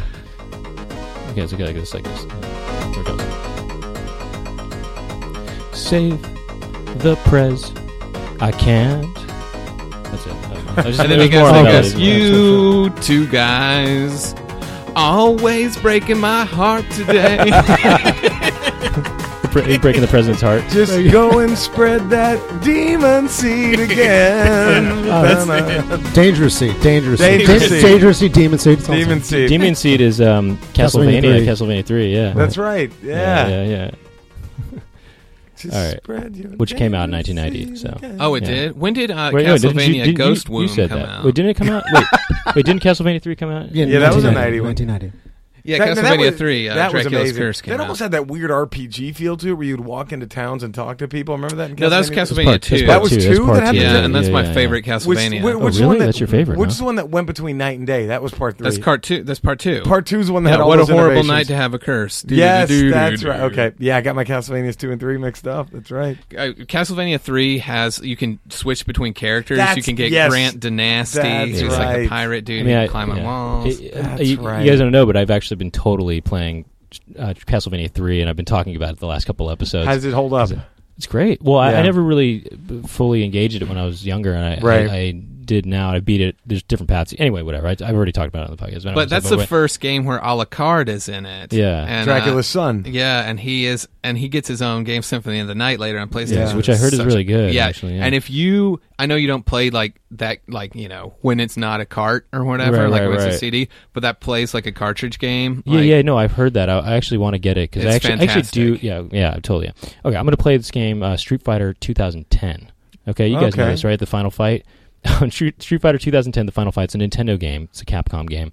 Speaker 1: Okay, it's okay, like this, like this. Uh, There it goes. Save the prez. I can't. That's it. I just,
Speaker 3: And then
Speaker 1: there's
Speaker 3: it goes
Speaker 1: more on
Speaker 3: like
Speaker 1: that.
Speaker 3: this:
Speaker 1: There's more.
Speaker 3: You two guys, always breaking my heart today.
Speaker 1: The pre- breaking the president's heart.
Speaker 4: Just go and spread that demon seed again.
Speaker 1: Oh,
Speaker 4: Na-na.
Speaker 2: Dangerous Sea, Dangerous Sea,
Speaker 4: Dangerous
Speaker 2: Dan-
Speaker 4: Sea.
Speaker 2: Dangerous Sea, Demon Sea. it's
Speaker 4: demon seed.
Speaker 1: Demon Seed is um,
Speaker 2: Castlevania
Speaker 1: Castlevania.
Speaker 2: III.
Speaker 1: Castlevania three. Yeah.
Speaker 4: That's right. Yeah.
Speaker 1: Yeah. Yeah. yeah.
Speaker 4: Just
Speaker 1: All right.
Speaker 4: spread your
Speaker 1: Which came out in
Speaker 4: demon
Speaker 1: 1990,
Speaker 4: seed
Speaker 1: so.
Speaker 4: again.
Speaker 3: oh, it
Speaker 1: Yeah.
Speaker 3: did. When did uh,
Speaker 1: Wait, no, didn't
Speaker 3: Castlevania
Speaker 1: you- didn't
Speaker 3: Ghost
Speaker 1: you, you
Speaker 3: Womb
Speaker 1: said
Speaker 3: come
Speaker 1: that.
Speaker 3: out?
Speaker 1: Wait, didn't it come out? Wait, wait, didn't Castlevania three come out?
Speaker 4: Yeah, that was a
Speaker 2: 1990,
Speaker 4: 91.
Speaker 2: 1990.
Speaker 3: Yeah,
Speaker 4: That-
Speaker 3: Castlevania
Speaker 4: that was-
Speaker 3: Three. Uh,
Speaker 4: that was
Speaker 3: Dracula's
Speaker 4: amazing.
Speaker 3: Curse came
Speaker 4: that
Speaker 3: out.
Speaker 4: almost had that weird RPG feel to it, where you'd walk into towns and talk to people. Remember that? In
Speaker 3: no, that was
Speaker 1: That's
Speaker 3: Castlevania
Speaker 1: part- that's
Speaker 3: Two.
Speaker 1: part
Speaker 4: That was two
Speaker 1: that's
Speaker 4: that
Speaker 1: part
Speaker 4: happened?
Speaker 3: yeah,
Speaker 4: Yeah,
Speaker 3: and that's
Speaker 1: yeah,
Speaker 3: my
Speaker 1: yeah.
Speaker 3: favorite Castlevania.
Speaker 4: wh- which
Speaker 1: Oh, really?
Speaker 4: one that-
Speaker 1: That's your favorite,
Speaker 4: Which
Speaker 1: huh?
Speaker 4: is the one that went between night and day? That was part three.
Speaker 3: that's part two. That's part two.
Speaker 4: Part two is the one that
Speaker 3: yeah,
Speaker 4: had all
Speaker 3: what a
Speaker 4: those
Speaker 3: horrible
Speaker 4: innovations.
Speaker 3: night to have a curse. Do, do,
Speaker 4: Yes,
Speaker 3: do, do,
Speaker 4: that's
Speaker 3: do,
Speaker 4: right.
Speaker 3: do.
Speaker 4: Okay, yeah, I got my Castlevanias two and three mixed up. That's right.
Speaker 3: Uh, Castlevania Three has you can switch between characters. you
Speaker 4: That's-
Speaker 3: can get
Speaker 4: yes.
Speaker 3: Grant Dynasty,
Speaker 4: That's
Speaker 3: who's like
Speaker 4: right.
Speaker 3: a pirate dude
Speaker 1: I mean,
Speaker 3: who
Speaker 1: I,
Speaker 3: can climb on
Speaker 1: yeah.
Speaker 3: walls.
Speaker 1: It-
Speaker 4: That's
Speaker 1: uh, you,
Speaker 4: right.
Speaker 1: you guys don't know, but I've actually been totally playing uh, Castlevania three, and I've been talking about it the last couple episodes.
Speaker 4: How does it hold up?
Speaker 1: It's great. Well, I,
Speaker 4: Yeah.
Speaker 1: I never really b- fully engaged in it when I was younger, and I,
Speaker 4: Right.
Speaker 1: I, I did now. I beat it. There's different paths. Anyway, whatever. I, I've already talked about it on the podcast.
Speaker 3: But that's the first game where a la carte is in it.
Speaker 1: Yeah.
Speaker 3: and,
Speaker 4: Dracula's
Speaker 3: uh,
Speaker 4: son.
Speaker 3: yeah, and he is, and he gets his own game, Symphony of the Night, later on PlayStation,
Speaker 4: Yeah.
Speaker 1: which I heard is
Speaker 3: such-
Speaker 1: really good.
Speaker 3: Yeah.
Speaker 1: actually, yeah.
Speaker 3: and if you, I know you don't play like that, like you know when it's not a cart or whatever,
Speaker 1: Right,
Speaker 3: like
Speaker 1: right,
Speaker 3: when it's
Speaker 1: right.
Speaker 3: a CD, but that plays like a cartridge game.
Speaker 1: yeah,
Speaker 3: like,
Speaker 1: yeah, no, I've heard that. I, I actually want to get it because I
Speaker 3: It's
Speaker 1: actually, I actually do.
Speaker 3: fantastic.
Speaker 1: Yeah, yeah, I totally. Am. Okay, I'm gonna play this game, uh, Street Fighter 2010. Okay, you guys know
Speaker 4: Okay.
Speaker 1: this, right? The final fight. On Street Street Fighter 2010, the final fight's a Nintendo game. It's a Capcom game,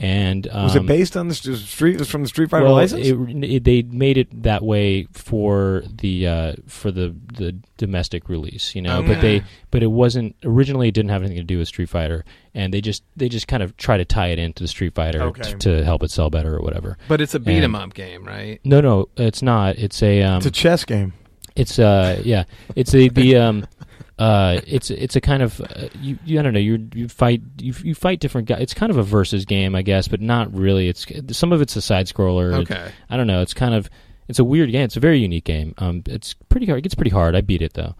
Speaker 1: and um,
Speaker 4: was it based on the st- street? Was from the Street Fighter
Speaker 1: well,
Speaker 4: license?
Speaker 1: It, it, they made it that way for the uh, for the, the domestic release, you know. But
Speaker 3: Okay.
Speaker 1: they but it wasn't originally. It didn't have anything to do with Street Fighter, and they just they just kind of try to tie it into the Street Fighter
Speaker 4: Okay.
Speaker 1: t- to help it sell better or whatever.
Speaker 3: but it's a beat 'em
Speaker 1: And-
Speaker 3: up game, right?
Speaker 1: No, no, it's not. It's a um,
Speaker 4: it's a chess game.
Speaker 1: it's uh yeah. It's a the um uh it's it's a kind of uh, you, you I don't know you you fight you, you fight different guys. It's kind of a versus game, I guess, but not really. It's some of it's a side scroller.
Speaker 3: Okay,
Speaker 1: I don't know. It's kind of it's a weird game. It's a very unique game. Um, it's pretty hard. It gets pretty hard. I beat it though.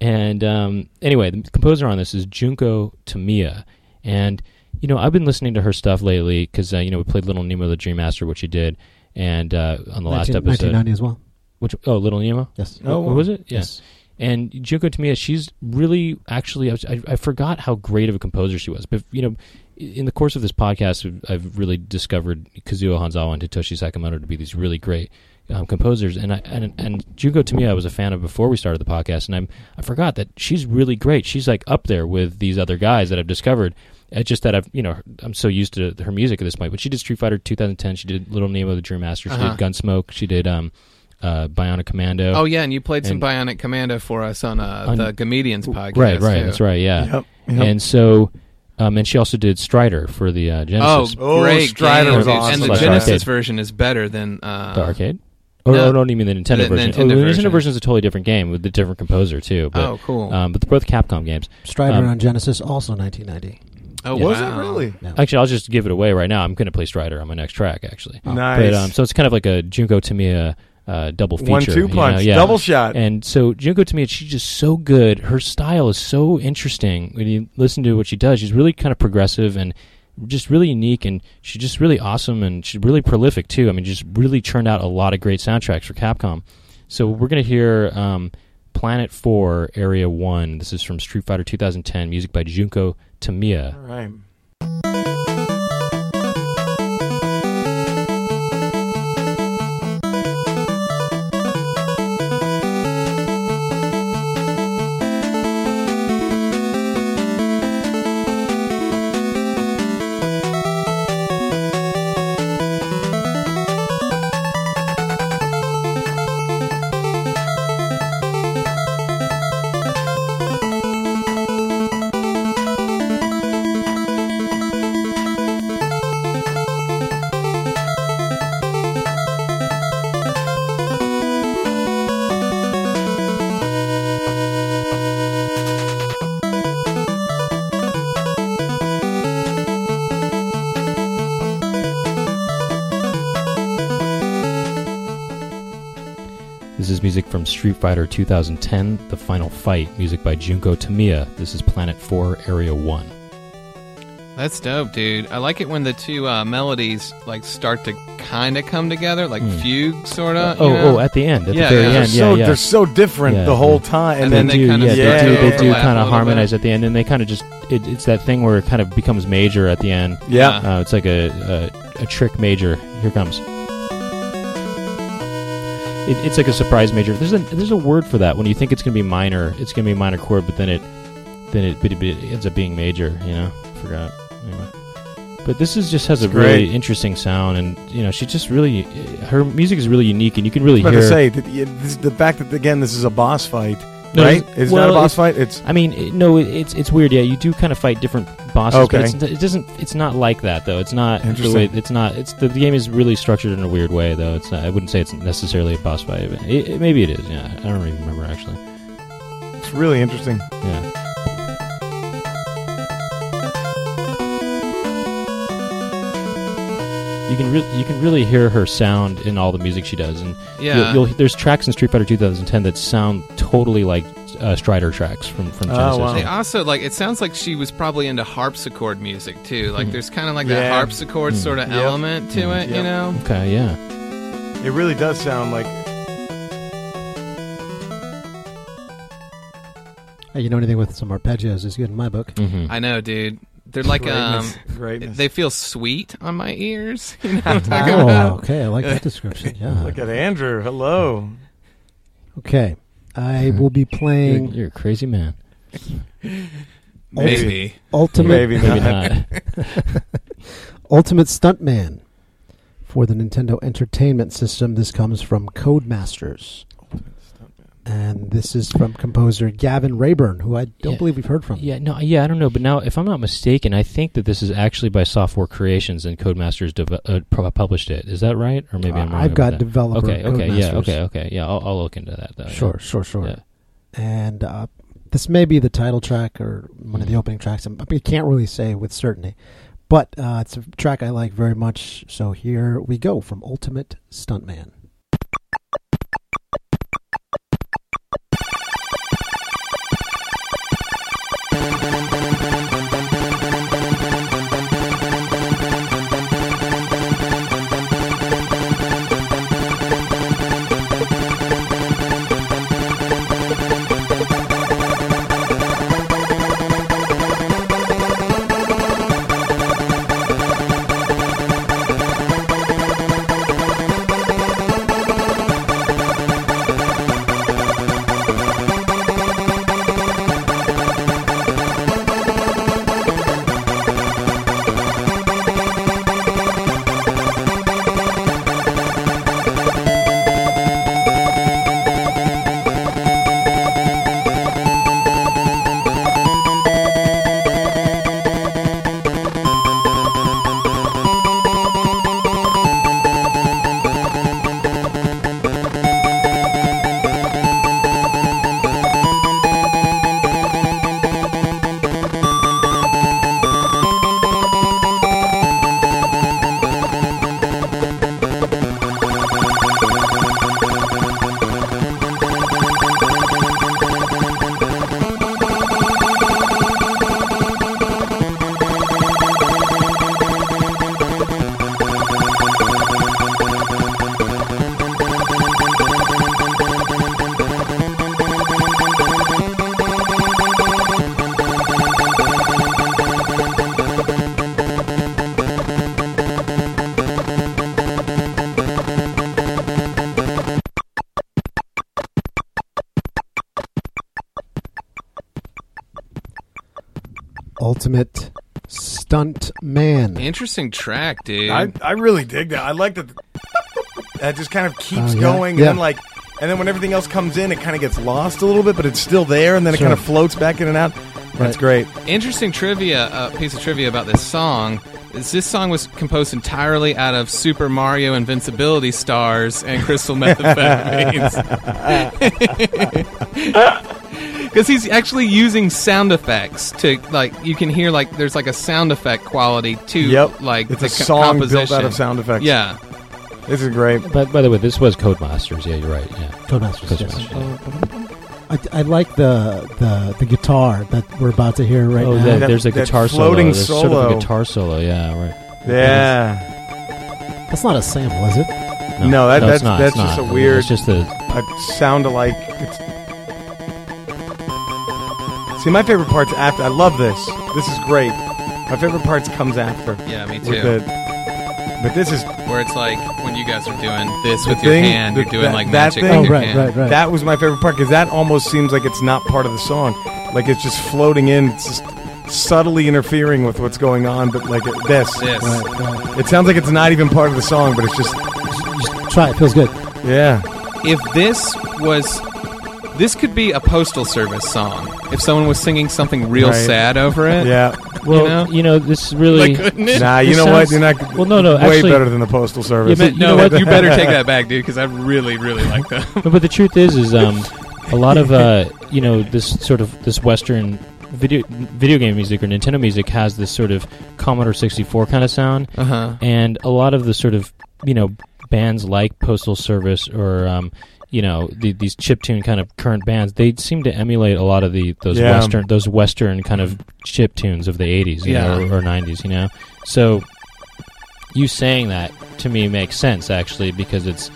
Speaker 1: And um, anyway, the composer on this is Junko Tamiya, and you know I've been listening to her stuff lately because uh, you know we played Little Nemo the Dream Master, which you did, and uh, on the last
Speaker 2: 19-
Speaker 1: episode,
Speaker 2: 1990 as well.
Speaker 1: which oh Little Nemo,
Speaker 2: Yes.
Speaker 4: Oh,
Speaker 1: what was it? Yeah.
Speaker 2: Yes.
Speaker 1: And Junko Tamiya, she's really actually I, was- I, I forgot how great of a composer she was, but you know, in the course of this podcast, I've- I've really discovered Kazuo Hanzawa and Hitoshi Sakamoto to be these really great um, composers, and I and and Junko Tamiya I was a fan of before we started the podcast, and I'm I forgot that she's really great. She's like up there with these other guys that I've discovered. It's just that I've you know I'm so used to her music at this point, but she did Street Fighter 2010, she did Little Nemo the Dream Master, she
Speaker 3: Uh-huh.
Speaker 1: did Gunsmoke, she did um, uh, Bionic Commando.
Speaker 3: Oh yeah, and you played some
Speaker 1: And-
Speaker 3: Bionic Commando for us on, uh,
Speaker 1: On-
Speaker 3: the Comedians podcast.
Speaker 1: Right, right,
Speaker 3: too.
Speaker 1: that's right, yeah.
Speaker 4: Yep.
Speaker 1: And so, um, and she also did Strider for the uh,
Speaker 3: Oh,
Speaker 1: Genesis,
Speaker 4: Oh,
Speaker 3: great!
Speaker 4: Strider
Speaker 3: game.
Speaker 1: was
Speaker 3: dude.
Speaker 1: awesome.
Speaker 3: And the
Speaker 1: Slash
Speaker 3: Genesis
Speaker 1: arcade.
Speaker 3: version is better than uh,
Speaker 1: the arcade. Oh,
Speaker 3: no.
Speaker 1: no, no, you mean the Nintendo
Speaker 3: The
Speaker 1: version?
Speaker 3: Nintendo
Speaker 1: Oh, the Nintendo
Speaker 3: version.
Speaker 1: version is a totally different game with a different composer too. But,
Speaker 3: Oh, cool.
Speaker 1: Um, but they're both Capcom games.
Speaker 2: Strider
Speaker 1: Um,
Speaker 2: on Genesis, also 1990.
Speaker 3: oh,
Speaker 1: yeah.
Speaker 4: Was
Speaker 3: wow.
Speaker 4: it
Speaker 1: Uh,
Speaker 4: really?
Speaker 2: No.
Speaker 1: Actually, I'll just give it away right now. I'm going to play Strider on my next track, actually.
Speaker 4: Nice.
Speaker 1: But um, so it's kind of like a Junko Tamiya uh, double feature,
Speaker 4: One two
Speaker 1: you
Speaker 4: punch,
Speaker 1: know, yeah.
Speaker 4: double shot.
Speaker 1: And so Junko to me, she's just so good. Her style is so interesting when you listen to what she does. She's really kind of progressive and just really unique, and she's just really awesome, and she's really prolific too. I mean, just really churned out a lot of great soundtracks for Capcom. So we're gonna hear um, Planet Four, Area One. This is from Street Fighter 2010, music by Junko Tamiya.
Speaker 4: All right.
Speaker 1: This is music from Street Fighter 2010, The Final Fight, music by Junko Tamiya. This is Planet 4, Area 1.
Speaker 3: That's dope, dude. I like it when the two uh, melodies like start to kind of come together, like
Speaker 1: Hmm.
Speaker 3: fugue, sort of.
Speaker 1: oh, oh, at the end, at
Speaker 3: Uh, Yeah,
Speaker 1: the very
Speaker 3: yeah.
Speaker 4: They're
Speaker 1: end,
Speaker 4: so
Speaker 1: yeah, yeah.
Speaker 4: they're so different
Speaker 1: Yeah,
Speaker 4: the whole
Speaker 1: yeah.
Speaker 4: time, and,
Speaker 3: And
Speaker 4: then,
Speaker 3: then they kinda
Speaker 1: yeah,
Speaker 4: start
Speaker 1: they
Speaker 4: to
Speaker 1: do, they do
Speaker 4: overlap
Speaker 1: kind
Speaker 3: a
Speaker 1: of
Speaker 3: little
Speaker 1: harmonize at the end, and they kind of just, it, it's that thing where it kind of becomes major at the end.
Speaker 4: yeah.
Speaker 3: Uh-huh.
Speaker 1: Uh, it's like a, a, a trick major. Here it comes. It, it's like a surprise major. There's a there's a word for that when you think it's gonna be minor. It's gonna be a minor chord, but then it then it, but it, but it ends up being major. You know, forgot. Anyway. But this is just has a
Speaker 4: It's great.
Speaker 1: really interesting sound, and you know she just really her music is really unique, and you can really
Speaker 4: I'm about
Speaker 1: hear.
Speaker 4: to say that y- this, the fact that again this is a boss fight,
Speaker 1: No,
Speaker 4: right?
Speaker 1: it's-
Speaker 4: It's
Speaker 1: well,
Speaker 4: not a boss fight. It's
Speaker 1: I mean, it, no, it, it's it's weird. Yeah, you do kind of fight different bosses,
Speaker 4: Okay.
Speaker 1: but it's, it doesn't. It's not like that though. It's not the
Speaker 4: Interesting.
Speaker 1: way. It's not. It's the, the game is really structured in a weird way though. It's not, I wouldn't say it's necessarily a boss fight. But it, it- maybe it is. Yeah, I don't even remember actually.
Speaker 4: it's really interesting.
Speaker 1: Yeah, you can re- you can really hear her sound in all the music she does, and
Speaker 3: Yeah.
Speaker 1: you'll, you'll, there's tracks in Street Fighter 2010 that sound totally like uh, Strider tracks from from
Speaker 4: Oh,
Speaker 1: Genesis.
Speaker 4: wow.
Speaker 3: they also like it sounds like she was probably into harpsichord music too. Like
Speaker 1: Mhm.
Speaker 3: there's kind of like that
Speaker 4: Yeah.
Speaker 3: harpsichord
Speaker 1: Mhm.
Speaker 3: sort of
Speaker 4: Yep.
Speaker 3: element to
Speaker 1: Mhm.
Speaker 3: it, you
Speaker 4: Yep.
Speaker 3: know.
Speaker 1: Okay, yeah.
Speaker 4: It really does sound like
Speaker 2: Hey, you know anything with some arpeggios is good in my book.
Speaker 1: Mm-hmm.
Speaker 3: I know, dude. They're like um
Speaker 4: greatness. greatness.
Speaker 3: they feel sweet on my ears. You know what I'm talking
Speaker 2: Oh,
Speaker 3: about?
Speaker 2: okay. I like that description. Yeah.
Speaker 4: Look at Andrew. Hello.
Speaker 2: Okay. I will be
Speaker 1: Mm-hmm. You're,
Speaker 2: playing
Speaker 1: you're a crazy man.
Speaker 4: Maybe.
Speaker 3: Maybe.
Speaker 2: Ultimate
Speaker 4: Maybe
Speaker 1: Maybe
Speaker 4: not.
Speaker 1: not.
Speaker 2: Ultimate Stuntman for the Nintendo Entertainment System. This comes from Codemasters. And this is from composer Gavin Rayburn, who I don't
Speaker 1: Yeah.
Speaker 2: believe we've heard from. Uh,
Speaker 1: yeah, no, yeah, I don't know. But now, if I'm not mistaken, I think that this is actually by Software Creations and Codemasters deve- uh, pro- published it. Is that right? Or maybe I'm
Speaker 2: Uh,
Speaker 1: wrong.
Speaker 2: I've
Speaker 1: about
Speaker 2: got
Speaker 1: that.
Speaker 2: developer.
Speaker 1: Okay, okay, yeah,
Speaker 2: Codemasters.
Speaker 1: okay, okay, yeah. I'll, I'll look into that though. Oh, yeah.
Speaker 2: Sure, sure, sure.
Speaker 1: Yeah.
Speaker 2: And uh, this may be the title track or one
Speaker 1: Mm-hmm.
Speaker 2: of the opening tracks. I'm- I can't really say with certainty, but uh, it's a track I like very much. So here we go from Ultimate Stuntman. Ultimate Stuntman.
Speaker 3: Interesting track, dude.
Speaker 4: I, I really dig that. I like that. That just kind of keeps
Speaker 2: Oh, yeah.
Speaker 4: going,
Speaker 2: Yeah.
Speaker 4: and then like, and then when everything else comes in, it kind of gets lost a little bit, but it's still there, and then
Speaker 2: Sure.
Speaker 4: it kind of floats back in and out. That's great.
Speaker 3: Interesting trivia, uh, piece of trivia about this song is this song was composed entirely out of Super Mario Invincibility stars and crystal methamphetamines. Because he's actually using sound effects to like you can hear like there's like a sound effect quality to
Speaker 4: Yep.
Speaker 3: like
Speaker 4: It's
Speaker 3: the
Speaker 4: a
Speaker 3: co-
Speaker 4: song built
Speaker 3: composition.
Speaker 4: out of sound effects.
Speaker 3: Yeah,
Speaker 4: This is great.
Speaker 1: But by the way, this was Codemasters. Yeah, you're right. Yeah.
Speaker 2: Codemasters. yes.
Speaker 1: Codemasters. yeah.
Speaker 2: I, I like the, the the guitar that we're about to hear right
Speaker 1: oh,
Speaker 2: now.
Speaker 1: that-
Speaker 4: That-
Speaker 1: there's a
Speaker 4: that
Speaker 1: guitar solo.
Speaker 4: floating
Speaker 1: There's sort of
Speaker 4: solo.
Speaker 1: a guitar solo. Yeah, right.
Speaker 4: Yeah.
Speaker 2: That's not a sample, is it?
Speaker 1: No,
Speaker 4: No, that-
Speaker 1: no, it's
Speaker 4: that's-
Speaker 1: not,
Speaker 4: that's
Speaker 1: it's not.
Speaker 4: just a
Speaker 1: I mean,
Speaker 4: weird-
Speaker 1: It's just the
Speaker 4: I sound alike. It's... See, my favorite part's after. I love this. This is great. My favorite part's comes after.
Speaker 3: yeah, me too.
Speaker 4: With the, but this is
Speaker 3: Where it's like when you guys are doing this
Speaker 4: The
Speaker 3: with your
Speaker 4: thing-
Speaker 3: hand,
Speaker 4: the-
Speaker 3: you're doing
Speaker 4: that-
Speaker 3: like
Speaker 4: that
Speaker 3: magic.
Speaker 4: thing-
Speaker 2: Oh,
Speaker 3: with your
Speaker 2: right,
Speaker 3: hand.
Speaker 2: right, right.
Speaker 4: That was my favorite part because that almost seems like it's not part of the song. Like it's just floating in. It's just subtly interfering with what's going on, but like it, this.
Speaker 3: This.
Speaker 2: Right, right.
Speaker 4: It sounds like it's not even part of the song, but it's just
Speaker 2: Just try it. Feels good.
Speaker 4: yeah.
Speaker 3: If this was. This could be a postal service song. If someone was singing something real
Speaker 4: Right.
Speaker 3: sad over it.
Speaker 4: Yeah.
Speaker 1: Well,
Speaker 3: know?
Speaker 1: this really.
Speaker 3: Like, couldn't it?
Speaker 4: Nah,
Speaker 1: It
Speaker 4: you know what?
Speaker 1: sounds-
Speaker 4: You're not
Speaker 1: well, no, no,
Speaker 4: way
Speaker 1: actually-
Speaker 4: better than the postal service.
Speaker 1: Yeah,
Speaker 3: But
Speaker 1: you
Speaker 3: no,
Speaker 1: know what?
Speaker 3: you better take that back, dude, because I really, really like that.
Speaker 1: No, but the truth is, is um, a lot of uh, you know, this sort of this Western video video game music or Nintendo music has this sort of Commodore sixty four kind of sound,
Speaker 3: Uh huh.
Speaker 1: and a lot of the sort of you know bands like Postal Service or um, you know the, these chiptune kind of current bands, they seem to emulate a lot of the those
Speaker 4: Yeah.
Speaker 1: Western those Western kind of chip tunes of the eighties, you know,
Speaker 3: Yeah.
Speaker 1: or nineties, you know. So you saying that to me makes sense actually because it's.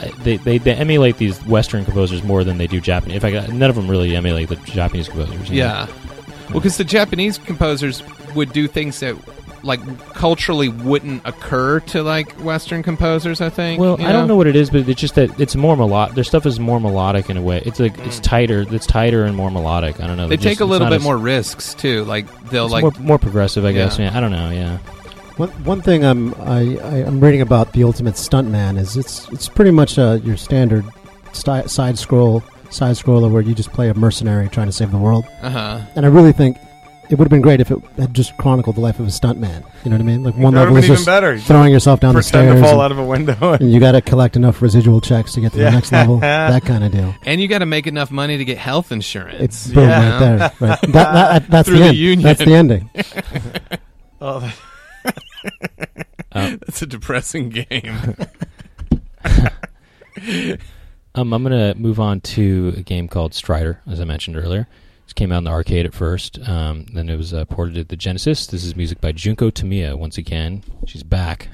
Speaker 1: uh, They, they, they emulate these Western composers more than they do Japanese. In fact, uh, none of them really emulate the Japanese composers. you know.
Speaker 3: Yeah. Well, because the Japanese composers would do things that, like, culturally wouldn't occur to, like, Western composers, I think.
Speaker 1: Well,
Speaker 3: you
Speaker 1: I don't know what it is, but it's just that it's more melodic. Their stuff is more melodic in a way. It's like it's tighter. It's tighter and more melodic. I don't know.
Speaker 3: Mm. They
Speaker 1: Just-
Speaker 3: take a
Speaker 1: it's
Speaker 3: little
Speaker 1: not
Speaker 3: bit
Speaker 1: as-
Speaker 3: more risks, too. Like, they'll,
Speaker 1: it's
Speaker 3: like,
Speaker 1: more, more progressive, I guess.
Speaker 3: Yeah.
Speaker 1: Yeah, I don't know. Yeah,
Speaker 2: One, one thing I'm I, I, I'm reading about the Ultimate Stuntman is it's it's pretty much uh, your standard sti- side scroll side scroller where you just play a mercenary trying to save the world.
Speaker 3: uh huh.
Speaker 2: And I really think it would have been great if it had just chronicled the life of a stuntman. You know what I mean? Like one
Speaker 4: That
Speaker 2: level
Speaker 4: would
Speaker 2: is
Speaker 4: even
Speaker 2: just
Speaker 4: better.
Speaker 2: throwing yourself down the
Speaker 4: Pretend
Speaker 2: stairs,
Speaker 4: to fall
Speaker 2: and,
Speaker 4: out of a window.
Speaker 2: and you got to collect enough residual checks to get to
Speaker 4: Yeah.
Speaker 2: the next level. That kind of deal.
Speaker 3: And you got to make enough money to get health insurance.
Speaker 2: It's boom
Speaker 4: Yeah.
Speaker 2: right there. Right. That, that, that's
Speaker 3: Through
Speaker 2: the
Speaker 3: the
Speaker 2: end.
Speaker 3: union.
Speaker 2: That's the ending.
Speaker 4: Oh,
Speaker 3: That's a depressing game.
Speaker 1: um, I'm gonna move on to a game called Strider, as I mentioned earlier. This came out in the arcade at first. Um, then it was uh, ported to the Genesis. This is music by Junko Tamiya once again. She's back,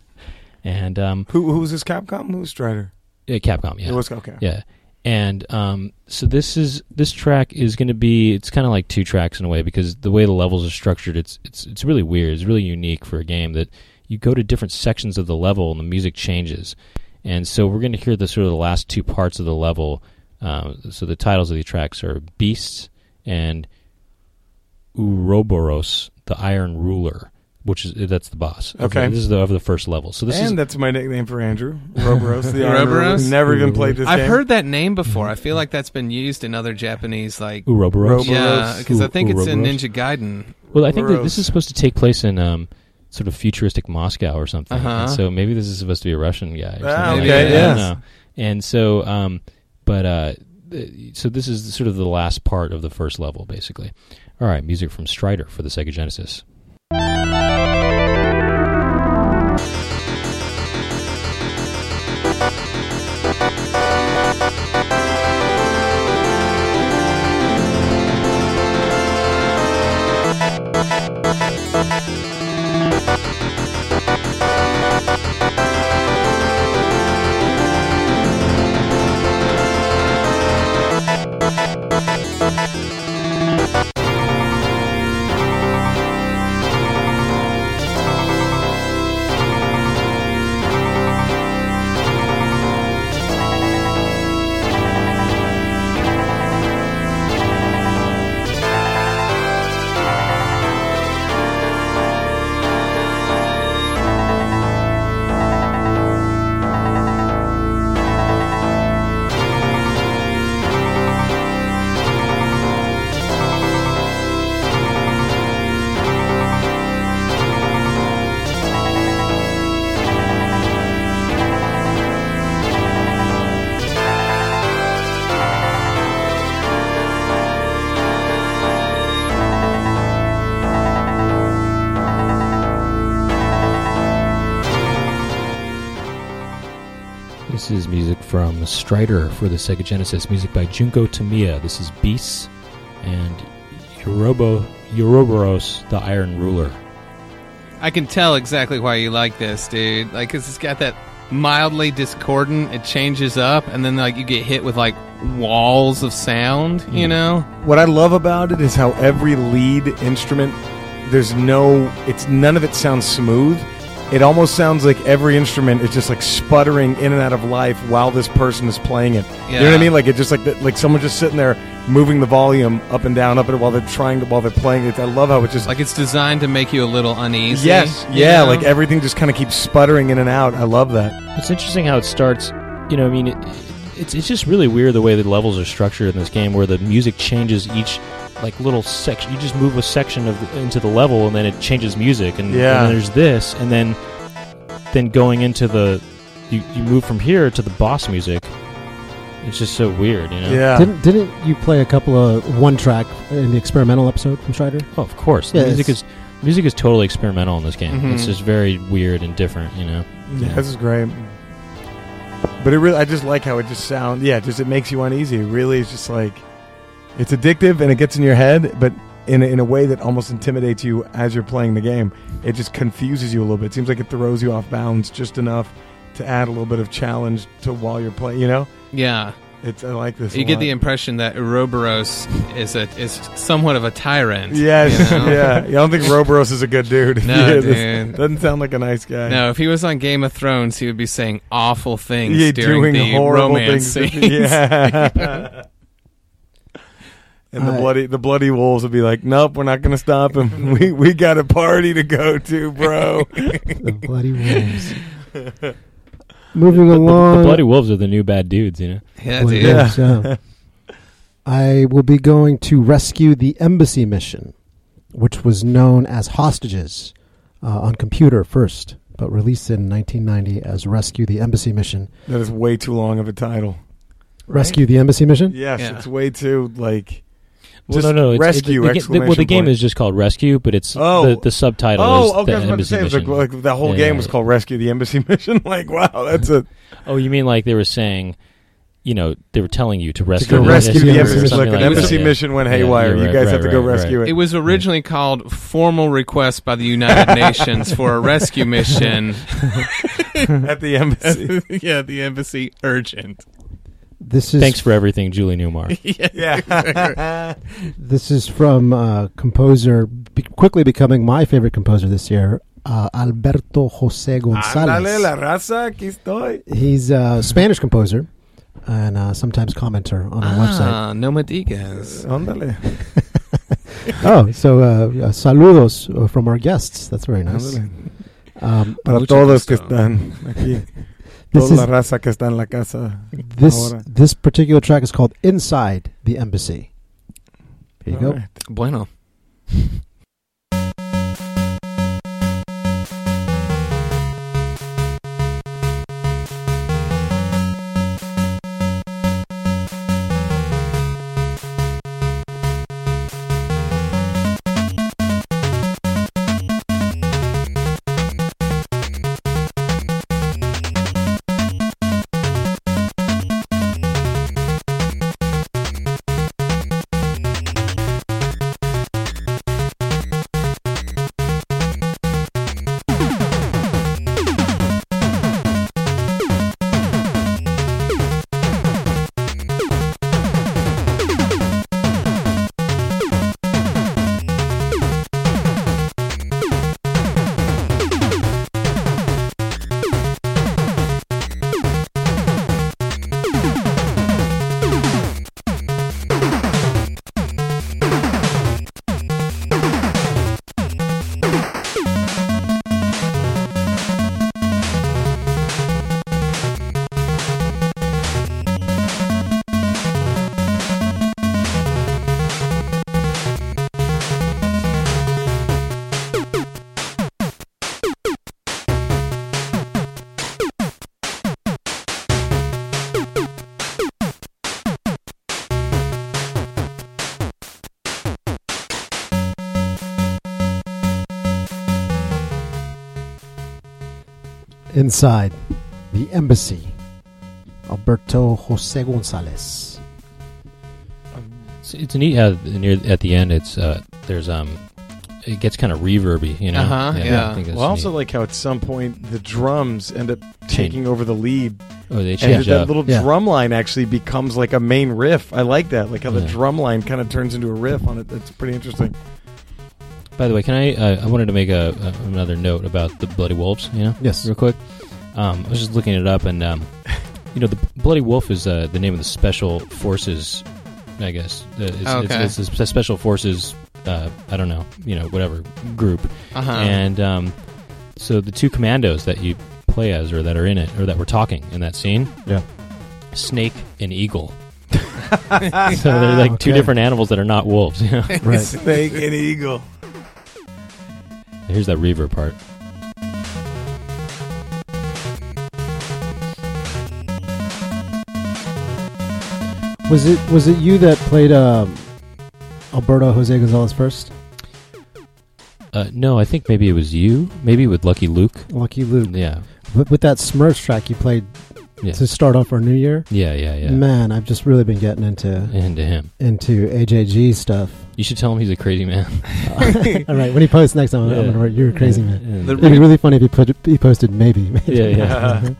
Speaker 1: and um,
Speaker 4: who who was this Capcom? Who was Strider?
Speaker 1: yeah, Capcom. Yeah,
Speaker 4: It was okay.
Speaker 1: Yeah. And um, so this is this track is going to be it's kind of like two tracks in a way because the way the levels are structured it's it's it's really weird it's really unique for a game that you go to different sections of the level and the music changes and so we're going to hear the sort of the last two parts of the level uh, so the titles of these tracks are Beasts and Uroboros the Iron Ruler which is that's the boss of
Speaker 4: Okay.
Speaker 1: the- this is the, of the first level so this
Speaker 4: and
Speaker 1: is
Speaker 4: that's my nickname for Andrew Roboros. The
Speaker 3: Roboros?
Speaker 4: Roboros. Never even played this
Speaker 3: I've
Speaker 4: game.
Speaker 3: heard that name before. I feel like that's been used in other Japanese, like,
Speaker 1: Uroboros
Speaker 4: Robo-
Speaker 3: yeah, because I think it's in
Speaker 1: Ouroboros.
Speaker 3: Ninja Gaiden.
Speaker 1: Well, I think that this
Speaker 4: Gross.
Speaker 1: is supposed to take place in um, sort of futuristic Moscow or something.
Speaker 3: Uh-huh.
Speaker 1: And so maybe this is supposed to be a Russian guy. Or something
Speaker 4: Ah,
Speaker 1: like
Speaker 3: okay,
Speaker 1: that. I don't
Speaker 3: yes.
Speaker 1: know. And so, um, but uh, th- so this is sort of the last part of the first level, basically. All right, music from Strider for the Sega Genesis. This is music from Strider for the Sega Genesis. Music by Junko Tamiya. This is Beasts and Yorobo, Yoroboros, the Iron Ruler.
Speaker 3: I can tell exactly why you like this, dude. Like, because it's got that mildly discordant, it changes up, and then, like, you get hit with, like, walls of sound, you
Speaker 1: Mm.
Speaker 4: Hmm.
Speaker 3: know?
Speaker 4: What I love about it is how every lead instrument, there's no, it's none of it sounds smooth. It almost sounds like every instrument is just like sputtering in and out of life while this person is playing it. You know what I
Speaker 3: Yeah.
Speaker 4: mean? Like it just like that, like someone just sitting there moving the volume up and down, up and while they're trying to while they're playing it. I love how it's just
Speaker 3: Like it's designed to make you a little uneasy.
Speaker 4: yes,
Speaker 3: you
Speaker 4: yeah,
Speaker 3: know?
Speaker 4: like everything just kind of keeps sputtering in and out. I love that.
Speaker 1: It's interesting how it starts. You know, I mean, it, it's it's just really weird the way the levels are structured in this game, where the music changes each like little section. You just move a section of into the level, and then it changes music, and,
Speaker 4: Yeah.
Speaker 1: and then there's this, and then then going into the you, you move from here to the boss music. It's just so weird, you know.
Speaker 4: Yeah,
Speaker 2: Didn't didn't you play a couple of one track in the experimental episode from Strider?
Speaker 1: Oh, of course,
Speaker 2: Yeah,
Speaker 1: the music
Speaker 2: it's-
Speaker 1: is music is totally experimental in this game.
Speaker 3: Mhm.
Speaker 4: Mm-hmm.
Speaker 1: It's just very weird and different, you know.
Speaker 4: Yeah, this is great. But it really, I just like how it just sounds. Yeah, just it makes you uneasy. It really, it's just like it's addictive and it gets in your head, but in a, in a way that almost intimidates you as you're playing the game. It just confuses you a little bit. It seems like it throws you off bounds just enough to add a little bit of challenge to while you're playing. You know,
Speaker 3: yeah.
Speaker 4: it's I like this. a
Speaker 3: You get
Speaker 4: lot.
Speaker 3: the impression that Ouroboros is a is somewhat of a tyrant.
Speaker 4: yes,
Speaker 3: you know?
Speaker 4: yeah. I don't think Roboros is a good dude.
Speaker 3: No,
Speaker 4: Yeah,
Speaker 3: dude.
Speaker 4: doesn't sound like a nice guy.
Speaker 3: No, if he was on Game of Thrones, he would be saying awful things
Speaker 4: Yeah,
Speaker 3: during
Speaker 4: doing
Speaker 3: the
Speaker 4: horrible
Speaker 3: romance
Speaker 4: things.
Speaker 3: scenes.
Speaker 4: Yeah. and the
Speaker 2: Uh,
Speaker 4: bloody the bloody wolves would be like, "Nope, we're not going to stop him. we we got a party to go to, bro."
Speaker 2: the bloody wolves. Moving
Speaker 1: The- the-
Speaker 2: along.
Speaker 1: the Bloody Wolves are the new bad dudes, you know.
Speaker 3: Yeah,
Speaker 2: Bloody
Speaker 3: dude.
Speaker 4: Yeah.
Speaker 2: wolves, yeah. I will be going to rescue the embassy mission, which was known as hostages uh, on computer first, but released in 1990 as rescue the embassy mission.
Speaker 4: that is way too long of a title.
Speaker 2: Rescue the embassy mission.
Speaker 4: Yes,
Speaker 3: Yeah.
Speaker 4: it's way too like.
Speaker 1: Well,
Speaker 4: Just
Speaker 1: no, no, it's,
Speaker 4: rescue,
Speaker 1: It, the, the, well, the
Speaker 4: exclamation
Speaker 1: game
Speaker 4: point.
Speaker 1: is just called Rescue, but it's
Speaker 4: Oh.
Speaker 1: the, the subtitle is
Speaker 4: Oh,
Speaker 1: the
Speaker 4: okay. I was about to
Speaker 1: embassy
Speaker 4: say, it was like,
Speaker 1: mission.
Speaker 4: like the whole
Speaker 1: Yeah,
Speaker 4: game
Speaker 1: yeah,
Speaker 4: was
Speaker 1: yeah.
Speaker 4: called "Rescue the Embassy Mission." like, wow, that's a
Speaker 1: Oh, you mean like they were saying, you know, they were telling you to
Speaker 4: to
Speaker 1: rescue,
Speaker 4: go
Speaker 2: the
Speaker 4: rescue
Speaker 2: embassy
Speaker 4: the
Speaker 2: mission.
Speaker 4: embassy. mission.
Speaker 1: something
Speaker 4: Like an
Speaker 1: like that,
Speaker 4: embassy
Speaker 1: yeah.
Speaker 4: mission went
Speaker 1: Yeah,
Speaker 4: haywire.
Speaker 1: you're
Speaker 4: you
Speaker 1: right,
Speaker 4: guys
Speaker 1: right,
Speaker 4: have to go
Speaker 1: right,
Speaker 4: rescue
Speaker 1: right.
Speaker 4: it.
Speaker 3: It was originally called Formal Request by the United Nations for a Rescue Mission.
Speaker 4: at the embassy.
Speaker 3: yeah, the embassy urgent.
Speaker 2: This is
Speaker 1: Thanks for everything, Julie Newmar.
Speaker 3: Yeah.
Speaker 4: yeah,
Speaker 2: This is from uh, composer, be- quickly becoming my favorite composer this year, uh, Alberto Jose
Speaker 4: Ándale,
Speaker 2: Gonzalez.
Speaker 4: la raza, aquí estoy.
Speaker 2: He's a Spanish composer and uh, sometimes commenter on our website.
Speaker 3: Ah,
Speaker 4: Uh-huh.
Speaker 3: Nomadigues.
Speaker 4: Ándale.
Speaker 2: Oh, so uh, uh, saludos uh, from our guests. That's very nice.
Speaker 4: Ándale.
Speaker 2: Um,
Speaker 4: Para
Speaker 3: Mucho
Speaker 4: todos que
Speaker 3: gusto.
Speaker 4: están aquí,
Speaker 2: this
Speaker 4: toda la
Speaker 2: is
Speaker 4: raza que está en la casa.
Speaker 2: this
Speaker 4: ahora.
Speaker 2: this particular track is called "Inside the Embassy." There you go.
Speaker 4: All right.
Speaker 3: Bueno.
Speaker 2: Inside the Embassy, Alberto Jose Gonzalez.
Speaker 1: It's, it's neat how near at the end it's uh, there's um, it gets kind of reverby, you know.
Speaker 3: Uh-huh, yeah.
Speaker 1: I think that's
Speaker 4: Well, I also
Speaker 1: neat.
Speaker 4: like how at some point the drums end up taking over the lead,
Speaker 1: oh, they
Speaker 4: and
Speaker 1: change
Speaker 4: that
Speaker 1: up.
Speaker 4: little
Speaker 2: Yeah.
Speaker 4: drum line actually becomes like a main riff. I like that, like how the
Speaker 1: Yeah.
Speaker 4: drum line kind of turns into a riff on it. That's pretty interesting.
Speaker 1: By the way, can I? Uh, I wanted to make a, a another note about the bloody wolves. You know,
Speaker 2: Yes.
Speaker 1: real quick. Um, I was just looking it up, and um, you know, the bloody wolf is uh, the name of the special forces. I guess uh, it's,
Speaker 3: Okay.
Speaker 1: it's, it's, the special forces. Uh, I don't know. You know, whatever group.
Speaker 3: Uh huh.
Speaker 1: And um, so the two commandos that you play as, or that are in it, or that were talking in that scene,
Speaker 2: Yeah.
Speaker 1: snake and eagle. so they're like two
Speaker 2: Okay.
Speaker 1: different animals that are not wolves. You know?
Speaker 2: Right.
Speaker 4: Snake and eagle.
Speaker 1: Here's that reverb part.
Speaker 2: Was it was it you that played um, Alberto Jose Gonzalez first?
Speaker 1: Uh, no, I think maybe it was you. Maybe with Lucky Luke.
Speaker 2: Lucky Luke.
Speaker 1: Yeah,
Speaker 2: With, with that Smurfs track you played
Speaker 1: Yeah.
Speaker 2: to start off our new year.
Speaker 1: yeah, yeah, yeah.
Speaker 2: Man, I've just really been getting into
Speaker 1: And to him,
Speaker 2: into AJG stuff.
Speaker 1: you should tell him he's a crazy man.
Speaker 2: All right, when he posts next time, I'm- I'm
Speaker 1: Yeah.
Speaker 2: gonna write, "You're a crazy man."
Speaker 1: And-
Speaker 3: The
Speaker 2: It'd be really funny if he put he posted maybe. maybe.
Speaker 1: yeah, yeah.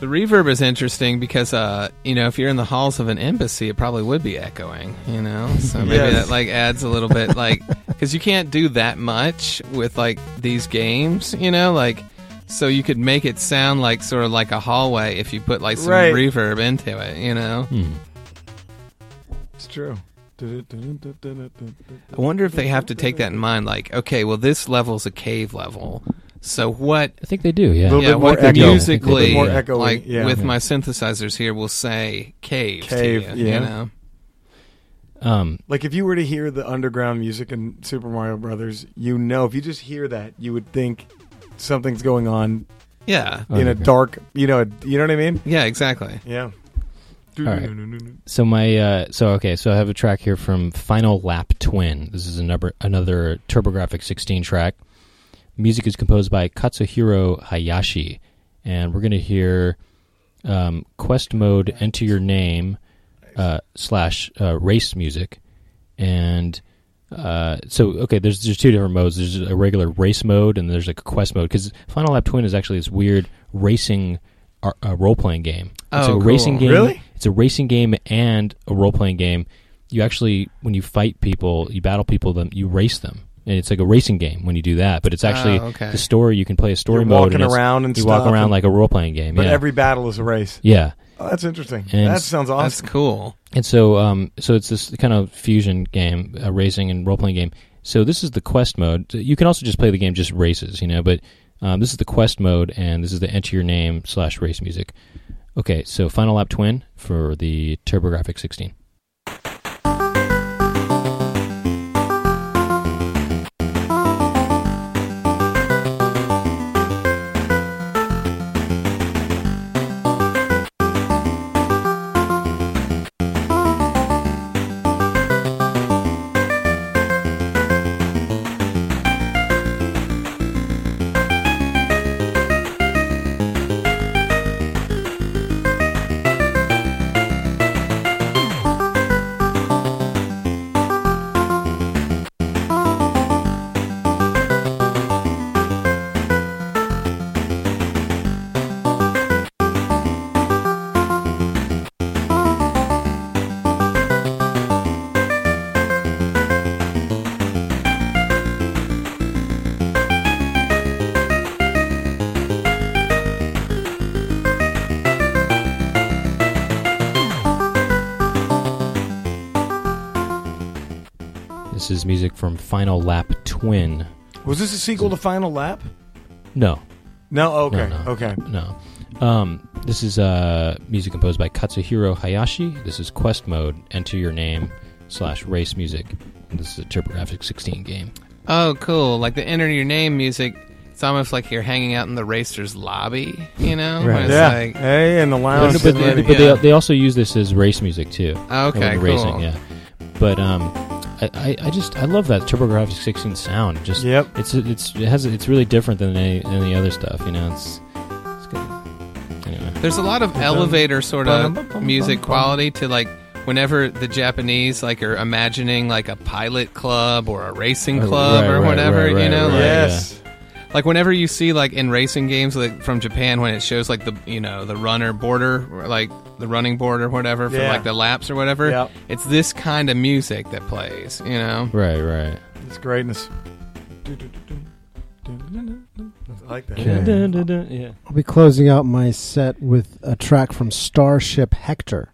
Speaker 3: The reverb is interesting because, uh, you know, if you're in the halls of an embassy, it probably would be echoing, you know? So maybe
Speaker 4: Yes.
Speaker 3: that, like, adds a little bit, like, because you can't do that much with, like, these games, you know? Like, so you could make it sound like sort of like a hallway if you put, like, some
Speaker 4: Right.
Speaker 3: reverb into it, you know?
Speaker 1: Hmm.
Speaker 4: It's true.
Speaker 3: I wonder if they have to take that in mind, like, okay, well, this level's a cave level. So what
Speaker 1: I think they do. Yeah,
Speaker 4: Little
Speaker 3: yeah,
Speaker 4: bit more
Speaker 3: what
Speaker 4: echo.
Speaker 1: Little
Speaker 3: musically,
Speaker 1: bit more
Speaker 4: echoing,
Speaker 3: like
Speaker 4: yeah.
Speaker 3: with
Speaker 1: Yeah.
Speaker 3: my synthesizers here, will say cave.
Speaker 4: Cave,
Speaker 3: to you,
Speaker 4: yeah.
Speaker 3: You know?
Speaker 1: um,
Speaker 4: Like if you were to hear the underground music in Super Mario Brothers, you know, if you just hear that, you would think something's going on
Speaker 3: Yeah.
Speaker 4: in a
Speaker 1: Underground.
Speaker 4: dark. You know, you know what I mean?
Speaker 3: Yeah. Exactly.
Speaker 4: Yeah.
Speaker 1: right. so my uh, so okay, so I have a track here from Final Lap Twin. This is another another TurboGrafx 16 track. Music is composed by Katsuhiro Hayashi, and we're gonna hear um, quest mode, enter your name, uh, slash uh, race music, and uh, so okay, there's there's two different modes. There's a regular race mode, and there's like a quest mode because Final Lap Twin is actually this weird racing ar- uh, role playing game. It's
Speaker 3: Oh,
Speaker 1: a racing
Speaker 3: cool.
Speaker 1: game.
Speaker 4: Really?
Speaker 1: It's a racing game and a role playing game. You actually, when you fight people, you battle people, them you race them, and it's like a racing game when you do that. But it's actually
Speaker 3: Oh, okay.
Speaker 1: the story. You can play a story
Speaker 4: You're
Speaker 1: mode.
Speaker 4: walking
Speaker 1: and it's-
Speaker 4: around and
Speaker 1: you
Speaker 4: stuff
Speaker 1: walk around
Speaker 4: and-
Speaker 1: like a role playing game.
Speaker 4: But
Speaker 1: yeah.
Speaker 4: every battle is a race.
Speaker 1: yeah.
Speaker 4: Oh, that's interesting.
Speaker 1: And
Speaker 4: that
Speaker 1: s-
Speaker 4: sounds
Speaker 3: That's
Speaker 4: awesome.
Speaker 3: cool.
Speaker 1: And so, um, so it's this kind of fusion game, a racing and role playing game. So this is the quest mode. You can also just play the game just races, you know. But um, this is the quest mode, and this is the enter your name slash race music. Okay, so Final Lap Twin for the TurboGrafx 16. This is music from Final Lap Twin.
Speaker 4: Was this a sequel to Final Lap?
Speaker 1: No,
Speaker 4: No.
Speaker 1: No,
Speaker 4: Okay.
Speaker 1: no.
Speaker 4: Okay.
Speaker 1: no. Um, this is uh, music composed by Katsuhiro Hayashi. This is quest mode, enter your name slash race music. And this is a TurboGrafx 16 game.
Speaker 3: Oh, cool. Like the enter your name music. It's almost like you're hanging out in the racer's lobby. You know. When
Speaker 2: Right.
Speaker 3: It's
Speaker 4: Yeah.
Speaker 3: like,
Speaker 4: hey, and the lounge.
Speaker 1: But, but,
Speaker 3: yeah.
Speaker 1: but they, they also use this as race music too. When
Speaker 3: okay. Cool.
Speaker 1: Racing, yeah. But um, I, I, I just I love that TurboGrafx 16 sound. Just
Speaker 4: Yep.
Speaker 1: it's it's it has it's really different than any than the other stuff. You know, it's it's good. Anyway,
Speaker 3: There's a lot of elevator sort of music quality to like whenever the Japanese like are imagining like a pilot club or a racing
Speaker 1: Oh,
Speaker 3: club
Speaker 1: right,
Speaker 3: or
Speaker 1: right,
Speaker 3: whatever,
Speaker 1: right,
Speaker 3: you know,
Speaker 1: right,
Speaker 3: like,
Speaker 4: yes.
Speaker 3: like whenever you see like in racing games like from Japan when it shows like the you know the runner border or, like the running board or whatever for
Speaker 4: Yeah.
Speaker 3: like the laps or whatever
Speaker 4: Yep.
Speaker 3: it's this kind of music that plays you know
Speaker 1: right, right.
Speaker 4: It's greatness. I like that.
Speaker 2: Okay.
Speaker 1: Dun, dun, dun, yeah.
Speaker 2: I'll be closing out my set with a track from Starship Hector.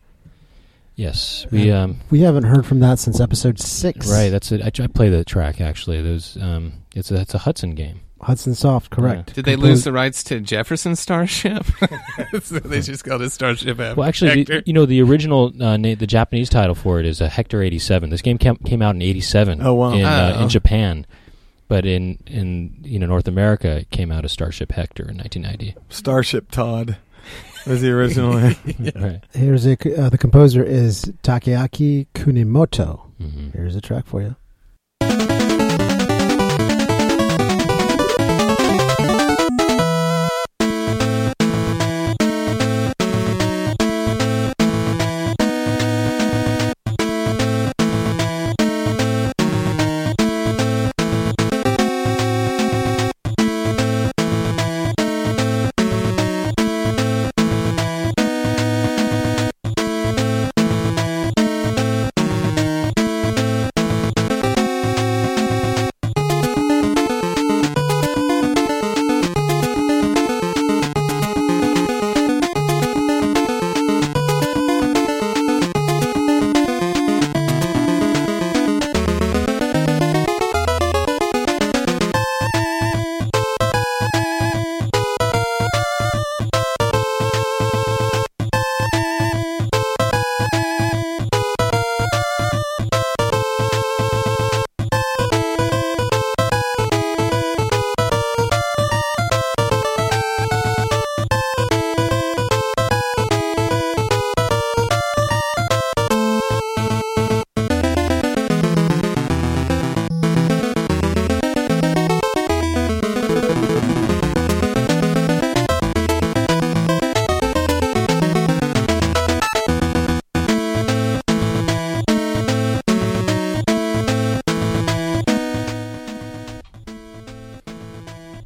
Speaker 1: Yes, we um,
Speaker 2: We haven't heard from that since episode six.
Speaker 1: Right, that's it. I, tr- I play the track actually. There's um, it's a, it's a Hudson game.
Speaker 2: Hudson Soft, correct.
Speaker 3: Did they
Speaker 2: Composed-
Speaker 3: lose the rights to Jefferson Starship? so they just called it Starship F.
Speaker 1: Well, actually, the,
Speaker 3: Hector.
Speaker 1: you know the original uh, na- the Japanese title for it is a Hector eighty seven. This game cam- came out in eighty seven.
Speaker 4: Oh, wow.
Speaker 1: In, uh,
Speaker 3: Oh.
Speaker 1: in Japan, but in in you know North America, it came out as Starship Hector in nineteen ninety.
Speaker 4: Starship Todd was the original.
Speaker 1: Right.
Speaker 2: Here's a, uh, the composer is Takeaki Kunimoto.
Speaker 1: hmm
Speaker 2: Here's a track for you.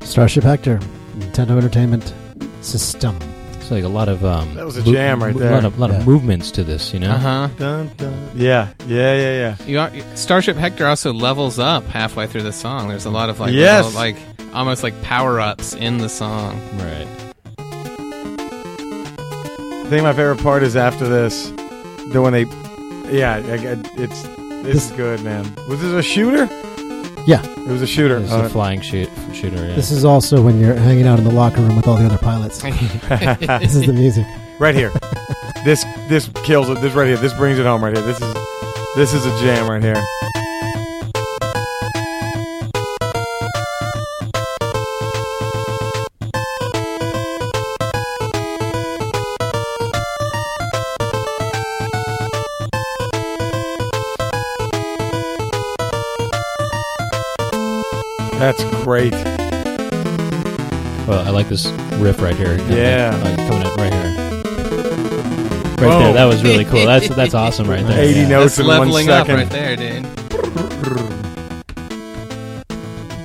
Speaker 2: Starship Hector, Nintendo Entertainment System.
Speaker 1: It's like a lot of um,
Speaker 4: That was a jam right
Speaker 1: A lot
Speaker 4: there.
Speaker 1: of, lot
Speaker 2: Yeah.
Speaker 1: of movements to this, you know.
Speaker 3: Uh huh.
Speaker 4: Dun, dun. Yeah, yeah, yeah, yeah.
Speaker 3: You are, Starship Hector also levels up halfway through the song. There's a lot of like,
Speaker 4: Yes.
Speaker 3: little, like almost like power ups in the song.
Speaker 1: Right.
Speaker 4: I think my favorite part is after this, the when they, yeah, I, I- it's
Speaker 2: This-
Speaker 4: it's good, man. Was this a shooter?
Speaker 2: Yeah.
Speaker 4: it was a shooter.
Speaker 1: It's
Speaker 4: Oh,
Speaker 1: a flying shoot, shooter. Yeah.
Speaker 2: This is also when you're hanging out in the locker room with all the other pilots. this is the music.
Speaker 4: right here. this this kills it. This right here. This brings it home right here. This is this is a jam right here. That's great.
Speaker 1: Well, I like this riff right here. Coming
Speaker 4: Yeah.
Speaker 1: in- like, coming in right here. Right
Speaker 4: Whoa.
Speaker 1: there, that was really cool. That's that's awesome right there.
Speaker 4: 80
Speaker 1: Yeah.
Speaker 4: notes
Speaker 3: That's
Speaker 4: in one
Speaker 3: leveling up
Speaker 4: second.
Speaker 3: right there, dude.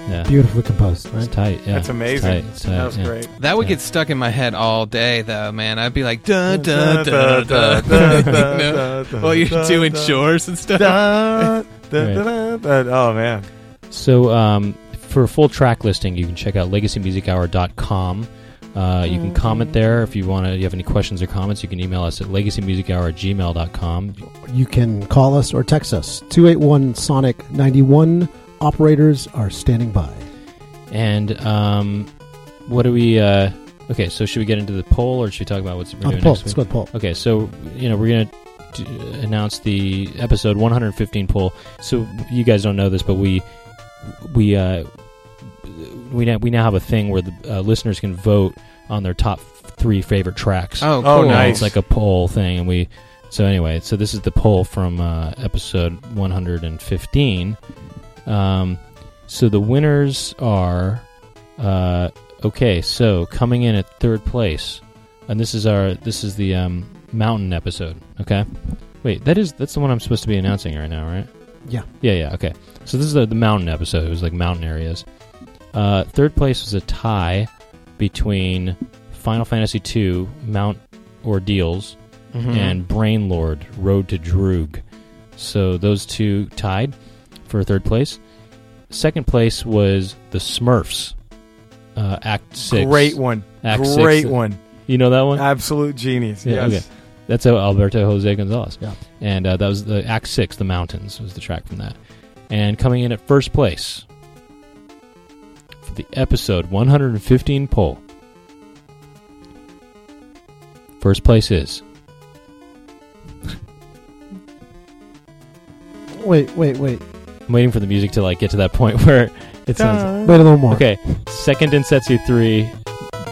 Speaker 1: Yeah.
Speaker 2: Beautifully composed,
Speaker 1: It's
Speaker 2: right?
Speaker 1: tight. Yeah.
Speaker 4: That's amazing.
Speaker 1: It's tight, it's tight,
Speaker 4: that was
Speaker 1: yeah.
Speaker 4: great.
Speaker 3: That would
Speaker 1: Yeah.
Speaker 3: get stuck in my head all day, though, man. I'd be like, dun
Speaker 4: Da,
Speaker 3: dun
Speaker 4: da,
Speaker 3: dun
Speaker 4: da,
Speaker 3: dun.
Speaker 4: da,
Speaker 3: dun,
Speaker 4: da,
Speaker 3: you know,
Speaker 4: da, da,
Speaker 3: While you're
Speaker 4: da,
Speaker 3: doing
Speaker 4: da,
Speaker 3: chores and stuff.
Speaker 4: da, da, da, da, da. Oh man,
Speaker 1: So um, for a full track listing, you can check out legacymusichour.com. Uh, you
Speaker 2: Mm-hmm.
Speaker 1: can comment there if you want to. You have any questions or comments, you can email us at legacymusichour at gmail.com.
Speaker 2: You can call us or text us. 281 Sonic 91. Operators are standing by.
Speaker 1: And um, what do we? Uh, okay, so should we get into the poll, or should we talk about what's we're
Speaker 2: Oh, the
Speaker 1: doing
Speaker 2: poll.
Speaker 1: next
Speaker 2: Let's
Speaker 1: week?
Speaker 2: go to the poll.
Speaker 1: Okay, so you know we're gonna d- announce the episode 115 poll. So you guys don't know this, but we we uh, we now we now have a thing where the uh, listeners can vote on their top three favorite tracks.
Speaker 3: Oh, cool.
Speaker 4: Oh,
Speaker 1: You know, It's
Speaker 4: nice.
Speaker 1: like a poll thing, and we. So anyway, so this is the poll from uh, episode 115. Um, so the winners are uh, okay. So coming in at third place, and this is our this is the um, mountain episode. Okay, wait, that is that's the one I'm supposed to be announcing right now, right?
Speaker 2: Yeah.
Speaker 1: yeah, yeah. Okay, so this is the, the mountain episode. It was like mountain areas. Uh, third place was a tie between Final Fantasy II Mount Ordeals Mm-hmm.
Speaker 3: Mm-hmm.
Speaker 4: Mm-hmm.
Speaker 1: and Brain Lord Road to Droog. So those two tied for third place. Second place was the Smurfs, uh, Act Six.
Speaker 4: Great one.
Speaker 1: Act six.
Speaker 4: Great one.
Speaker 1: You know that one?
Speaker 4: Absolute genius.
Speaker 1: Yeah,
Speaker 4: yes.
Speaker 1: That's uh, Alberto Jose Gonzalez.
Speaker 2: Yeah.
Speaker 1: And uh, that was the Act Six, The Mountains was the track from that. And coming in at first place for the episode 115 poll. First place is
Speaker 2: Wait, wait, wait.
Speaker 1: I'm waiting for the music to like get to that point where it sounds
Speaker 2: Wait a little more.
Speaker 1: okay. Second in Setsu three,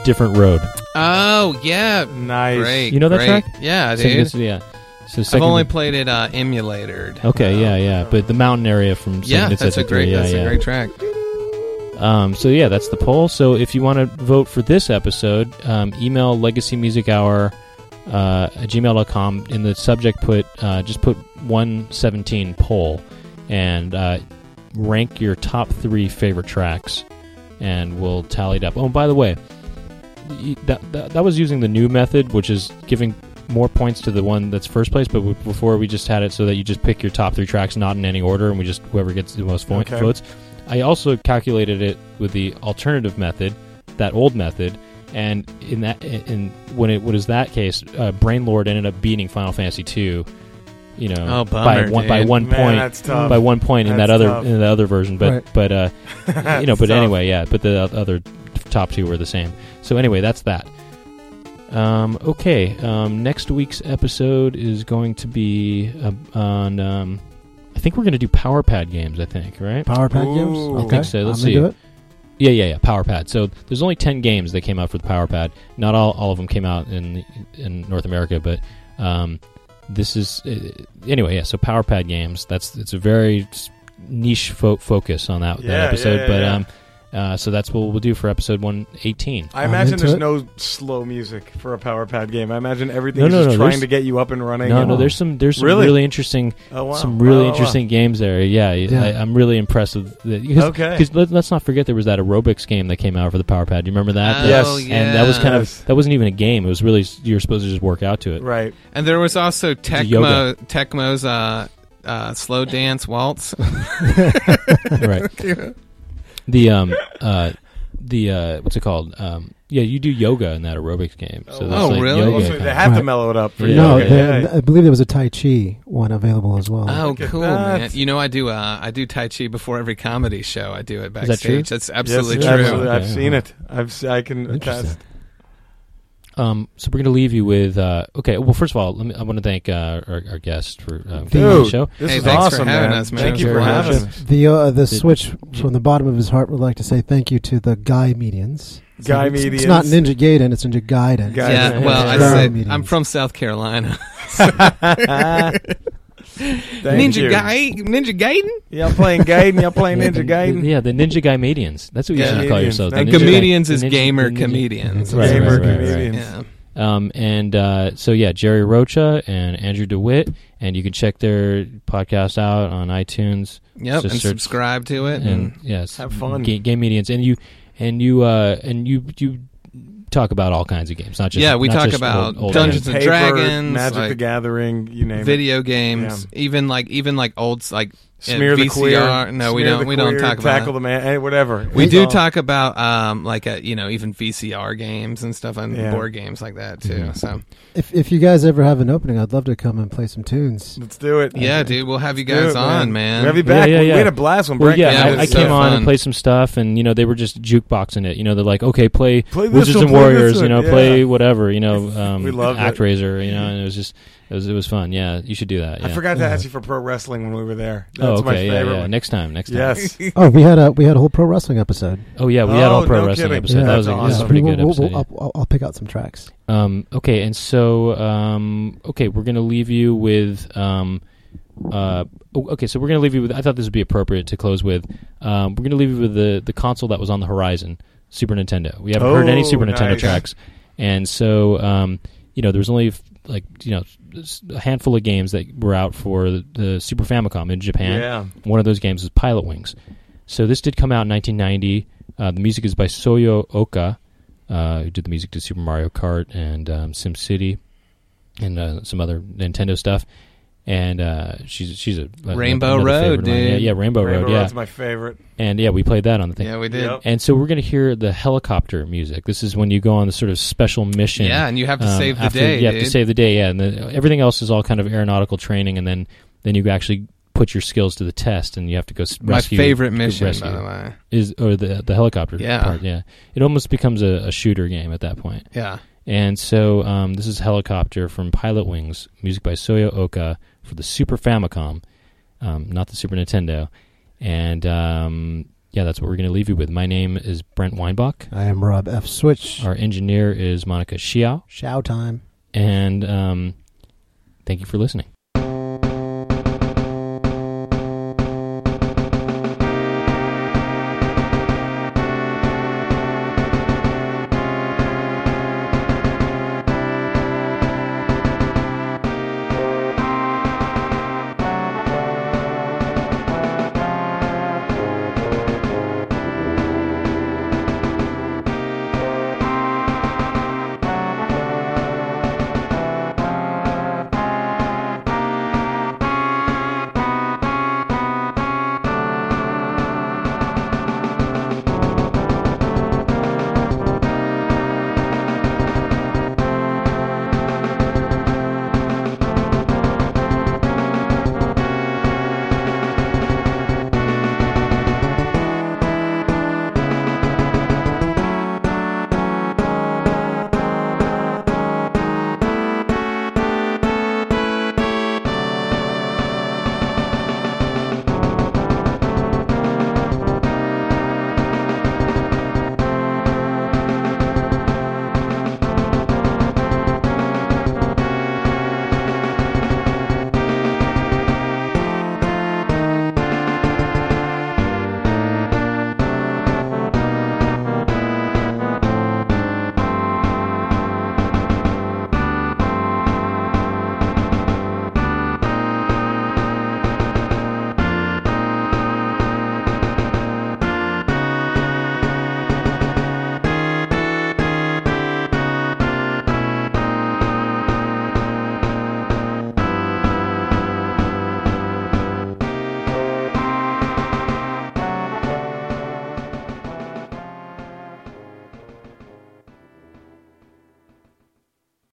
Speaker 1: different road.
Speaker 3: Oh yeah,
Speaker 4: Nice.
Speaker 3: great.
Speaker 1: You know that
Speaker 3: great.
Speaker 1: track?
Speaker 3: Yeah,
Speaker 1: So
Speaker 3: dude.
Speaker 1: this- yeah. So
Speaker 3: I've
Speaker 1: second.
Speaker 3: only played it uh, emulatored.
Speaker 1: okay, yeah, yeah, but the mountain area from Second
Speaker 3: yeah,
Speaker 1: in
Speaker 3: that's a
Speaker 1: Setsu 3,
Speaker 3: great.
Speaker 1: yeah,
Speaker 3: that's
Speaker 1: yeah.
Speaker 3: a great track.
Speaker 1: Um, so yeah, that's the poll. So if you want to vote for this episode, um, email legacymusichour uh, at gmail.com. In the subject, put uh, just put 117 poll and uh, rank your top three favorite tracks, and we'll tally it up. Oh, and by the way, y- that, that, that was using the new method, which is giving more points to the one that's first place. But w- before we just had it so that you just pick your top three tracks, not in any order, and we just whoever gets the most vo-
Speaker 4: Okay.
Speaker 1: votes. I also calculated it with the alternative method, that old method, and in that in when it was that case, uh, Brain Lord ended up beating Final Fantasy two, you know,
Speaker 3: Oh,
Speaker 1: by
Speaker 3: bummer,
Speaker 1: one by
Speaker 3: dude.
Speaker 1: one
Speaker 4: Man,
Speaker 1: point
Speaker 4: that's tough.
Speaker 1: by one point in that
Speaker 4: That's
Speaker 1: other
Speaker 4: tough.
Speaker 1: in the other version, but
Speaker 2: Right.
Speaker 1: but uh, you know,
Speaker 4: That's
Speaker 1: but
Speaker 4: tough.
Speaker 1: anyway, yeah, but the o- other top two were the same. So anyway, that's that. Um, okay, um, next week's episode is going to be uh, on. Um, I think we're going to do Power Pad games. I think right.
Speaker 2: Power Pad games?
Speaker 4: Ooh. I
Speaker 2: Okay.
Speaker 4: think
Speaker 1: so. Let's
Speaker 2: I'm
Speaker 1: see.
Speaker 2: into it.
Speaker 1: Yeah, yeah, yeah. Power Pad. So there's only ten games that came out for the Power Pad. Not all, all of them came out in in North America, but um, this is uh, anyway. Yeah. So Power Pad games. That's it's a very s- niche fo- focus on that,
Speaker 4: Yeah, yeah,
Speaker 1: that episode.
Speaker 4: yeah,
Speaker 1: but
Speaker 4: yeah.
Speaker 1: um, uh, so that's what we'll do for episode one eighteen.
Speaker 4: I
Speaker 2: I'm
Speaker 4: imagine
Speaker 2: into
Speaker 4: there's
Speaker 2: it.
Speaker 4: no slow music for a power pad game. I imagine everything
Speaker 1: No,
Speaker 4: is
Speaker 1: no,
Speaker 4: just
Speaker 1: no,
Speaker 4: trying
Speaker 1: there's-
Speaker 4: to get you up and running.
Speaker 1: No,
Speaker 4: and-
Speaker 1: no. There's some there's some
Speaker 4: Really?
Speaker 1: really interesting
Speaker 4: oh, wow.
Speaker 1: some really
Speaker 4: Wow, wow, wow.
Speaker 1: interesting games there. Yeah,
Speaker 2: Yeah.
Speaker 1: I, I'm really impressed with that. Because
Speaker 4: Okay.
Speaker 1: let, us not forget there was that aerobics game that came out for the Power Pad. Do you remember that?
Speaker 3: Oh,
Speaker 1: That-
Speaker 4: Yes.
Speaker 3: yeah.
Speaker 1: And that was kind
Speaker 4: Yes.
Speaker 1: of that wasn't even a game. It was really s- you were supposed to just work out to it.
Speaker 4: Right.
Speaker 3: And there was also Tecmo
Speaker 1: yoga.
Speaker 3: Tecmo's uh, uh, slow dance waltz.
Speaker 1: Oh, Right. The um uh the uh what's it called? Um yeah, you do yoga in that aerobics game. So
Speaker 4: Oh,
Speaker 1: that's
Speaker 3: wow.
Speaker 1: like
Speaker 3: really?
Speaker 1: yoga
Speaker 4: Also,
Speaker 1: kind
Speaker 4: they
Speaker 1: of-
Speaker 4: have to
Speaker 2: Right.
Speaker 4: mellow it up for
Speaker 1: Yeah,
Speaker 4: you.
Speaker 2: no,
Speaker 1: okay.
Speaker 2: there- I believe there was a Tai Chi one available as well.
Speaker 3: Oh,
Speaker 4: Look at
Speaker 3: cool,
Speaker 4: that.
Speaker 3: man! You know, I do. Uh, I do Tai Chi before every comedy show. I do it
Speaker 1: Is that true?
Speaker 3: backstage. That's absolutely
Speaker 4: yes,
Speaker 3: true.
Speaker 4: Absolutely. I've
Speaker 1: Okay,
Speaker 4: seen
Speaker 1: yeah.
Speaker 4: it. I've se- I can
Speaker 2: Interesting.
Speaker 4: attest.
Speaker 1: Um so we're going to leave you with uh okay, well first of all, let me I want to thank uh our, our guest for uh, coming on the
Speaker 4: Dude,
Speaker 1: show.
Speaker 4: this
Speaker 3: Hey,
Speaker 4: is
Speaker 3: thanks for
Speaker 4: awesome,
Speaker 3: having
Speaker 4: man.
Speaker 3: us, man.
Speaker 4: Thank you
Speaker 1: Very
Speaker 4: for
Speaker 1: much.
Speaker 4: having us.
Speaker 2: The uh, the
Speaker 1: Did-
Speaker 2: switch from the bottom of his heart would like to say thank you to the Guy Medians. It's
Speaker 4: Guy
Speaker 2: not- it's,
Speaker 4: Medians.
Speaker 2: It's not Ninja Gaiden. It's Ninja Gaiden.
Speaker 4: Guy-
Speaker 3: yeah,
Speaker 4: Yeah,
Speaker 3: well,
Speaker 4: yeah,
Speaker 3: I
Speaker 4: yeah.
Speaker 3: said
Speaker 2: Meetings.
Speaker 3: I'm from South Carolina.
Speaker 4: Thank
Speaker 3: Ninja
Speaker 4: you.
Speaker 3: Guy, Ninja Gaiden,
Speaker 4: Y'all playing Gaiden? Y'all playing
Speaker 1: yeah,
Speaker 4: Ninja
Speaker 1: the,
Speaker 4: Gaiden?
Speaker 1: yeah, the Ninja Guy Medians. That's what you
Speaker 3: Yeah.
Speaker 1: should call
Speaker 4: Medians.
Speaker 1: yourself. the
Speaker 4: And
Speaker 1: Ninja Guy-
Speaker 3: comedians
Speaker 1: the
Speaker 3: is
Speaker 1: Ninja-
Speaker 3: gamer
Speaker 1: the Ninja-
Speaker 3: comedians.
Speaker 1: Right,
Speaker 4: Gamer
Speaker 1: right, right, right.
Speaker 4: comedians.
Speaker 3: Yeah.
Speaker 1: Um, and uh, so yeah, Jerry Rocha and Andrew DeWitt, and you can check their podcast out on iTunes
Speaker 3: Yep,
Speaker 1: Just
Speaker 3: and
Speaker 1: search-
Speaker 3: subscribe to it.
Speaker 1: and
Speaker 3: And
Speaker 1: yes,
Speaker 4: Have fun.
Speaker 1: ga- game medians, and you and you uh, and you you talk about all kinds of games, not just
Speaker 3: Yeah, we
Speaker 1: not
Speaker 3: talk
Speaker 1: just old,
Speaker 3: about
Speaker 1: old
Speaker 3: Dungeons
Speaker 1: games.
Speaker 3: and
Speaker 4: Paper,
Speaker 3: Dragons,
Speaker 4: Magic the
Speaker 3: like,
Speaker 4: Gathering, you name it.
Speaker 3: video games, even like even like old like yeah,
Speaker 4: Smear the
Speaker 3: VCR.
Speaker 4: queer.
Speaker 3: No, we
Speaker 4: Smear
Speaker 3: don't-
Speaker 4: the
Speaker 3: we don't
Speaker 4: queer,
Speaker 3: talk about
Speaker 4: tackle
Speaker 3: it.
Speaker 4: the man. Hey, whatever.
Speaker 3: we
Speaker 4: It's
Speaker 3: do
Speaker 4: all-
Speaker 3: talk about um like a, you know even VCR games and stuff and
Speaker 4: Yeah.
Speaker 3: board games like that too.
Speaker 1: Mhm.
Speaker 3: So
Speaker 2: If if you guys ever have an opening, I'd love to come and play some tunes.
Speaker 4: Let's do it.
Speaker 3: yeah, dude, we'll have you
Speaker 4: Let's do
Speaker 3: guys
Speaker 4: it,
Speaker 3: on,
Speaker 4: We have
Speaker 1: Yeah,
Speaker 4: you back.
Speaker 1: yeah,
Speaker 4: We-
Speaker 1: yeah.
Speaker 4: We had a blast when
Speaker 1: Well,
Speaker 4: Breakdown.
Speaker 1: yeah,
Speaker 3: Yeah,
Speaker 1: I, I
Speaker 3: it's
Speaker 1: came
Speaker 3: so
Speaker 1: on
Speaker 3: fun.
Speaker 1: and played some stuff, and you know they were just jukeboxing it. You know they're like, okay, play,
Speaker 4: Play this
Speaker 1: Wizards
Speaker 4: one,
Speaker 1: and
Speaker 4: play this
Speaker 1: Warriors, you
Speaker 4: one,
Speaker 1: know,
Speaker 4: yeah.
Speaker 1: play whatever, you know, um,
Speaker 4: We loved it.
Speaker 1: ActRaiser, you know, and it was just it was it was fun. Yeah, you should do that.
Speaker 4: I
Speaker 1: yeah.
Speaker 4: forgot to
Speaker 2: Yeah.
Speaker 4: ask you for pro wrestling when we were there. That's
Speaker 1: Oh, okay,
Speaker 4: my
Speaker 1: yeah,
Speaker 4: favorite.
Speaker 1: yeah.
Speaker 4: one.
Speaker 1: Next time, next time.
Speaker 4: Yes.
Speaker 2: Oh, we had a we had a whole pro wrestling episode.
Speaker 1: Oh yeah, we had all
Speaker 4: Oh,
Speaker 1: pro
Speaker 4: no
Speaker 1: wrestling
Speaker 4: kidding.
Speaker 1: episode. that
Speaker 4: Yeah,
Speaker 1: was, a,
Speaker 4: that's
Speaker 1: that was a
Speaker 4: awesome.
Speaker 1: pretty
Speaker 2: We-
Speaker 1: good
Speaker 2: we'll-
Speaker 1: episode.
Speaker 2: we'll- I'll, I'll- I'll pick out some tracks.
Speaker 1: yeah. um, okay, and so um, okay, we're gonna leave you with um, uh, oh, okay, so we're gonna leave you with. I thought this would be appropriate to close with. Um, we're gonna leave you with the the console that was on the horizon, Super Nintendo. We haven't heard any
Speaker 4: Oh,
Speaker 1: Super Nintendo
Speaker 4: nice.
Speaker 1: tracks, and so um, you know there was only like you know s- a handful of games that were out for the, the Super Famicom in Japan.
Speaker 4: Yeah.
Speaker 1: One of those games was Pilot Wings. So this did come out in 1990. Uh, the music is by Soyo Oka, uh, who did the music to Super Mario Kart and um, Sim City, and uh, some other Nintendo stuff. and uh, she's she's a a-
Speaker 3: Rainbow
Speaker 1: another
Speaker 3: Road,
Speaker 1: favorite of mine. Yeah,
Speaker 3: dude.
Speaker 1: yeah, Rainbow, Road.
Speaker 4: Rainbow
Speaker 1: Yeah,
Speaker 4: Road's my favorite.
Speaker 1: and yeah, we played that on the thing.
Speaker 3: Yeah, we did.
Speaker 4: Yep.
Speaker 1: And so we're going to hear the helicopter music. This is when you go on the sort of special mission.
Speaker 3: Yeah, and you have to
Speaker 1: um,
Speaker 3: save the
Speaker 1: after-
Speaker 3: day.
Speaker 1: You have
Speaker 3: dude.
Speaker 1: to save the day. Yeah, and then everything else is all kind of aeronautical training, and then then you actually put your skills to the test, and you have to go s-
Speaker 3: My
Speaker 1: rescue.
Speaker 3: favorite mission,
Speaker 1: rescue.
Speaker 3: by the way.
Speaker 1: is or the the helicopter
Speaker 3: Yeah.
Speaker 1: part. Yeah, it almost becomes a, a shooter game at that point.
Speaker 3: Yeah.
Speaker 1: And so um, this is Helicopter from Pilot Wings, music by Soyo Oka for the Super Famicom, um, not the Super Nintendo. And um, yeah, that's what we're going to leave you with. My name is Brent Weinbach.
Speaker 2: I am Rob F. Switch.
Speaker 1: Our engineer is Monica Xiao.
Speaker 2: Show time.
Speaker 1: And um, thank you for listening.